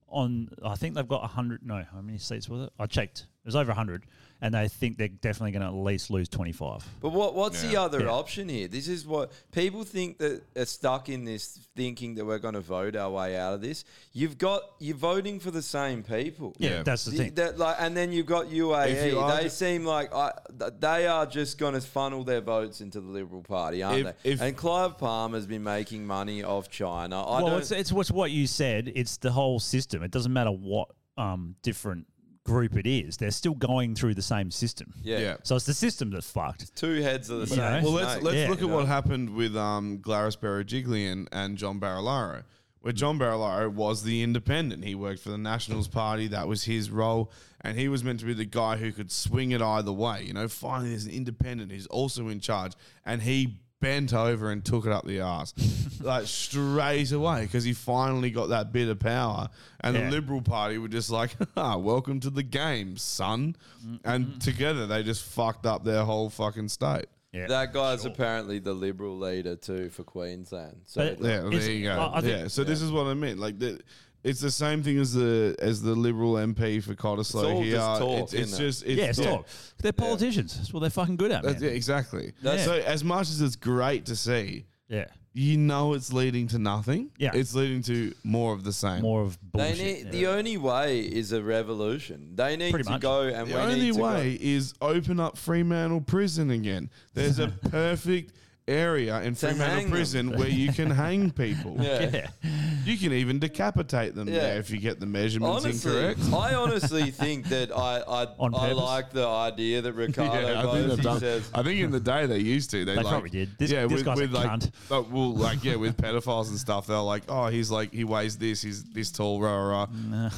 on. I think they've got hundred. No, how many seats was it? I checked. It was over 100, and they think they're definitely going to at least lose 25.
But what what's the
Yeah.
other
Yeah.
option here? This is what people think that are stuck in this thinking that we're going to vote our way out of this. You've got you're voting for the same people.
Yeah, Yeah. that's the thing.
That, like, and then you've got UAE.
If you
they
argue-
seem like I, th- they are just going to funnel their votes into the Liberal Party, aren't
If-
they?
if-
and Clive Palmer's been making money off China. I
well,
don't,
it's, it's what's what you said. It's the whole system. It doesn't matter what um, different group it is. They're still going through the same system.
Yeah. Yeah.
So it's the system that's fucked.
two heads of the same.
Yeah.
Well, let's
snake.
let's look
You
at
know?
what happened with um, Glaris Berejiklian and John Barilaro, where John Barilaro was the independent. He worked for the Nationals Party; that was his role, and he was meant to be the guy who could swing it either way. You know, finally, there's an independent who's also in charge, and he bent over and took it up the arse like straight away because he finally got that bit of power and
Yeah.
the liberal party were just like ah, welcome to the game son
Mm-hmm.
and together they just fucked up their whole fucking state
That guy's apparently the Liberal leader too for Queensland. So
But yeah, well, there you go. yeah, so this is what I mean. Like, the, it's the same thing as the as the Liberal MP for
It's all
Cottesloe here.
just talk,
it's it's
isn't it?
just it's
yeah, it's talk. They're politicians. That's what they're fucking good at.
That's
man.
it, exactly.
That's-
so as much as it's great to see,
yeah,
you know it's leading to nothing.
Yeah.
it's leading to more of the same.
More of
They need, The only way is a revolution. They need
Pretty
to
much.
go and
the
we
only
need to go.
way is open up Fremantle Prison again. There's a perfect area
hang
in Fremantle
them.
Prison where you can hang people.
Yeah.
You can even decapitate them
Yeah.
there if you get the measurements
Honestly,
incorrect.
I honestly think that I I, I
purpose?
like the idea that Ricardo
Yeah, I think
goes.
they've
He
done-
says,
I think in the day they used to. They,
They
like,
probably did. This- this guy's a
like,
cunt.
oh, well, like yeah, with pedophiles and stuff, they're like, oh, he's like he weighs this, he's this tall, rah rah. rah.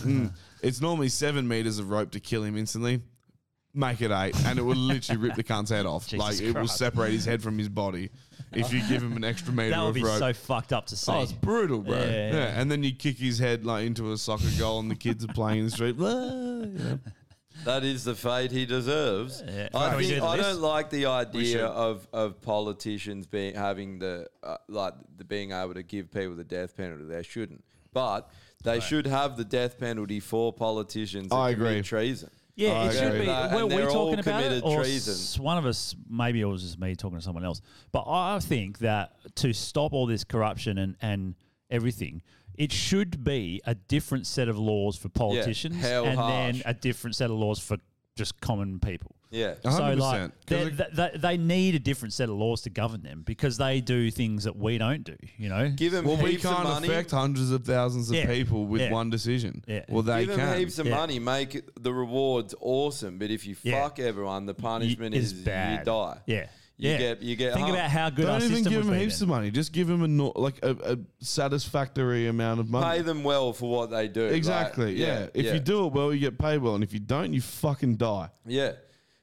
Mm. It's normally seven meters of rope to kill him instantly. Make it eight, and it will literally rip the cunt's head off.
Jesus
like it will
Christ.
separate his head from his body if you give him an extra meter
that would
of
be
rope.
so fucked up to see.
Oh, it's brutal, bro.
Yeah,
Yeah,
yeah, yeah.
and then you kick his head like into a soccer goal, and the kids are playing in the street. Blah, you know.
That is the fate he deserves. I,
Can we
think-
do the
I
list?
don't like the
should.
idea of, of politicians being having the uh, like the being able to give people the death penalty. They shouldn't, but they should have the death penalty for politicians. That
I
commit
agree.
treason.
Yeah,
I
it should
agree.
be.
Uh,
were
and
we
they're all
talking about
committed
it, or
treason.
s- one of us? Maybe it was just me talking to someone else. But I think that to stop all this corruption and and everything, it should be a different set of laws for politicians,
hell
and
harsh.
then a different set of laws for just common people.
Yeah.
So
100%.
like they, they, they need a different set of laws to govern them because they do things that we don't do. You know,
Give 'em
Well, we
heaps of
can't
money.
affect hundreds of thousands of
Yeah.
people with
Yeah.
one decision.
Yeah.
Well, they
Give
can.
them heaps of
Yeah.
money, make it- the rewards awesome, but if you
Yeah.
fuck everyone, the punishment
it's
is,
bad.
you die.
Yeah.
You
Yeah.
get you get
Think
hung.
about how good
Don't
our
even
system
give
would
them
be
heaps of money. Just give them a no- like a, a satisfactory amount of money.
pay them well for what they do. like,
exactly. yeah. If
yeah.
you do it well, you get paid well, and if you don't, you fucking die.
Yeah.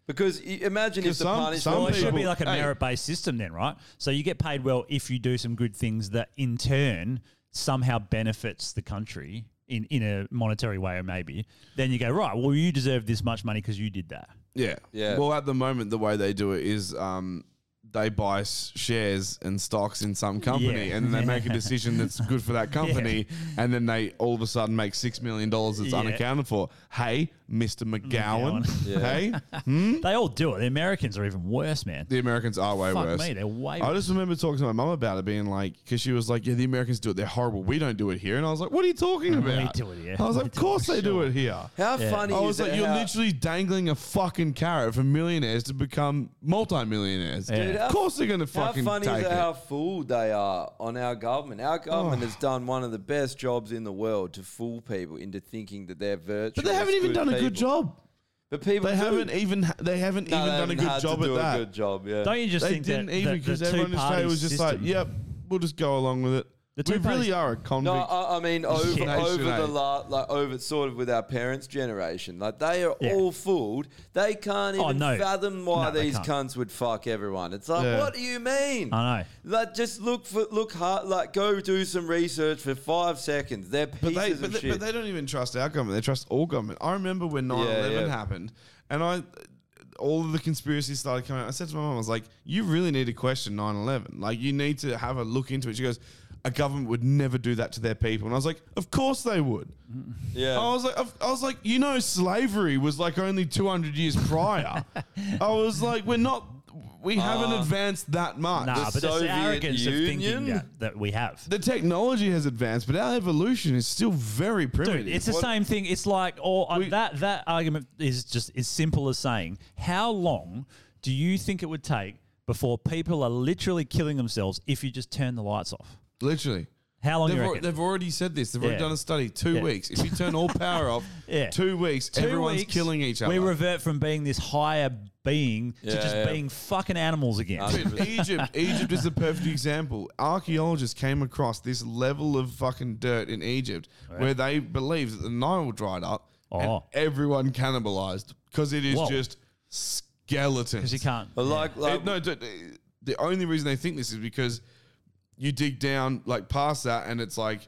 Because i- imagine if
Because
the
some-
punishment
some
Well, it should be
people-
like a
hey.
merit-based system then, right? So you get paid well if you do some good things that, in turn, somehow benefits the country in, in a monetary way, or maybe. Then you go right. Well, you deserve this much money because you did that.
Yeah.
Yeah.
Well, at the moment, the way they do it is um, they buy s- shares and stocks in some company,
Yeah.
and then they make a decision that's good for that company, and then they all of a sudden make six million dollars that's
Yeah.
unaccounted for. Hey, Mister McGowan.
McGowan.
Hey,
They all do it. The Americans are even worse, man.
The Americans are way
Fuck
worse.
me, they're way
I just remember talking to my mum about it, being like, because she was like, "Yeah, the Americans do it. They're horrible. We don't do it here." And I was like, "What are you talking
We
about?
do it here.
I was
We
like, "Of
do it
course
for
they do
sure."
it here."
How Yeah. funny
I
is
was like,
it
Oh, "You're
how-
literally dangling a fucking carrot for millionaires to become multimillionaires.
Dude,
Of
how-
course they're gonna fucking
How funny
take
is
it." Oh.
it how fooled they are on our government? Our government has done one of the best jobs in the world to fool people into thinking that they're virtuous.
but they haven't even done a good
people.
job.
But people
they
do.
haven't even they haven't
No, they
even done a
haven't
good
had to
job
do
at
a
that.
good job, yeah.
Don't you just
they
think that
didn't even
the- the
because everyone in Australia
two-party
was just
system-
like, "Yep, we'll just go along with it."
The
we
two-party-
really are a convict.
No, I, I mean over,
nation,
over
eh?
the la- like over sort of with our parents' generation, like they are
Yeah.
all fooled. They can't even
Oh, no.
fathom why
No, they
these
can't.
cunts would fuck everyone. It's like,
Yeah.
what do you mean?
I know.
Like, just look for look hard. Like, go do some research for five seconds. They're pieces
But they,
of
but, they,
shit.
but they don't even trust our government. They trust all government. I remember when 9 11
yeah.
happened and I all of the conspiracies started coming out. I said to my mom, I was like, you really need to question 9 11. Like, you need to have a look into it. She goes, a government would never do that to their people. And I was like, of course they would.
Yeah.
I was like, of- I was like, you know, slavery was like only 200 years prior. I was like, we're not, we haven't
Uh,
advanced that much.
Nah, but it's the arrogance of thinking that, that we have.
The technology has advanced, but our evolution is still very primitive.
Dude, it's the
What-
same thing. It's like, or uh, that that argument is just as simple as saying, how long do you think it would take before people are literally killing themselves if you just turn the lights off?
Literally.
How long
They've,
you
al-
reckon?
they've already said this. They've already
Yeah.
done a study. Two
Yeah.
weeks. If you turn all power off, two weeks,
Two
everyone's
weeks,
killing each
We
other.
revert from being this higher being to
Yeah,
just
yeah. Uh,
being fucking animals again.
Dude, Egypt, Egypt is the perfect example. Archaeologists came across this level of fucking dirt in Egypt where they believe that the Nile dried up and
Oh.
everyone cannibalized because it is
Whoa.
just skeletons.
'Cause you can't-
But like- like-
It- no, d- d- the only reason they think this is because you dig down like past that and it's like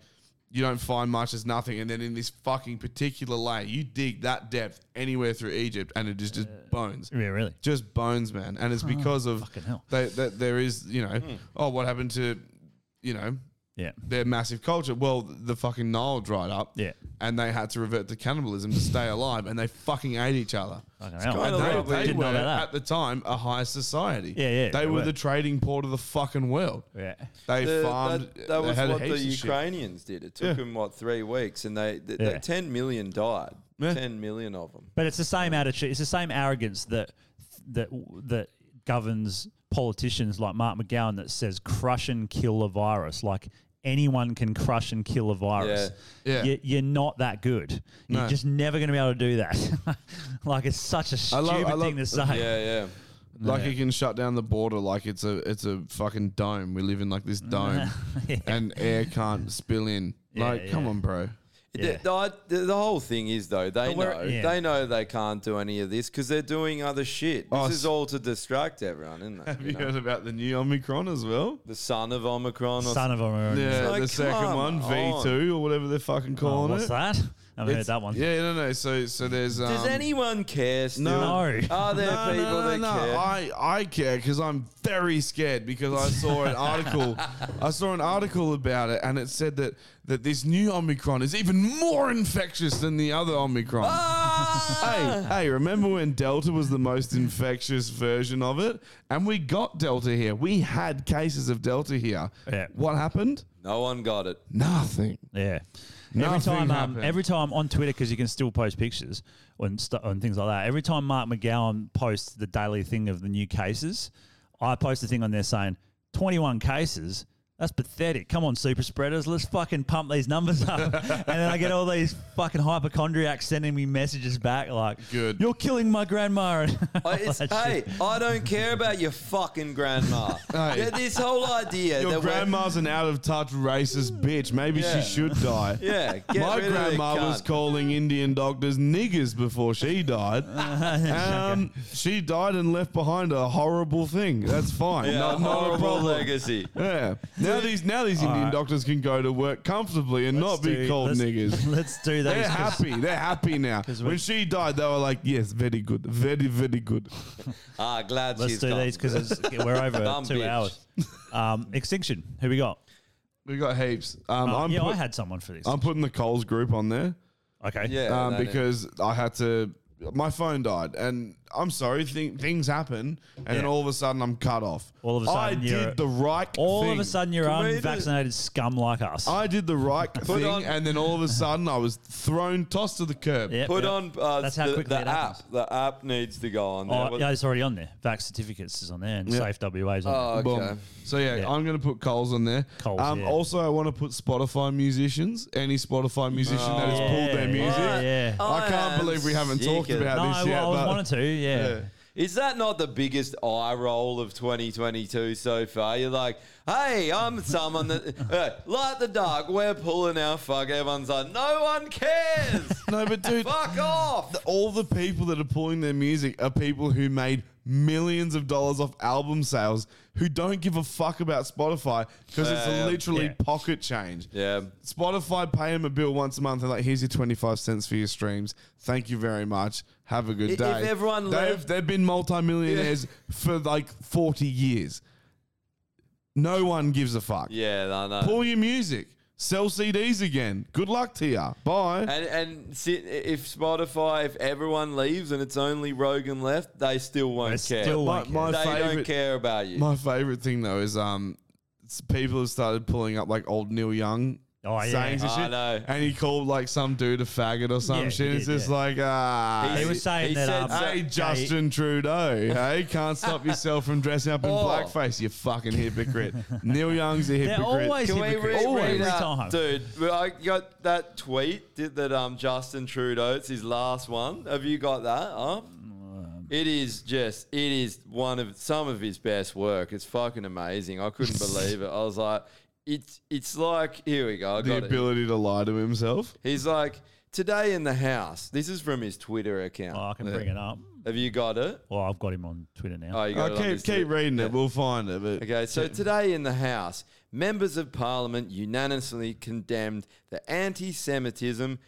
you don't find much there's nothing and then in this fucking particular layer you dig that depth anywhere through egypt and it is just bones
yeah really
just bones man and it's
Oh,
because of
fucking hell.
They, that there is you know
Hmm.
oh what happened to you know
yeah
their massive culture well the fucking nile dried up
yeah
and they had to revert to cannibalism to stay alive and they fucking ate each other
Fucking
and
hell.
they,
Probably
they
didn't
were
know about that.
at the time a high society
Yeah, yeah,
they
they
were
were.
the trading port of the fucking world
yeah
they
The-
farmed
That,
they
that was
had
what the
heaps of shit.
Ukrainians did. It took
Yeah.
them what three weeks, and they, th- th-
Yeah.
ten million died.
Yeah.
Ten million of them.
But it's the same attitude. It's the same arrogance that that that governs politicians like Mark McGowan that says crush and kill a virus. Like anyone can crush and kill a virus.
Yeah. Yeah.
You, you're not that good.
No.
You're just never going to be able to do that. like it's such a stupid thing to say.
yeah.
Like
Yeah.
it can shut down the border, like it's a it's a fucking dome. We live in like this dome, and air can't spill in.
Yeah,
like, come
yeah.
on, bro.
The, the, the- the whole thing is though they
But we're-
know
yeah.
they know they can't do any of this because they're doing other shit. This
Oh,
is all to distract everyone, isn't it?
Have you heard about the new Omicron as well?
The son of Omicron, or
Son of Omicron.
Yeah,
It's like,
the second
come
one, V
on.
two or whatever they're fucking calling
what's
it.
that? I haven't heard that one.
Yeah, no, no. So, so there's. Um,
Does anyone care? Still?
No.
Are there
No, no,
people
no,
that
no.
care?
I, I care because I'm very scared because I saw an article. I saw an article about it and it said that, that this new Omicron is even more infectious than the other Omicron.
Ah!
hey, hey, remember when Delta was the most infectious version of it? And we got Delta here. We had cases of Delta here.
Yeah.
What happened?
no one got it.
Nothing.
Yeah. every
Nothing
time, um,
happened.
every time on Twitter, because you can still post pictures and, stu and things like that. Every time Mark McGowan posts the daily thing of the new cases, I post a thing on there saying 21 cases. That's pathetic. Come on, super spreaders. Let's fucking pump these numbers up. and then I get all these fucking hypochondriacs sending me messages back like, Good. You're killing my grandma. And all
I, it's,
that
hey,
shit.
I don't care about your fucking grandma. Yeah, This whole idea
Your
that we're-
grandma's an out of touch racist bitch. Maybe
Yeah.
she should die.
Yeah, get
My
rid of the
grandma was
cunt.
calling Indian doctors niggers before she died. um, she died and left behind a horrible thing. That's fine.
Yeah,
not,
a
not a
horrible
problem.
legacy.
Yeah. Now these now these Indian
right.
doctors can go to work comfortably and not be
do-
called
let's-
niggers.
Let's do those.
They're
'cause-
happy. They're happy now. When she died, they were like, "Yes, very good, very, very good."
Ah, glad
Let's
she's
do
gone.
these because we're over
Dumb
two
bitch.
hours. Um, extinction. Who we got?
We got heaps. Um,
Oh,
I'm
yeah,
put-
I had someone for this.
I'm putting the Coles group on there.
Okay.
Yeah,
Um,
that is-
because I had to. My phone died, and I'm sorry. Th- things happen, and then
Yeah.
all of a sudden I'm cut off.
All of a sudden,
I
you're-
did the right.
All
thing.
of a sudden, you're unvaccinated scum like us.
I did the right
Put
thing,
on-
and then all of a sudden I was thrown, tossed to the curb.
Put on uh,
That's how
the,
quickly
the
it happens.
app. The app needs to go on. there.
Oh, yeah, it's already on there. Vax certificates is on there, and
Yeah.
Safe WA is on
Oh,
there.
Boom.
okay.
So yeah, I'm going to put Coles on there.
Coles,
um,
yeah.
Also, I want to put Spotify musicians. Any Spotify musician that has pulled their music.
Oh, Yeah, yeah.
I can't believe we haven't talked about
no,
this
I,
yet.
I was
but-
wanted to. Yeah. yeah.
Is that not the biggest eye roll of 2022 so far? You're like, hey, I'm someone that, uh, like the dark, we're pulling our fuck. Everyone's like, no one cares.
No, but dude,
fuck off.
the- all the people that are pulling their music are people who made millions of dollars off album sales who don't give a fuck about Spotify because
Yeah, yeah.
it's literally
Uh, Yeah.
pocket change.
Yeah.
Spotify pay them a bill once a month and like, here's your 25 cents for your streams. Thank you very much. Have a good
I- if
day.
everyone
they've,
left-
they've been multimillionaires for like 40 years. No one gives a fuck.
Yeah, I know.
Pull your music. Sell CDs again. Good luck to you. Bye.
And and si- if Spotify, if everyone leaves and it's only Rogan left, they still won't care.
still won't My- my care.
they don't
favourite-
care about you.
My favorite thing though is um, it's people have started pulling up like old Neil Young.
Oh, yeah.
sayings and
I
shit.
know.
And he called like some dude a faggot or some
Yeah,
shit.
he
It's
did,
just
yeah.
like ah.
He- He was saying he that, said um, so-
hey
yeah, he-
Justin Trudeau, hey can't stop yourself from dressing up in
Oh.
blackface. You fucking hypocrite. Neil Young's a hypocrite.
Can we re- read out- dude? well, I got that tweet did that um Justin Trudeau. It's his last one. Have you got that up? It is just, it is one of some of his best work. It's fucking amazing. I couldn't believe it. I was like, it's it's like here we go. I
the
got it.
ability to lie to himself.
He's like, today in the house. This is from his Twitter account.
Oh, I can bring it up.
Have you got it?
Well, I've got him on Twitter now.
Oh, you got
Oh,
it on
keep-
his
keep
Twitter.
reading it. We'll find it. But
Okay, so today in the House, members of Parliament unanimously condemned the anti Semitism,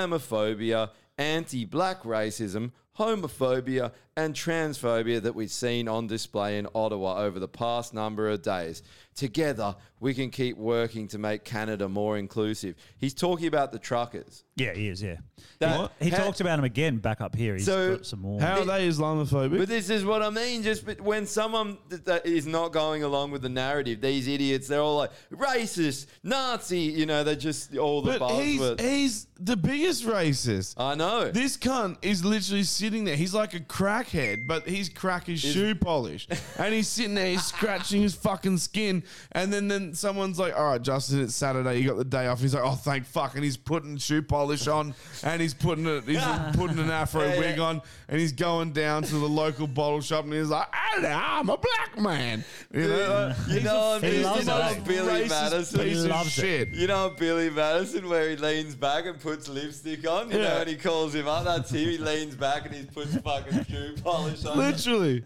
Islamophobia, anti black racism, homophobia, and transphobia that we've seen on display in Ottawa over the past number of days. Together, we can keep working to make Canada more inclusive. He's talking about the truckers.
Yeah, he is. Yeah,
That-
He- he,
How-
talked about him again back up here. He's
So-
got some more.
How are they Islamophobic?
But this is what I mean. Just but when someone th- that is not going along with the narrative, these idiots, they're all like racist, Nazi. You know, they're just all the
But he's,
buzzwords.
he's the biggest racist.
I know.
This cunt is literally sitting there. He's like a crackhead, but he's crack his shoe polish. and he's sitting there, he's scratching his fucking skin. And then, then someone's like, all right, Justin, it's Saturday. You got the day off. He's like, oh, thank fuck. And he's putting shoe polish on and he's putting it, he's putting an afro
Yeah, yeah.
wig on and he's going down to the local bottle shop and he's like, I know, I'm a black man. You
Dude,
know, like,
you
he's
know
a-
what I mean?
he's the
You know
most
Billy
racist
Madison.
piece of shit.
You know Billy Madison where he leans back and puts lipstick on? You
Yeah.
know, and he calls him up. That's him. He leans back and he puts fucking shoe polish on.
Literally.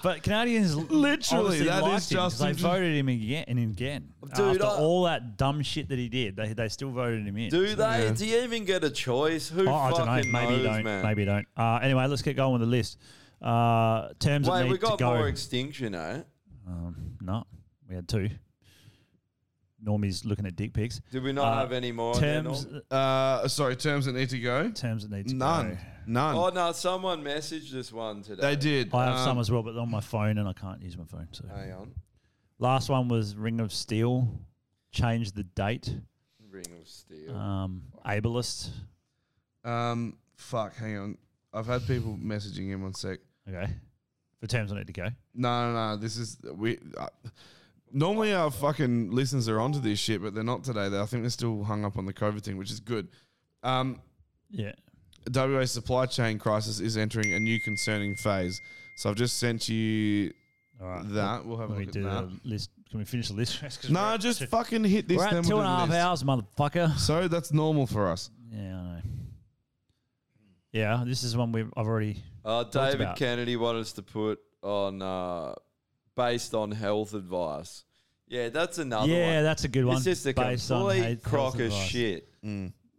But Canadians l-
Literally,
obviously
that
liked
is
him 'cause they
Justin-
voted him again and again.
Dude,
After
I-
all that dumb shit that he did, they, they still voted him in.
Do they?
So-
Do you even get a choice? Who
Oh, I
fucking
don't know. Maybe
knows,
don't.
man?
Maybe don't. Uh, anyway, let's get going with the list. Uh, terms that
Wait,
need
we got
to go.
more extinction, eh?
um, no, we had two. Normie's looking at dick pics.
Did we not have any more there,
Uh, Terms,
Oh, Norm?
Uh, sorry, terms that need to go.
Terms that need to
none,
go.
none.
Oh no, someone messaged this one today.
They did.
I have
Um,
some as well, but they're on my phone and I can't use my phone. So
Hang on.
Last one was Ring of Steel. Change the date.
Ring of Steel.
Um, ableist.
Um, fuck, hang on. I've had people messaging him one sec.
Okay. For terms I need to go.
No, no, no. This is we. Uh, normally our fucking listeners are onto this shit, but they're not today. They, I think they're still hung up on the COVID thing, which is good. Um,
yeah.
WA supply chain crisis is entering a new concerning phase. So I've just sent you that. We'll have a
Let me
look at
do
that.
the list. Can we finish the list? 'Cause
No,
we're at
just
two-
fucking hit this.
We're
then
at two
we'll
and a half
do the
hours, motherfucker.
list. So that's normal for us.
Yeah, I know. Yeah, this is one we've I've already.
Uh,
talked
David
about.
Kennedy wanted us to put on uh, based on health advice. Yeah, that's another one.
Yeah, that's a good one.
It's just a
Based on
complete
health
crock of
advice.
shit.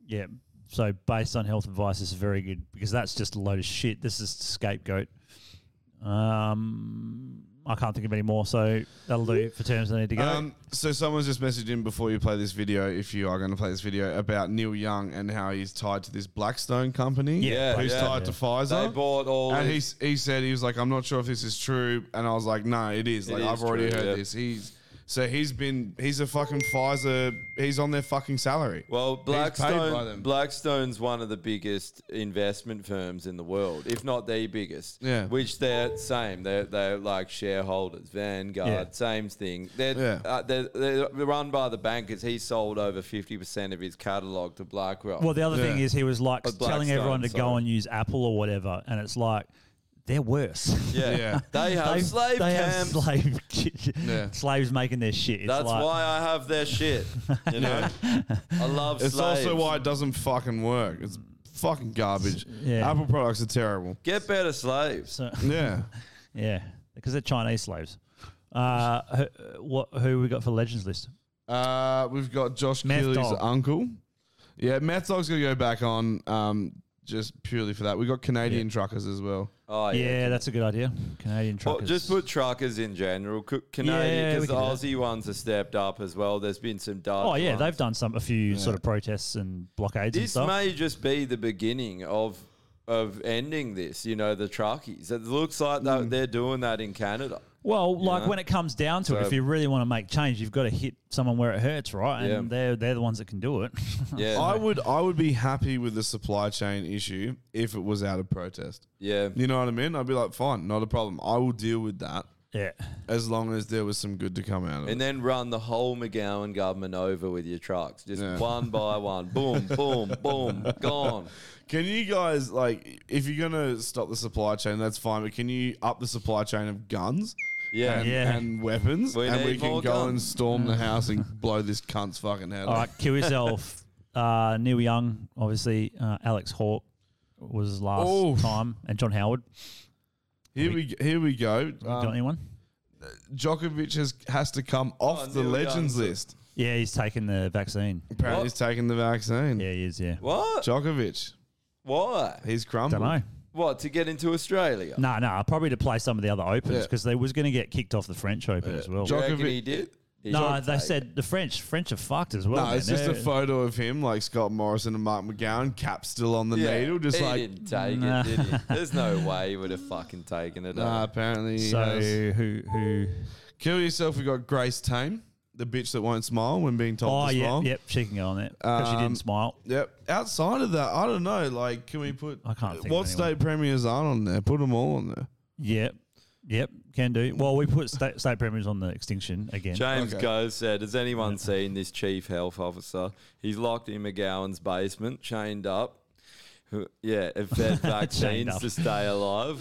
Yeah. So based on health advice, this is very good because that's just a load of shit. This is scapegoat. Um, I can't think of any more, so that'll do it for terms I need to go.
Um, so someone's just messaged in before you play this video, if you are going to play this video, about Neil Young and how he's tied to this Blackstone company.
Yeah,
who's
yeah.
tied to
Yeah.
Pfizer.
They bought all
And he,
this-
s- he said he was like, I'm not sure if this is true, and I was like, No, it is.
It
Like
is
I've already
true,
heard
yeah.
this. He's so he's been he's a fucking Pfizer. He's on their fucking salary.
Well,
He's paid by
Blackstone
them.
Blackstone's one of the biggest investment firms in the world, if not the biggest.
Yeah.
Which they're same. They're they're like shareholders. Vanguard,
Yeah.
same thing. They're,
Yeah.
uh, they're, they're run by the bankers. He sold over fifty percent of his catalog to BlackRock.
Well, the other thing is he was like
Uh,
telling everyone to
Blackstone,
go
sorry.
and use Apple or whatever, and it's like they're worse.
Yeah. Yeah. They have slave
they have
camps.
slave ki- slaves making their shit. It's
That's
like,
why I have their shit. You know, I love.
It's
slaves.
also why it doesn't fucking work. It's fucking garbage.
Yeah.
Apple products are terrible.
Get better slaves.
Yeah.
yeah, because they're Chinese slaves. Uh, who, what who we got for legends list?
Uh, we've got Josh
Meth
Keely's
Dog.
uncle. Yeah, Meth Dog's gonna go back on. Um, just purely for that. We got Canadian truckers as well.
Oh,
yeah, that's a good idea. Canadian
Well,
truckers.
just put truckers in general. C-
Yeah,
Canadian,
we
because
can do
the Aussie ones have stepped up as well. There's been some dark.
oh yeah,
ones.
they've done some a few sort of protests and blockades and
This
stuff.
may just be the beginning of of ending this. You know, the truckies. It looks like they're,
Mm.
they're doing that in Canada.
Well,
You
like
know?
when it comes down to it,
So-
if you really want to make change, you've got to hit someone where it hurts, right? And
Yeah.
they're they're the ones that can do it.
I would I would be happy with the supply chain issue if it was out of protest.
Yeah.
You know what I mean? I'd be like, fine, not a problem. I will deal with that.
Yeah.
As long as there was some good to come out of it.
And then run the whole McGowan government over with your trucks, just one by one, boom, boom, boom, gone.
Can you guys like if you're gonna stop the supply chain, that's fine, but can you up the supply chain of guns?
Yeah.
and,
Yeah.
and weapons,
We
and we
need
can go
more
and
guns.
storm the house and blow this cunt's fucking head.
All
off.
right, kill yourself. uh, Neil Young, obviously, uh, Alex Hawke was last
Oof.
time, and John Howard.
Here we here we go. Um,
got
Um,
anyone?
Djokovic has has to come
Oh,
off the
Neil
legends
Young's-
list.
Yeah, he's taken the vaccine.
Apparently, he's taking the vaccine. Yeah,
he is. Yeah.
What?
Djokovic.
Why?
He's crumbled.
Dunno.
What to get into Australia?
No, no, probably to play some of the other opens
Yeah.
because they was going to get kicked off the French Open as well.
Do you reckon he did? He
no,
got
they
taken.
said the French French are fucked as well.
no, it's
man.
just a
They're-
photo of him, like Scott Morrison and Mark McGowan, cap still on the
Yeah,
needle, just
he
like
didn't take
Nah.
it, did he? There's no way he would have fucking taken it.
Nah,
eh?
apparently. he
So Oh,
has.
who who
kill yourself? We got Grace Tame, the bitch that won't smile when being told
Oh
to
yeah,
smile.
yep, she can go on it because she
Um,
didn't smile.
Yep. Outside of that, I don't know. Like, can we put? I
can't think of
What state premiers aren't on there? Put them all on there.
Yep, yep, can do. Well, we put state, state premiers on the extinction again.
James Goh said, "Has anyone seen this chief health officer? He's locked in McGowan's basement, chained up. Who- Yeah, and fed
Chained
vaccines
up.
to stay alive.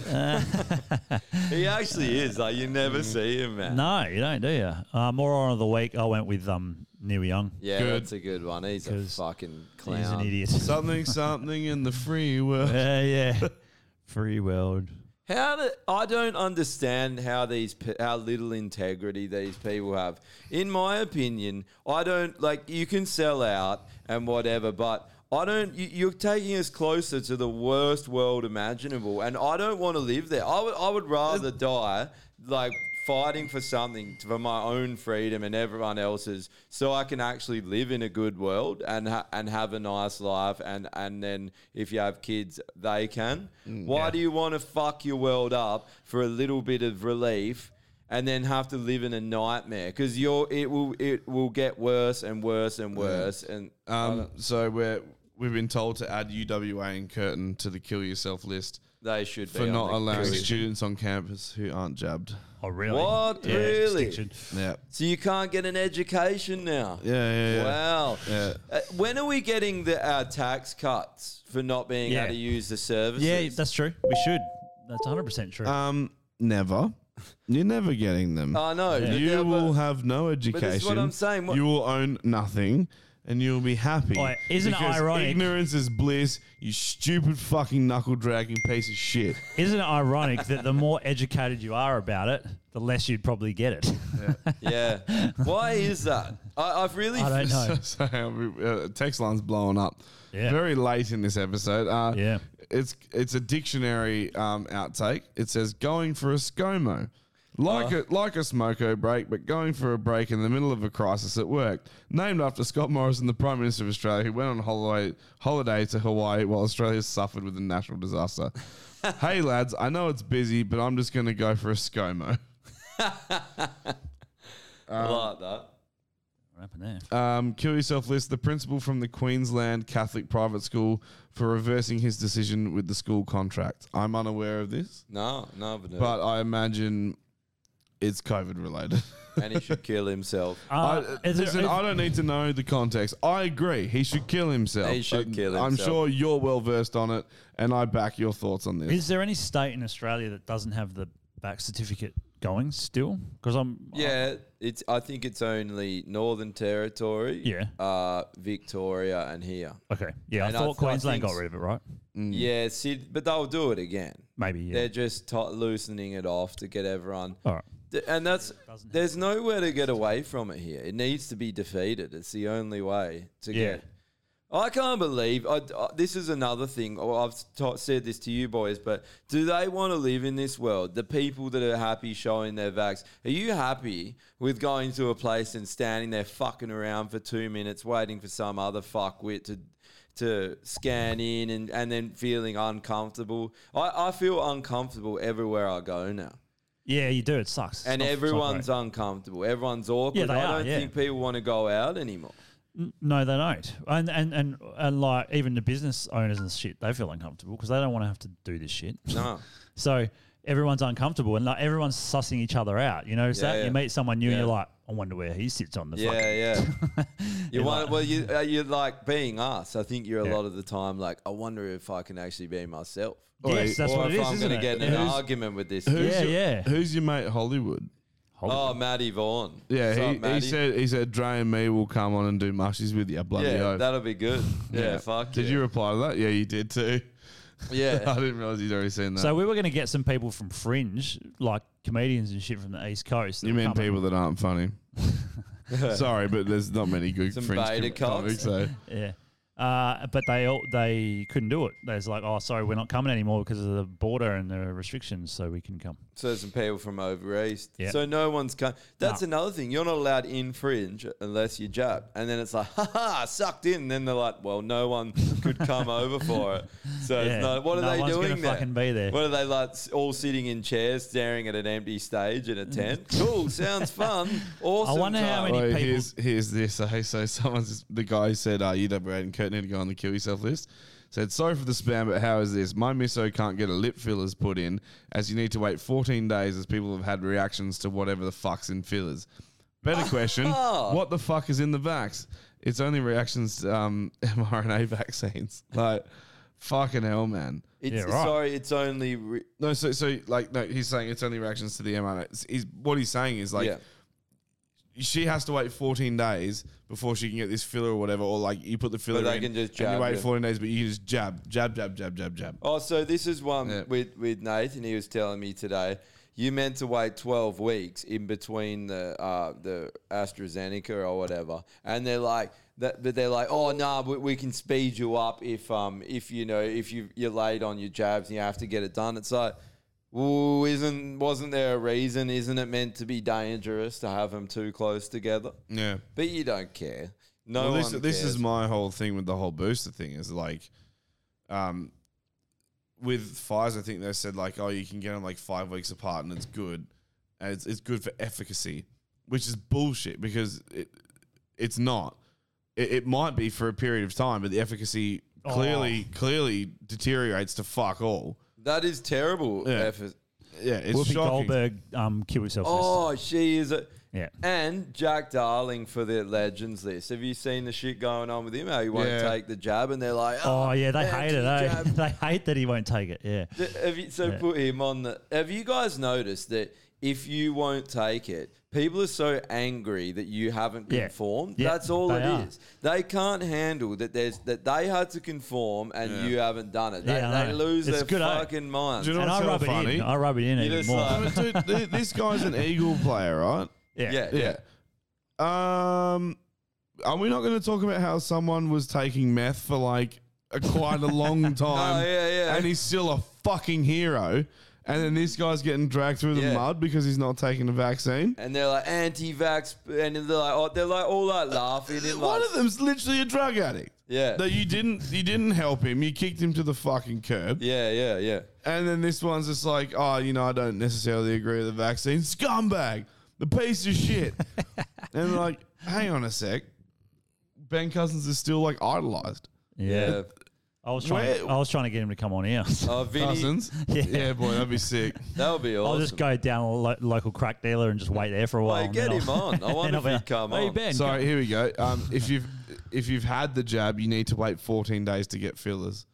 he actually is. Like you never see him, man.
No, you don't, do you? Uh, more on of the week. I went with um Neil Young.
Yeah, that's a good one. He's a fucking clown.
He's an idiot.
Something, something in the free world.
Yeah, yeah. Free world.
How do, I don't understand how these pe- how little integrity these people have. In my opinion, I don't like you can sell out and whatever, but I don't. You, you're taking us closer to the worst world imaginable, and I don't want to live there. I would I would rather die like fighting for something t- for my own freedom and everyone else's, so I can actually live in a good world and ha- and have a nice life, and and then if you have kids, they can.
Mm,
Why do you want to fuck your world up for a little bit of relief? And then have to live in a nightmare because you're it will it will get worse and worse and worse and
Um, so we're we've been told to add UWA and Curtin to the kill yourself list.
They should
for
be on
not
the
allowing
kill yourself.
students on campus who aren't jabbed.
Oh really?
What?
Yeah,
really?
Yeah.
So you can't get an education now.
Yeah, yeah, yeah.
Wow.
Yeah.
Uh, when are we getting the our tax cuts for not being
Yeah.
able to use the services?
Yeah, that's true. We should. That's one hundred percent true.
Um, never. You're never getting them.
I know, Oh, Yeah. but
You will have no education.
what I'm saying, what-
you will own nothing, and you will be happy.
Oi, isn't it
Because
ironic-
Ignorance is bliss. You stupid fucking knuckle dragging piece of shit.
Isn't it ironic that the more educated you are about it, the less you'd probably get it?
Yeah. Why is that? I, I've really.
I don't know.
so, uh, text line's blowing up.
Yeah.
Very late in this episode. Uh,
Yeah.
It's it's a dictionary um, outtake. It says going for a ScoMo. Like
Oh.
a like a smoko break, but going for a break in the middle of a crisis at work. Named after Scott Morrison, the Prime Minister of Australia, who went on holiday holiday to Hawaii while Australia suffered with a national disaster. hey lads, I know it's busy, but I'm just going to go for a ScoMo.
I like that.
What happened there?
Um, kill yourself list the principal from the Queensland Catholic private school for reversing his decision with the school contract. I'm unaware of this,
No, no, but, no.
but I imagine it's COVID related.
and he should kill himself.
I,
Uh,
listen, I don't need to know the context. I agree. He should kill himself. Uh,
He should kill
I'm
himself.
sure you're well versed on it, and I back your thoughts on this.
Is there any state in Australia that doesn't have the back certificate going still? Because I'm
Yeah, it's. I think it's only Northern Territory.
Yeah.
Uh, Victoria and here.
okay. Yeah,
And
I thought
th-
Queensland got
think-
rid of it, right?
Mm.
Yeah, Sid, but they'll do it again.
Maybe, yeah.
They're just t- loosening it off to get everyone.
All right.
D- And that's there's nowhere to get away from it here. It needs to be defeated. It's the only way to
Yeah.
get. I can't believe I, I- this is another thing. Oh, I've t- said this to you boys, but do they want to live in this world? The people that are happy showing their vax. Are you happy with going to a place and standing there fucking around for two minutes, waiting for some other fuckwit to to scan in and, and then feeling uncomfortable? I, I feel uncomfortable everywhere I go now.
Yeah, you do. It sucks. It's
And
not- it's not great.
everyone's uncomfortable. Everyone's awkward.
Yeah, they
I
are,
don't
yeah.
think people want to go out anymore.
N- No, they don't. And and and, and like even the business owners and shit, they feel uncomfortable because they don't want to have to do this shit.
No.
so everyone's uncomfortable and like everyone's sussing each other out. You know, so
Yeah, yeah.
you meet someone new and
Yeah.
you're like, I wonder where he sits on the fucking
yeah, yeah. you
You're
want
like-
well, you uh, you're like being us. I think you're a
Yeah.
lot of the time like, I wonder if I can actually be myself.
Yes, that's
or
what
if
it is,
I'm
isn't
gonna
it?
get in an
Who's-
argument with this.
Who's
dude.
your, Who's your mate Hollywood?
Oh, Matty Vaughan.
Yeah,
What's up,
he, he
Matty?
said he said Dre and me will come on and do mushies with you. Bloody
yeah,
oath.
that'll be good. Yeah, fuck.
Did you reply to that? Yeah, you did too.
Yeah.
I didn't realize you'd already seen that.
So we were going to get some people from Fringe, like comedians and shit from the East Coast.
you mean people that aren't funny? Sorry, but there's not many good
Some
fringe
beta
com-
cocks.
comics. So.
Yeah. Uh, but they all, they couldn't do it. They was like, oh, sorry, we're not coming anymore because of the border and the restrictions, so we can come.
So some people from over east.
Yeah.
So no one's come. That's another thing. You're not allowed in fringe unless you jab. And then it's like, ha ha, sucked in. And then they're like, well, no one could come over for it. So
Yeah,
it's not, what are
no
they
one's gonna
doing there?
fucking be there.
What are they like? s- All sitting in chairs, staring at an empty stage in a tent. cool, sounds fun. Awesome. time.
Wait, Here's, here's this. Hey, so someone's the guy who said uh, you double Aiden Curtin had to go on the kill yourself list. Said sorry for the spam, but how is this? My miso can't get a lip fillers put in, as you need to wait 14 days, as people have had reactions to whatever the fucks in fillers. Better question:
Oh.
What the fuck is in the vax? It's only reactions to um, mRNA vaccines. Like, fucking hell, man.
It's, Sorry, it's only. Re-
No, so so like no, he's saying it's only reactions to the mRNA. It's- He's, what he's saying is like
Yeah.
she has to wait 14 days before she can get this filler or whatever, or like you put the filler
they
in
can just
and
jab,
you wait
yeah.
14 days, but you can just jab, jab, jab, jab, jab, jab.
Oh, so this is one with, with Nathan. He was telling me today. You meant to wait twelve weeks in between the uh, the AstraZeneca or whatever, and they're like that, but they're like, oh no, we, we can speed you up if um if you know if you you're late on your jabs and you have to get it done. It's like, ooh, isn't wasn't there a reason? Isn't it meant to be dangerous to have them too close together?
Yeah,
but you don't care. No
Well, this,
one
this
cares.
is my whole thing with the whole booster thing is like, um, with Pfizer, I think they said like, oh, you can get them like five weeks apart and it's good, and it's, it's good for efficacy, which is bullshit because it it's not. It, it might be for a period of time, but the efficacy
Oh.
clearly clearly deteriorates to fuck all.
that is terrible.
Yeah.
effort.
Yeah, it's
Whoopi
shocking.
Goldberg um, killed herself.
Oh, she is a
Yeah.
And Jack Darling for the legends list. Have you seen the shit going on with him? How he won't
Yeah.
take the jab, and they're like, "Oh,
oh, yeah, they
man,
hate it. Eh? they hate that he won't take it. Yeah.
D- Have you, so
Yeah.
put him on the. Have you guys noticed that if you won't take it, people are so angry that you haven't
Yeah.
conformed?
Yeah,
That's all
they
it
are.
is. They can't handle that. There's that they had to conform and you haven't done it. They,
Yeah, I
they
know.
lose
It's
their
good, eh?
fucking minds.
Do you know
and
what's
I
so
rub it
funny?
in. I rub it in
You
even
just
more.
like-
Dude, th- this guy's an Eagle player, right?
Yeah.
Yeah,
Yeah. Um, are we not going to talk about how someone was taking meth for like a, quite a long time?
yeah, yeah.
And he's still a fucking hero. And then this guy's getting dragged through the
Yeah.
mud because he's not taking the vaccine.
And they're like anti-vax, and they're like, oh, they're like all like laughing. And
One
like,
of them's literally a drug addict.
Yeah.
That you didn't you didn't help him. You kicked him to the fucking curb.
Yeah, yeah, yeah.
And then this one's just like, oh, you know, I don't necessarily agree with the vaccine. Scumbag, the piece of shit. and like, hang on a sec. Ben Cousins is still like idolized.
Yeah. I was trying.
Where-
I was trying to get him to come on here.
Oh,
Cousins? Yeah. boy, that'd be sick.
That would be awesome.
I'll just go down a lo- local crack dealer and just wait there for a while.
Hey,
and
get
then I'll-
him on. I
then
wonder if
I'll be
he'd
like,
come
"Hey,
on.
Ben,
Sorry, here we go. Um, if you've if you've had the jab, you need to wait 14 days to get fillers.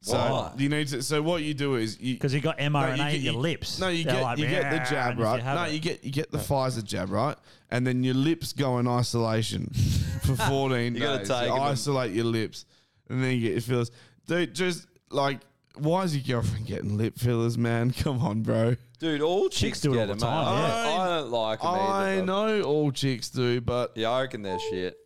So
Why?
you need to. So what you do is because
you got mRNA
No,
in your lips.
No, you
They're
get
like,
you get the
"Rah,"
jab
and if
right.
you have
no,
it-
you get you get the Pfizer jab right, and then your lips go in isolation for 14
You gotta
days.
take 'em
you
and-
isolate your lips, and then you get your fillers. Dude, just like why is your girlfriend getting lip fillers, man? Come on, bro.
Dude, all chicks, do it all the
time, yeah.
I, I don't like them
I
either. bro.
know all chicks do, but
yeah, I reckon they're shit.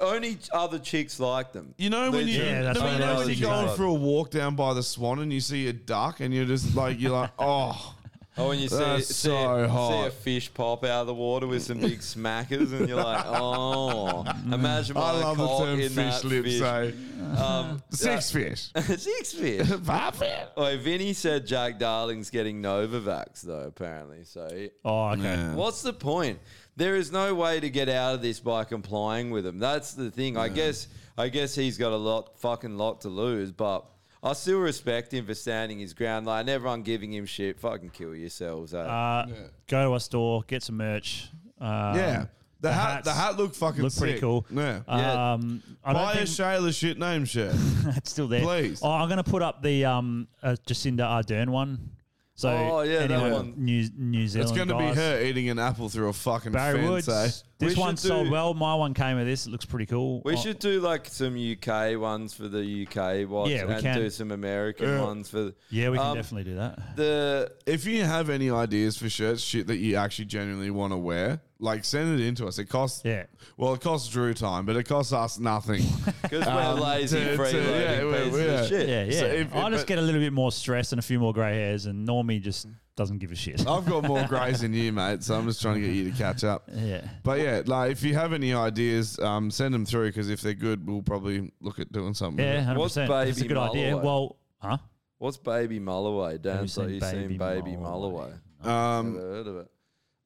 Only other chicks like them.
You know when you, no, you know when you're going for a walk down by the Swan and you see a duck and you're just like you're like oh
Oh, when you see,
That's
see,
so
a, see
hot.
a fish pop out of the water with some big smackers, and you're like, oh, imagine my
I love the
cock
term
in
fish
that
lips. eh?
fish.
So
Um,
six
yeah.
fish.
Six fish. Oi, Oh, Vinny said Jack Darling's getting Novavax though. Apparently, so. he-
Oh, okay. Yeah.
What's the point? There is no way to get out of this by complying with him. That's the thing. I guess. I guess he's got a lot, fucking lot to lose, but. I still respect him for standing his ground. Like, and everyone giving him shit. Fucking kill yourselves. eh?
Uh, Go to our store, get some merch. Um,
Yeah.
The hat- the hat
look
looked fucking
look pretty
sick.
cool.
Yeah. Yeah.
Um,
Buy a
Shayla shit name shirt. it's still there. Please. Oh, I'm going to put up the um, uh, Jacinda Ardern one. So
Oh, yeah, that
anyone
one.
New New
it's
Zealand.
going to
guys.
be her eating an apple through a fucking
Barry
fence.
Woods.
eh?
This one sold well. My one came with this. It looks pretty cool.
We
Oh,
should do like some UK ones for the UK watch
Yeah, we
and
can.
do some American
Yeah.
ones for
Yeah, we can
Um,
definitely do that.
the
if you have any ideas for shirts, shit that you actually genuinely want to wear, like send it in to us. It costs
yeah.
Well, it costs Drew time, but it costs us nothing
'Cause we're
Um,
lazy freeloading pieces of shit.
Yeah, yeah.
So if-
I
if-
just
but-
get a little bit more stress and a few more grey hairs, and Normie just doesn't give a shit.
Oh,
I've got more greys than you, mate. So I'm just trying to get you to catch up.
Yeah.
But yeah, like if you have any ideas, um, send them through because if they're good, we'll probably look at doing something.
Yeah, hundred
What's
percent. That's a
Baby
good idea.
Mulloway?
Well, huh?
What's Baby Mulloway? Dan,
you
so
seen
you seen
Baby
Baby Mulloway?
Um,
Never heard of it.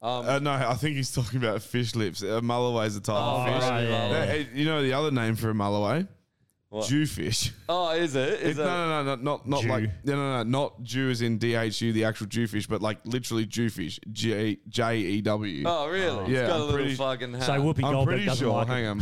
uh, no, I think he's talking about fish lips. Uh, Mulloway's the type
Oh,
of fish.
right, yeah,
Uh,
yeah.
uh, you know the other name for a Mulloway?
What?
Jewfish.
Oh, is it? Is
It's- no, no, no, no, not not
Jew.
like no, no, no, not Jew as in D H U, the actual Jewfish, but like literally Jewfish, J J E W.
Oh, really? It's
Yeah,
got a
I'm
little
pretty-
fucking hat.
So Whoopi
I'm
Goldberg
pretty
doesn't
sure.
like it.
hang on,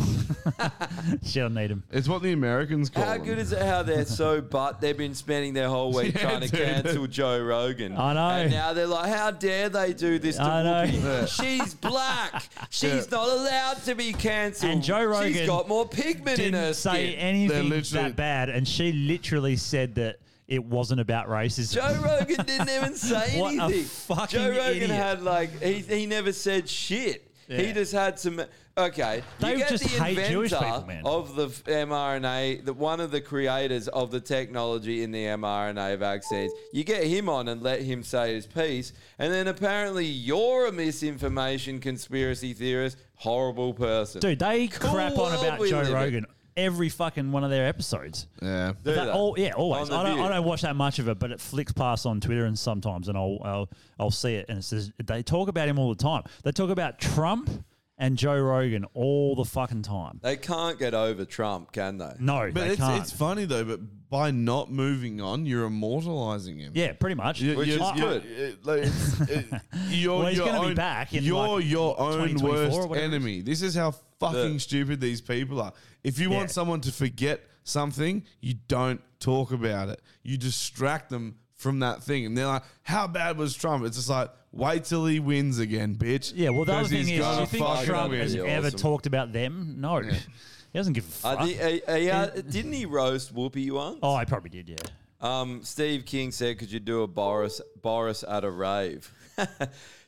she'll need him.
It's what the Americans call.
How
them.
good is it how they're so butt? They've been spending their whole week
Yeah,
trying to
dude.
cancel Joe Rogan.
I know.
And now they're like, how dare they do this to
I know.
Whoopi? She's black. She's not allowed to be cancelled.
And Joe Rogan
She's got more pigment in
didn't
her
say
skin.
anything that bad, and she literally said that it wasn't about racism.
Joe Rogan didn't even say
What a
anything.
fucking
Joe Rogan
idiot.
had like he, he never said shit. He
Yeah.
just had some. Okay,
They
you get
just
the
hate
inventor
Jewish people, man.
of the f- mRNA, the, one of the creators of the technology in the mRNA vaccines. You get him on and let him say his piece, and then apparently you're a misinformation conspiracy theorist, horrible person,
Dude, they crap on
world
about
we
Joe
live in.
Rogan every fucking one of their episodes.
Yeah.
Do they?
all, yeah, always.
On The
I don't,
View.
I don't watch that much of it, but it flicks past on Twitter and sometimes, and I'll, I'll I'll see it, and it says they talk about him all the time. They talk about Trump and Joe Rogan all the fucking time.
They can't get over Trump, can they?
No,
But
they
it's,
can't.
it's funny though. But by not moving on, you're immortalizing him.
yeah, pretty much.
You-
Which
you-
is
you-
good.
it- like, it's- it- you're
Well, he's
your
gonna be
own-
back in,
you're
like,
your own
2024 or
worst
whatever it is.
enemy. This is how fucking stupid these people are. If you
Yeah.
want someone to forget something, you don't talk about it. You distract them from that thing, and they're like, "How bad was Trump?" It's just like, "Wait till he wins again, bitch." Yeah.
well, the other thing is, do you think Trump has ever
Awesome.
talked about them? No, he doesn't give a fuck.
I think, uh, uh, yeah, didn't he roast Whoopi once?
oh, I probably did. Yeah.
Um, Steve King said, "Could you do a Boris Boris at a rave,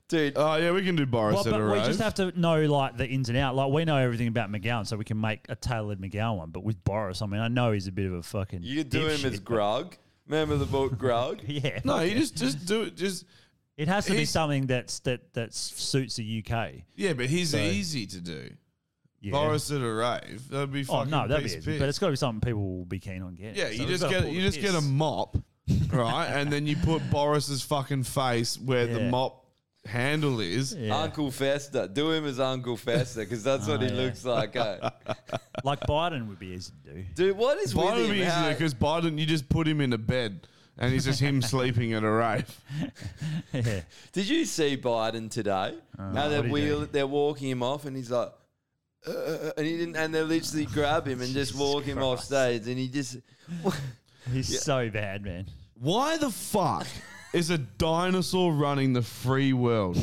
dude?"
Oh yeah, we can do Boris
Well, but we just have to know like the ins and out. Like we know everything about McGowan, so we can make a tailored McGowan one. But with Boris, I mean, I know he's a bit of a fucking.
you could do him
dipshit,
as
but
Grug. Remember the book Grug?
yeah.
No,
fuck
you
yeah.
just just do it. Just
It has to be
he's-
something that's that that suits the UK.
yeah, but he's
So-
easy to do.
Yeah.
Boris at a rave. That'd be
Oh
fucking
no, that'd be
piece
it.
piss.
But it's got to be something people will be keen on getting.
Yeah,
So
you
we've
just
gotta
get
pull
you
the
just get a
piss.
mop, right? and then you put Boris's fucking face where the
Yeah.
mop handle is.
Uncle Fester. Do him as Uncle Fester because that's what
Oh,
he
yeah.
looks like. eh?
like Biden would be easy to do.
Dude, what is
Biden
with
would
him?
be
How-
easier because Biden, you just put him in a bed, and he's just him sleeping at a rave.
Did you see Biden today? How
No,
they're
Oh, what did he
wheel, they're walking him off, and he's like, "Uh, uh," and he didn't, and they literally grab him and just walk him off stage, and he just.
He's so bad, man.
Why the fuck is a dinosaur running the free world?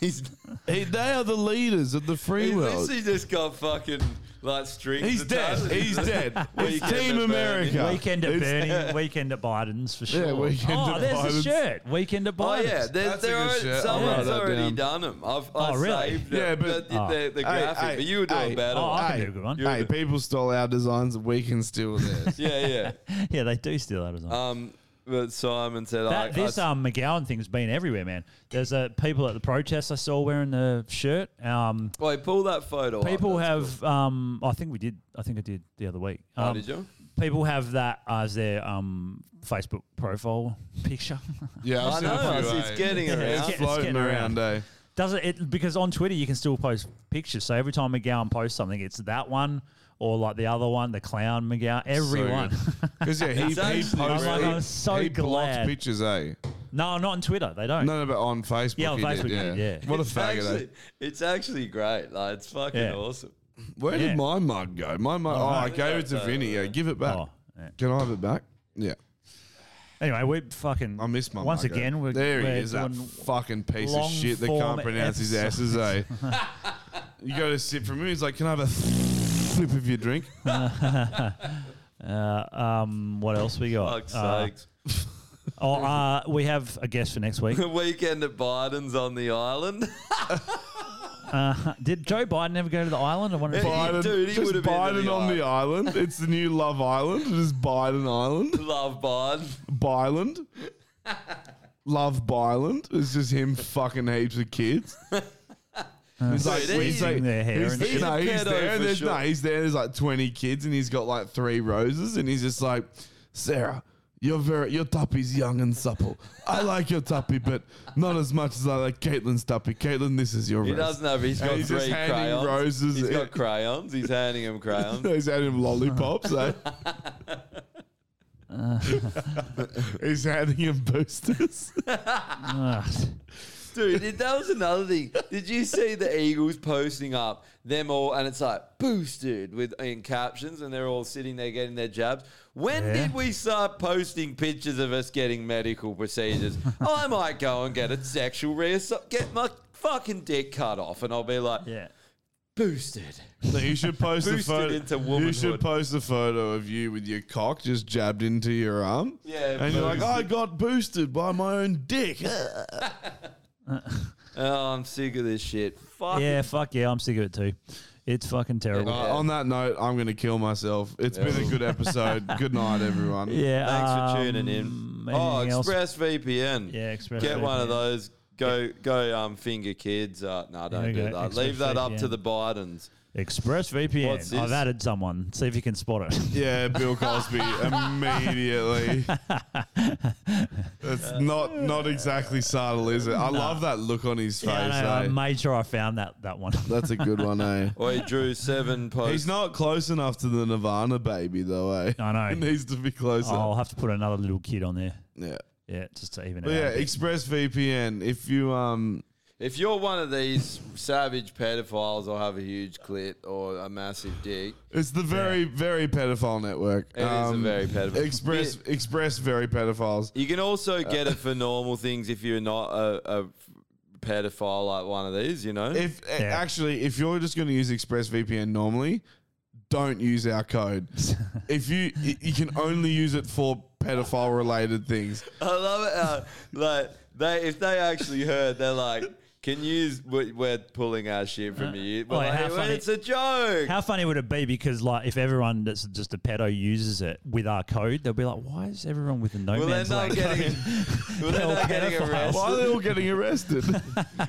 he's
they are the leaders of the free
He
world.
literally just got fucking like strings.
He's dead.
attached.
He's dead. It's
Weekend
Team
at Bernie.
America.
Weekend at
It's-
Bernie, weekend at Biden's for
Yeah,
sure.
weekend
oh,
at
there's
Biden's.
a shirt. Weekend at
Oh
Biden's.
yeah, there, there are, someone's already done them. I've I
Oh, really? Oh,
saved
Yeah,
them,
but-
the, the, the
Oh. Hey,
graphic.
hey,
but you were doing
hey,
better.
hey, Hey, people stole our designs. We can steal theirs.
yeah, yeah.
yeah, they do steal that as
Oh,
well.
Um, but Simon said,
That,
I,
this
I,
um, McGowan thing's been everywhere, man. There's uh, people at the protest I saw wearing the shirt. Um,
wait, pull that
Oh,
photo. up.
people have, um, I think we did, I think I did the other week.
Oh,
Um,
did you?
People have that as their um, Facebook profile picture.
Yeah, I've I seen a know, few, it's- it's eh? getting around. It's floating around, eh?
Does it, it? Because on Twitter you can still post pictures. So every time McGowan posts something, it's that one or like the other one, the clown McGowan. Everyone.
Because yeah, he, he posts.
I'm like,
he,
I'm oh so
he blocks
glad.
pictures, eh?
No, not on Twitter. They don't.
No, no, but on Facebook.
Yeah, on
he
Facebook
Did,
he
yeah.
did, yeah.
What a
it's
faggot. eh?
Actually, it's actually great. Like, it's fucking
Yeah.
awesome.
Where
Yeah.
did my mug go? My mug.
Oh,
Oh,
no.
I gave it to Vinny. Yeah, give it
Oh.
back. Can I have it back? Yeah.
Anyway, we fucking.
I missed my.
once
mug, eh?
again, we're-
there he
we're
is, that
doing
fucking piece of
long
shit that
form
can't pronounce his S's. Eh? you go to sip from him. He's like, "Can I have a flip of your drink?"
Uh, um, what else we got?
Fuck's
Uh, oh, uh, we have a guest for next week.
Weekend at Biden's on the island.
Uh, did Joe Biden ever go to the island? I wonder. if he did.
Biden, just
would've been to
Biden
the
on the island. It's the new Love Island. It is Biden Island.
Love Biden.
Byland. Love Byland. It's just him fucking heaps of kids. He's
Dude,
like,
they're
he's like,
using their hair
he's,
and shit.
no,
He's a
he's
pedo
there.
for
There's no,
sure.
he's there. There's like twenty kids, and he's got like three roses, and he's just like, Sarah, you're very, your tuppy's young and supple. I like your tuppy, but not as much as I like Caitlin's tuppy. Caitlin, this is your.
He
rose.
doesn't have. He's
And
got
he's
three
just handing
crayons.
Roses.
He's got crayons. He's handing him crayons.
he's handing him lollipops. eh? he's handing him boosters.
Dude, it- that was another thing. Did you see the Eagles posting up them all, and it's like boosted with in captions, and they're all sitting there getting their jabs. When
Yeah.
did we start posting pictures of us getting medical procedures? I might go and get a sexual reassert, get my fucking dick cut off, and I'll be like,
yeah,
boosted.
No, you should post a
Boosted
photo.
into
you
womanhood.
should post a photo of you with your cock just jabbed into your arm.
Yeah,
and you're like,
boosted.
I got boosted by my own dick.
Oh, I'm sick of this shit. Fuck.
yeah, fuck yeah, I'm sick of it too. It's fucking terrible.
Uh, on that note, I'm going to kill myself. It's been a good episode. good night, everyone.
Yeah,
Thanks for
um,
tuning in. Oh,
anything else?
ExpressVPN.
Yeah, Express
Get one of
VPN.
those. Go go um, finger kids. Uh, no, don't
we
do
go.
that. Leave that up to
ExpressVPN.
the Bidens.
ExpressVPN.
What's this?
I've added someone. See if you can spot it.
Yeah, Bill Cosby immediately. That's not not exactly subtle, is it? I
No.
love that look on his face.
Yeah, I, know, I
eh?
made sure I found that that one.
That's a good one, eh?
Oi, Drew seven post.
He's not close enough to the Nirvana baby, though, eh?
I know. Oh.
He needs to be closer.
I'll have to put another little kid on there.
Yeah,
yeah, just to even
But
it out.
yeah, ExpressVPN. If you um,
If you're one of these savage pedophiles, or have a huge clit or a massive dick.
it's the very very pedophile network. Um,
It is a very pedophile-
Express Uh, Express very pedophiles.
You can also get it for normal things if you're not a, a pedophile like one of these. You know.
If a- actually, if you're just going to use ExpressVPN normally, don't use our code. if you y- you can only use it for pedophile related things.
I love it. How, like they, if they actually heard, they're like, "Can you? Use, we- we're pulling our shit from you." But
Oh, yeah,
like,
how
"Well,
funny.
it's a joke.
How funny would it be? Because like, if everyone that's just a pedo uses it with our code, they'll be like, "Why is everyone with a no
We'll
man's
end up
land
getting,
code?"
we'll end up getting
Why
arrested.
are they all getting arrested?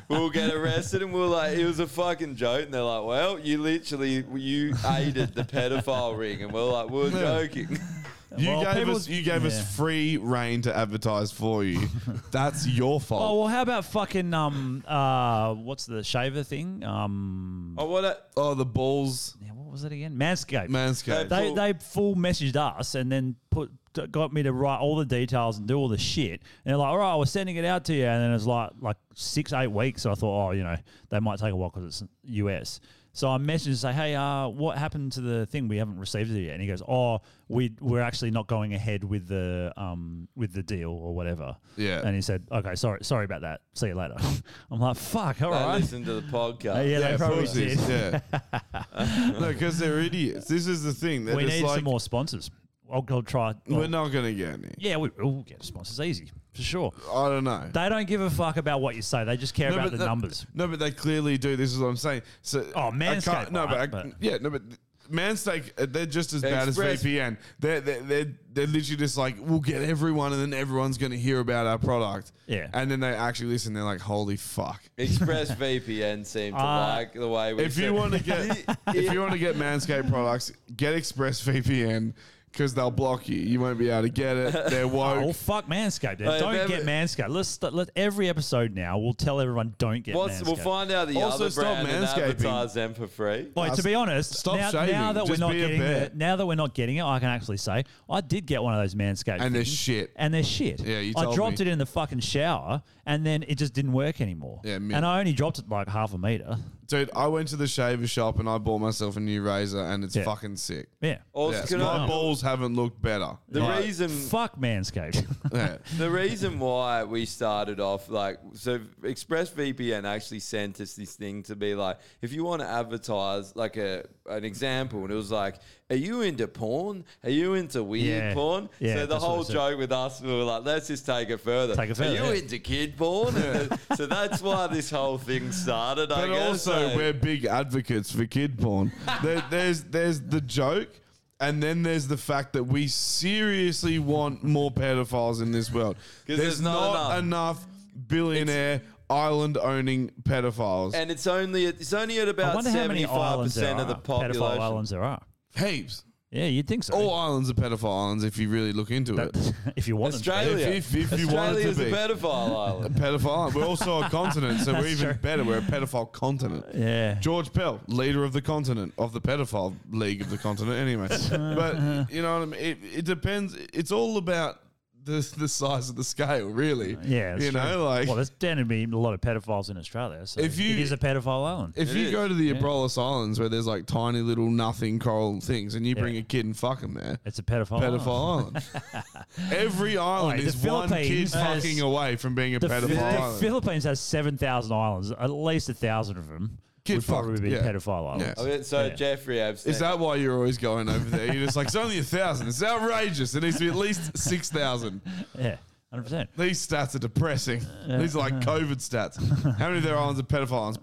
we'll get arrested, and we're like, "It was a fucking joke." And they're like, "Well, you literally you aided the pedophile ring," and we're like, "We're joking."
You
Well,
gave
people's-
us you gave
yeah.
us free reign to advertise for you. That's your fault.
Oh well, how about fucking um uh what's the shaver thing um
oh what
oh the balls
yeah what was it again Manscaped
Manscaped.
they they full messaged us and then put got me to write all the details and do all the shit and they're like all right we're sending it out to you and then it's like like six eight weeks so I thought oh you know they might take a while because it's US so I messaged and say hey uh what happened to the thing we haven't received it yet and he goes oh we we're actually not going ahead with the um with the deal or whatever
Yeah.
and he said okay sorry sorry about that see you later I'm like fuck all
They
right
listened to the podcast.
yeah, they probably did.
No, because they're idiots. This is the thing. They're
we
just
need
like,
some more sponsors. I'll, I'll try.
We're not going to get any.
Yeah, we, we'll get sponsors easy for sure.
I don't know.
They don't give a fuck about what you say. They just care
No,
about
but
the
that-
numbers.
No, but they clearly do. This is what I'm saying. So oh,
Manscaped,
No, but, I,
right, but-
yeah, no, but Manscaped, uh, they're just as bad as
Express-
VPN. They're, they're they're they're literally just like we'll get everyone, and then everyone's going to hear about our product.
Yeah.
and then they actually listen. They're like, holy fuck.
ExpressVPN seem to
Uh,
like the way we.
If you want to get if you want to get Manscaped products, get ExpressVPN because they'll block you. You won't be able to get it. They're woke.
Oh, fuck Manscaped. Then.
Hey,
don't
remember-
get Manscaped. Let's st- let every episode now. We'll tell everyone don't get
What's,
Manscaped.
we'll find out the
Also
other
stop
brand and
manscaping.
advertise them for free.
Wait, to be honest, now, now that we're not getting it, now that we're not getting it, I can actually say I did get one of those Manscaped,
And they're
things,
shit.
and they're shit.
Yeah, you
I
told
dropped
me.
it in the fucking shower, and then it just didn't work anymore.
Yeah, mint.
and I only dropped it like half a meter.
Dude, I went to the shaver shop and I bought myself a new razor and it's fucking sick.
Yeah.
Also,
Yes,
can
my
I-
balls haven't looked better.
The
Like,
reason
fuck Manscaped.
the reason why we started off like so ExpressVPN actually sent us this thing to be like if you want to advertise like a an example and it was like are you into porn are you into weird
Yeah.
porn
Yeah,
so the
that's what
whole
it said.
joke with us we were like let's just take it further
Take it
are
further,
you
yeah.
into kid porn And then- so that's why this whole thing started I
But
guess
also,
eh?
we're big advocates for kid porn. there, there's there's the joke, and then there's the fact that we seriously want more pedophiles in this world.
'Cause
There's,
there's not
not enough, billionaire island owning pedophiles.
and it's only it's only at
I
about
wonder how
seventy
many
five
islands there
percent
are.
of the
pedophile
population
islands there are.
Heaps.
Yeah, you'd think so.
All islands are pedophile islands if you really look into it.
if you want them to be.
Australia.
If, if, if you want it to
Australia's a
be.
pedophile
A
island.
pedophile island. We're also a continent, so we're
That's
even
true.
better. We're a pedophile continent.
Yeah.
George Pell, leader of the continent, of the pedophile league of the continent, anyway. but, you know what I mean? It, it depends. It's all about the, the size of the scale, really.
Yeah, that's
You know,
true.
like.
well, there's bound to be a lot of pedophiles in Australia. So
If you-
it is a pedophile island.
if you go to the Abrolhos Islands where there's like tiny little nothing coral things and you bring a kid and fuck him there,
it's a pedophile
pedophile
island.
island. Every island
Wait, the
is one kid
Philippines has-
fucking away from being a
the,
pedophile
Phi- the
island.
Philippines has 7,000 islands. At least a 1,000 of them
Get
would probably
fucked,
be
yeah.
pedophile islands.
I mean, so Jeffrey Epstein.
Is that why you're always going over there? You're just like, it's only a thousand. It's outrageous. It needs to be at least 6,000.
Yeah, 100%.
These stats are depressing. These are like COVID stats. How many of their islands are pedophiles?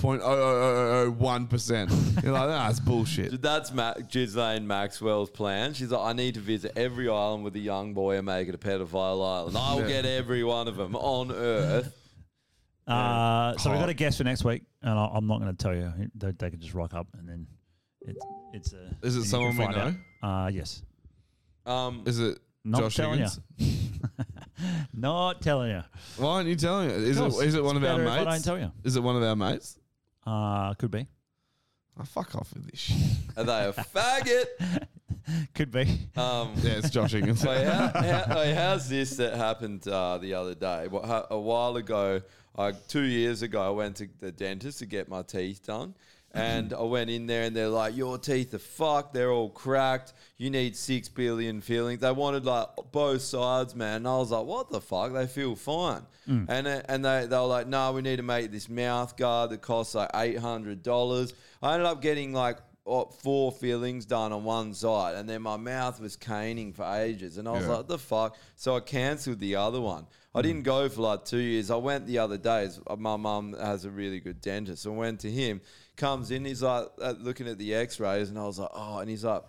0.00001%. You're like, nah, it's bullshit.
That's Ma- Ghislaine Maxwell's plan. She's like, I need to visit every island with a young boy and make it a pedophile island. I'll
Yeah.
get every one of them on Earth.
Uh, so we've
Hot.
got a guest for next week, and I, I'm not going to tell you. They, they can just rock up, and then it's it's a.
Is it
and you can
someone we
find out. Uh, yes.
Um,
Is it
Not
Josh
telling
Higgins?
you. not telling you.
Why aren't you telling us? Is,
Because
it, is it one
it's
of our
better if
mates?
I don't tell you.
Is it one of our mates?
Uh, could be.
I fuck off with this shit.
Are they a faggot?
Could be.
Uh,
Um,
yeah, it's Josh Higgins.
Oh,
Wait, how, how, wait, how's this that happened uh, the other day? Wha- ho- A while ago, I, two years ago, I went to the dentist to get my teeth done. And I went in there and they're like, Your teeth are fucked. They're all cracked. You need six billion fillings. They wanted like both sides, man. And I was like, What the fuck? They feel fine.
Mm.
And uh, and they, they were like, No, we need to make this mouth guard that costs like $800. I ended up getting like oh, four fillings done on one side. And then my mouth was caning for ages. And I was
Yeah.
like, the fuck? So I cancelled the other one. I didn't go for like two years. I went the other days. Uh, My mum has a really good dentist. So I went to him, comes in, he's like uh, looking at the x rays, and I was like, oh, and he's like,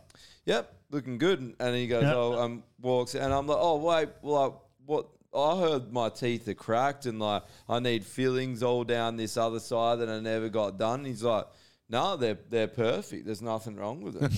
yep, looking good. And- And he goes,
Yep.
oh, um, walks, and I'm like, oh, wait, like, what? I heard my teeth are cracked and like I need fillings all down this other side that I never got done. He's like, no, they're they're perfect. There's nothing wrong with them.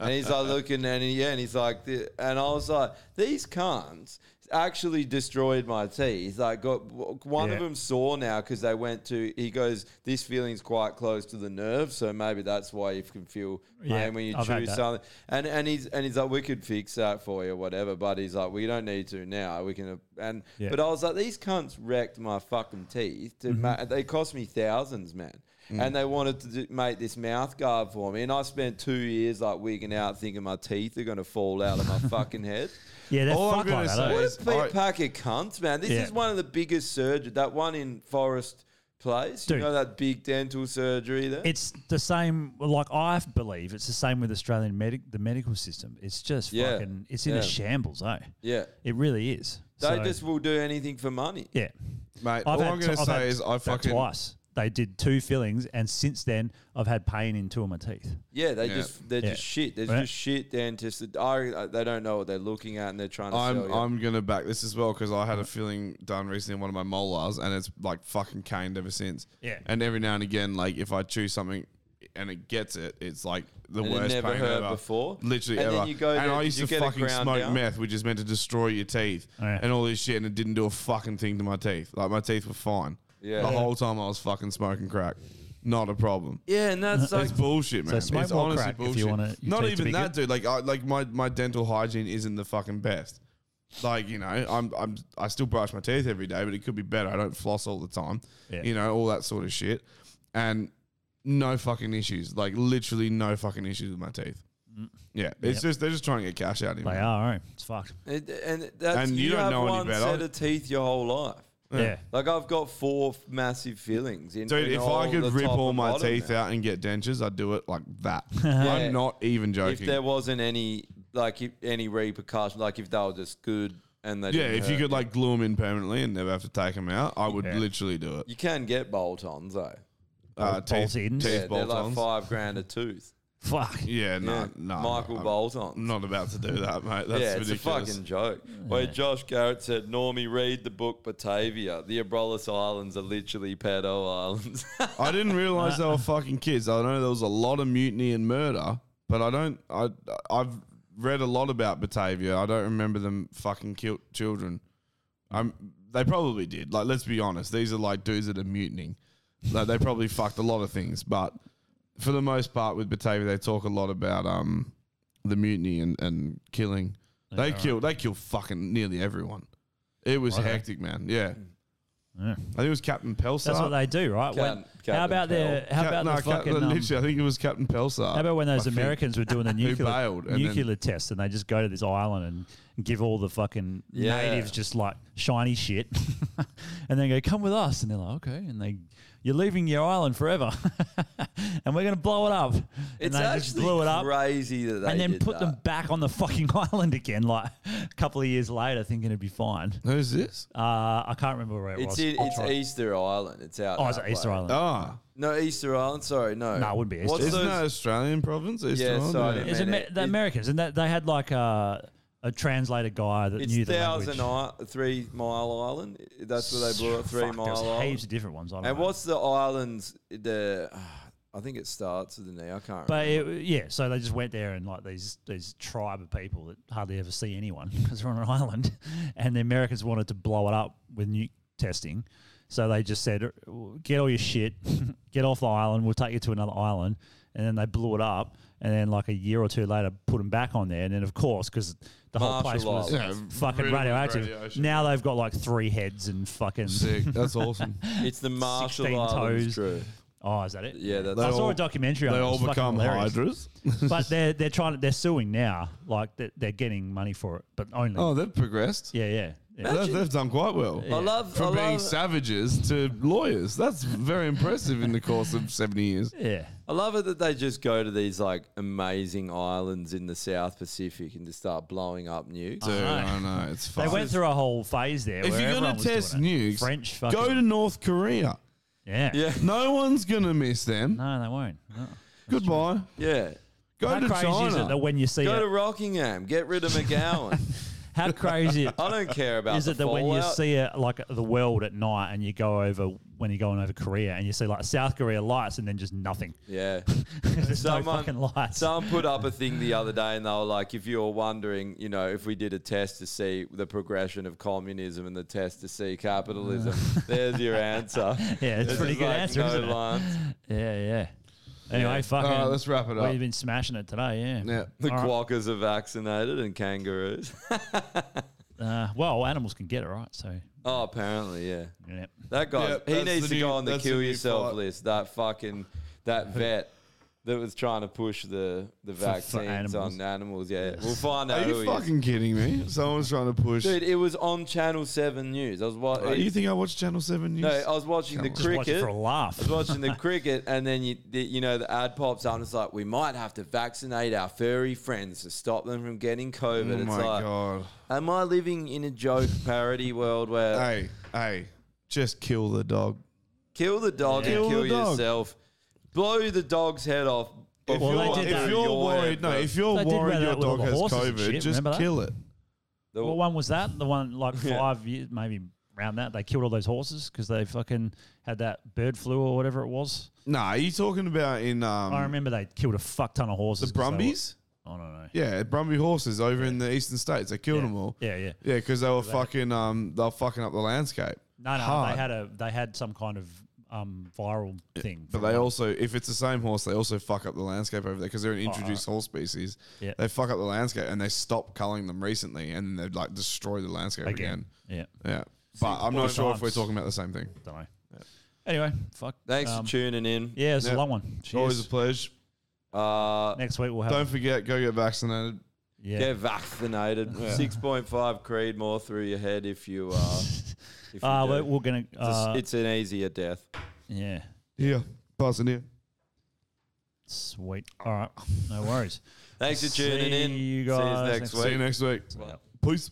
and he's like looking and he, yeah, and he's like, "Th-" and I was like, these cunts actually destroyed my teeth. Like, got w- one of
Yeah.
them sore now because they went to. He goes, this feeling's quite close to the nerve, so maybe that's why you can feel pain
Yeah,
when you
I've had
chew
that.
something. And and he's and he's like, we could fix that for you, or whatever. But he's like, we don't need to now. We can. uh, And
Yeah.
but I was like, these cunts wrecked my fucking teeth. To
Mm-hmm.
Mhm.
ma- they cost me thousands, man.
Mm.
And they wanted to do, make this mouth guard for me, and I spent two years like wigging out, thinking my teeth are going to fall out of my fucking head.
Yeah, they're
All I'm
fuck
gonna
like that,
say
eh?
is- What a big pack of cunts, man! This
Yeah.
is one of the biggest surgery. That one in Forest place. You
Dude.
know that big dental surgery there?
It's the same. well, Like I believe it's the same with Australian medic, the medical system. It's just
Yeah.
fucking. It's in
Yeah.
a shambles, eh?
Yeah.
it really is.
they
So-
just will do anything for money.
Yeah.
Mate,
I've
all
had
I'm going
t-
to
I've
say
had
is I
that
fucking.
twice. They did two fillings, and since then I've had pain in two of my teeth.
Yeah, they
Yeah.
just they're
Yeah.
just shit. They're
Right.
just shit dentists. that are- They don't know what they're looking at and they're trying to sell
I'm
you.
I'm gonna back this as well because I had a filling done recently in one of my molars and it's like fucking caned ever since.
Yeah.
And every now and again, like if I chew something and it gets it, it's like the
And it
worst
never
pain
hurt
ever.
before?
Literally
And
ever.
then you go
and
there,
I
did
used
you
to
get it
fucking
ground
smoke
down?
meth, which is meant to destroy your teeth
Oh, Yeah.
and all this shit, and it didn't do a fucking thing to my teeth. Like my teeth were fine.
Yeah.
The
Yeah.
whole time I was fucking smoking crack. Not a problem.
Yeah, and that's
it's
like-
bullshit,
So
man.
smoke
it's
more
honestly
crack if you
bullshit.
wanna- your
Not
teeth to
even
be
that,
good.
dude. Like, I, like my my dental hygiene isn't the fucking best. Like you know, I'm I'm I still brush my teeth every day, but it could be better. I don't floss all the time.
Yeah.
You know, all that sort of shit, and no fucking issues. Like literally no fucking issues with my teeth.
Mm.
Yeah, it's
Yep.
just they're just trying to get cash out of you.
Mm.
They
man.
are. eh? It's fucked.
It- and that's
And you
you,
don't
have
know any
one
better.
set of teeth your whole life.
Yeah. Yeah.
like I've got four f- massive fillings. In,
Dude,
in
if
all
I could
the
rip
top
all
and
my
bottom
teeth
now.
out and get dentures, I'd do it like that.
Yeah.
I'm not even joking.
if there wasn't any like if, any repercussion, like if they were just good and they
yeah,
didn't
if you
hurt.
could like glue them in permanently and never have to take them out, I would
Yeah.
literally do it.
you can get bolt-ons though.
Uh, Bolt- teeth- bolt-ins? teeth
yeah, they're like
bolt-ons.
five grand a tooth.
Fuck.
Yeah, no,
Yeah,
no.
Michael
I'm
Bolton.
Not about to do that, mate. That's
yeah, it's
ridiculous.
a fucking joke. Wait, Josh Garrett said, Normie, read the book Batavia. The Abrolhos Islands are literally pedo islands.
I didn't realize they were fucking kids. I know there was a lot of mutiny and murder, but I don't. I I've read a lot about Batavia. I don't remember them fucking killed children. I'm. They probably did. Like, let's be honest. These are like dudes that are mutinying. Like, they probably fucked a lot of things, but for the most part, with Batavia, they talk a lot about um the mutiny and and killing. They
Yeah,
killed. They killed fucking nearly everyone. It was
Righto.
hectic, man. Yeah.
Yeah.
I think it was Captain Pelsar.
That's what they do, right? When-
Captain
how about their
Pel.
how
Cap-
about
no,
the
Cap-
fucking
no,
um,
literally, I think it was Captain Pelsar.
How about when those
I think.
Americans were doing the
Who
nuclear
bailed and
nuclear
then-
test, and they just go to this island and give all the fucking
Yeah.
natives just like shiny shit, and then go come with us, and they're like okay, and they you're leaving your island forever, and we're gonna blow it up, and
It's
they
actually
just blew it up,
crazy that they
and then
did
put
that.
them back on the fucking island again, like a couple of years later, thinking it'd be fine.
Who's this?
Uh, I can't remember where it
It's
was.
in,
I'll
it's
try-
Easter Island. It's out.
Oh, it's
that
Easter
way.
Island.
Ah.
No, Easter Island. Sorry, no.
No, it wouldn't be Easter
What's
Island.
Isn't
those-
that Australian province? Easter
Yeah,
Island?
so I didn't
It's Amer- the Americans, and that they had like a a translator guy that
It's
knew the
Thousand
language.
I- Three Mile Island. That's where they blew up. Three
Fuck,
Mile
there's
Island.
heaps of different ones. I don't
and
know.
what's the islands? The I think it starts with an E. I can't.
But
remember.
it, yeah, so they just went there and like these these tribe of people that hardly ever see anyone because they're on an island, and the Americans wanted to blow it up with nuke testing, so they just said, "Get all your shit, get off the island. We'll take you to another island." And then they blew it up, and then like a year or two later, put them back on there, and then of course because the whole
Marshall
place was
Islands.
Yeah, riddled
fucking
with
radioactive.
radiation.
Now they've got like three heads and fucking
Sick. That's awesome.
it's the Marshall
16
Islands.
toes.
True.
Oh, is that it?
Yeah, that's
I
They
saw
all-
a documentary on
they
it. It
all
was fucking
become
hilarious.
hydras.
but they're they're trying to they're suing now. Like they're, they're getting money for it, but only.
Oh, they've progressed.
Yeah, yeah. yeah.
They've, they've done quite well.
I love-
from
I
being
love-
savages to lawyers. That's very impressive in the course of seventy years.
Yeah.
I love it that they just go to these like amazing islands in the South Pacific and just start blowing up nukes.
Uh,
Dude, I know it's.
They
fucked.
went through a whole phase there.
If
where
you're
everyone
gonna
was doing
test
it.
nukes,
French fucking
go to North Korea.
Yeah.
Yeah.
No one's gonna miss them.
No, they won't.
Goodbye.
Yeah.
Go
How
to
crazy
China.
is it that when you see
Go
it,
to Rockingham. Get rid of McGowan.
how crazy it-
I don't care about
is
the
it that when you
fallout.
see it like the world at night and you go over when you're going over Korea and you see like South Korea lights and then just nothing.
Yeah.
There's no fucking lights.
Someone put up a thing the other day and they were like, if you're wondering, you know, if we did a test to see the progression of communism and the test to see capitalism, there's your answer.
Yeah, it's a
This
pretty
is
good
like
answer,
no
isn't it?
lines.
Yeah, yeah. Anyway,
Yeah.
fucking.
All right, let's wrap it up.
We've been smashing it today, yeah.
Yeah.
The
All right.
quokkas are vaccinated and kangaroos.
Uh, well, animals can get it, right? So
Oh, apparently, yeah.
Yep.
That guy,
Yep,
he
that's
needs
the
to
new-
go on the
that's the
kill
new
yourself
fight.
list. That fucking, that vet. that was trying to push the the
for
vaccines
animals.
on animals. Yeah, we'll find out.
Are
who
you
he is.
fucking kidding me? Someone's trying to push.
Dude, it was on Channel Seven News. I was
Uh,
watching.
you think I watch Channel Seven News?
No, I was watching the
Come on.
cricket I was watching the cricket, and then you the, you know the ad pops up, and it's like we might have to vaccinate our furry friends to stop them from getting COVID.
Oh
it's
my
like,
God.
am I living in a joke parody world where
Hey, hey, just kill the dog.
kill the dog
Kill
and kill
the dog.
yourself, blow the dog's head off?
If
before
you're,
you
if
do
you're
your
worried, no,
effort.
if you're
They did
worried
that
your
with all
dog
the
has
horses and
COVID,
shit,
just
remember that?
kill it.
What one was that? The one like
Yeah.
five years, maybe around that. They killed all those horses because they fucking had that bird flu or whatever it was.
No, are you talking about in? Um,
I remember they killed a fuck ton of horses.
The Brumbies?
I don't know.
Yeah, Brumby horses over in the eastern states. They killed them all.
Yeah, yeah.
Yeah, because they were
They-
fucking um, they were fucking up the landscape.
No, no,
Hard.
they had a they had some kind of um, viral thing.
But they also, if it's the same horse, they also fuck up the landscape over there because they're an
Oh,
introduced horse species.
Yeah.
They fuck up the landscape and they stop culling them recently, and they like destroy the landscape again.
Again. Yeah.
yeah. But I'm not
Both
sure if we're
times.
talking about the same thing.
Don't know. Anyway, fuck.
Thanks for tuning in.
Yeah, it's
Yep.
a long one.
Always
Cheers.
a pleasure.
Uh,
Next week we'll have.
Don't forget, go get vaccinated.
Yeah.
Get vaccinated.
Yeah.
Six point five Creedmoor through your head if you uh, if you
Uh,
do.
we're- we're gonna,
It's, a-
uh,
it's an easier death.
yeah.
Yeah, passing here.
Sweet. All right. No worries.
Thanks for tuning
See
in.
You
See yous
guys
next week.
See you next week.
Bye.
Peace.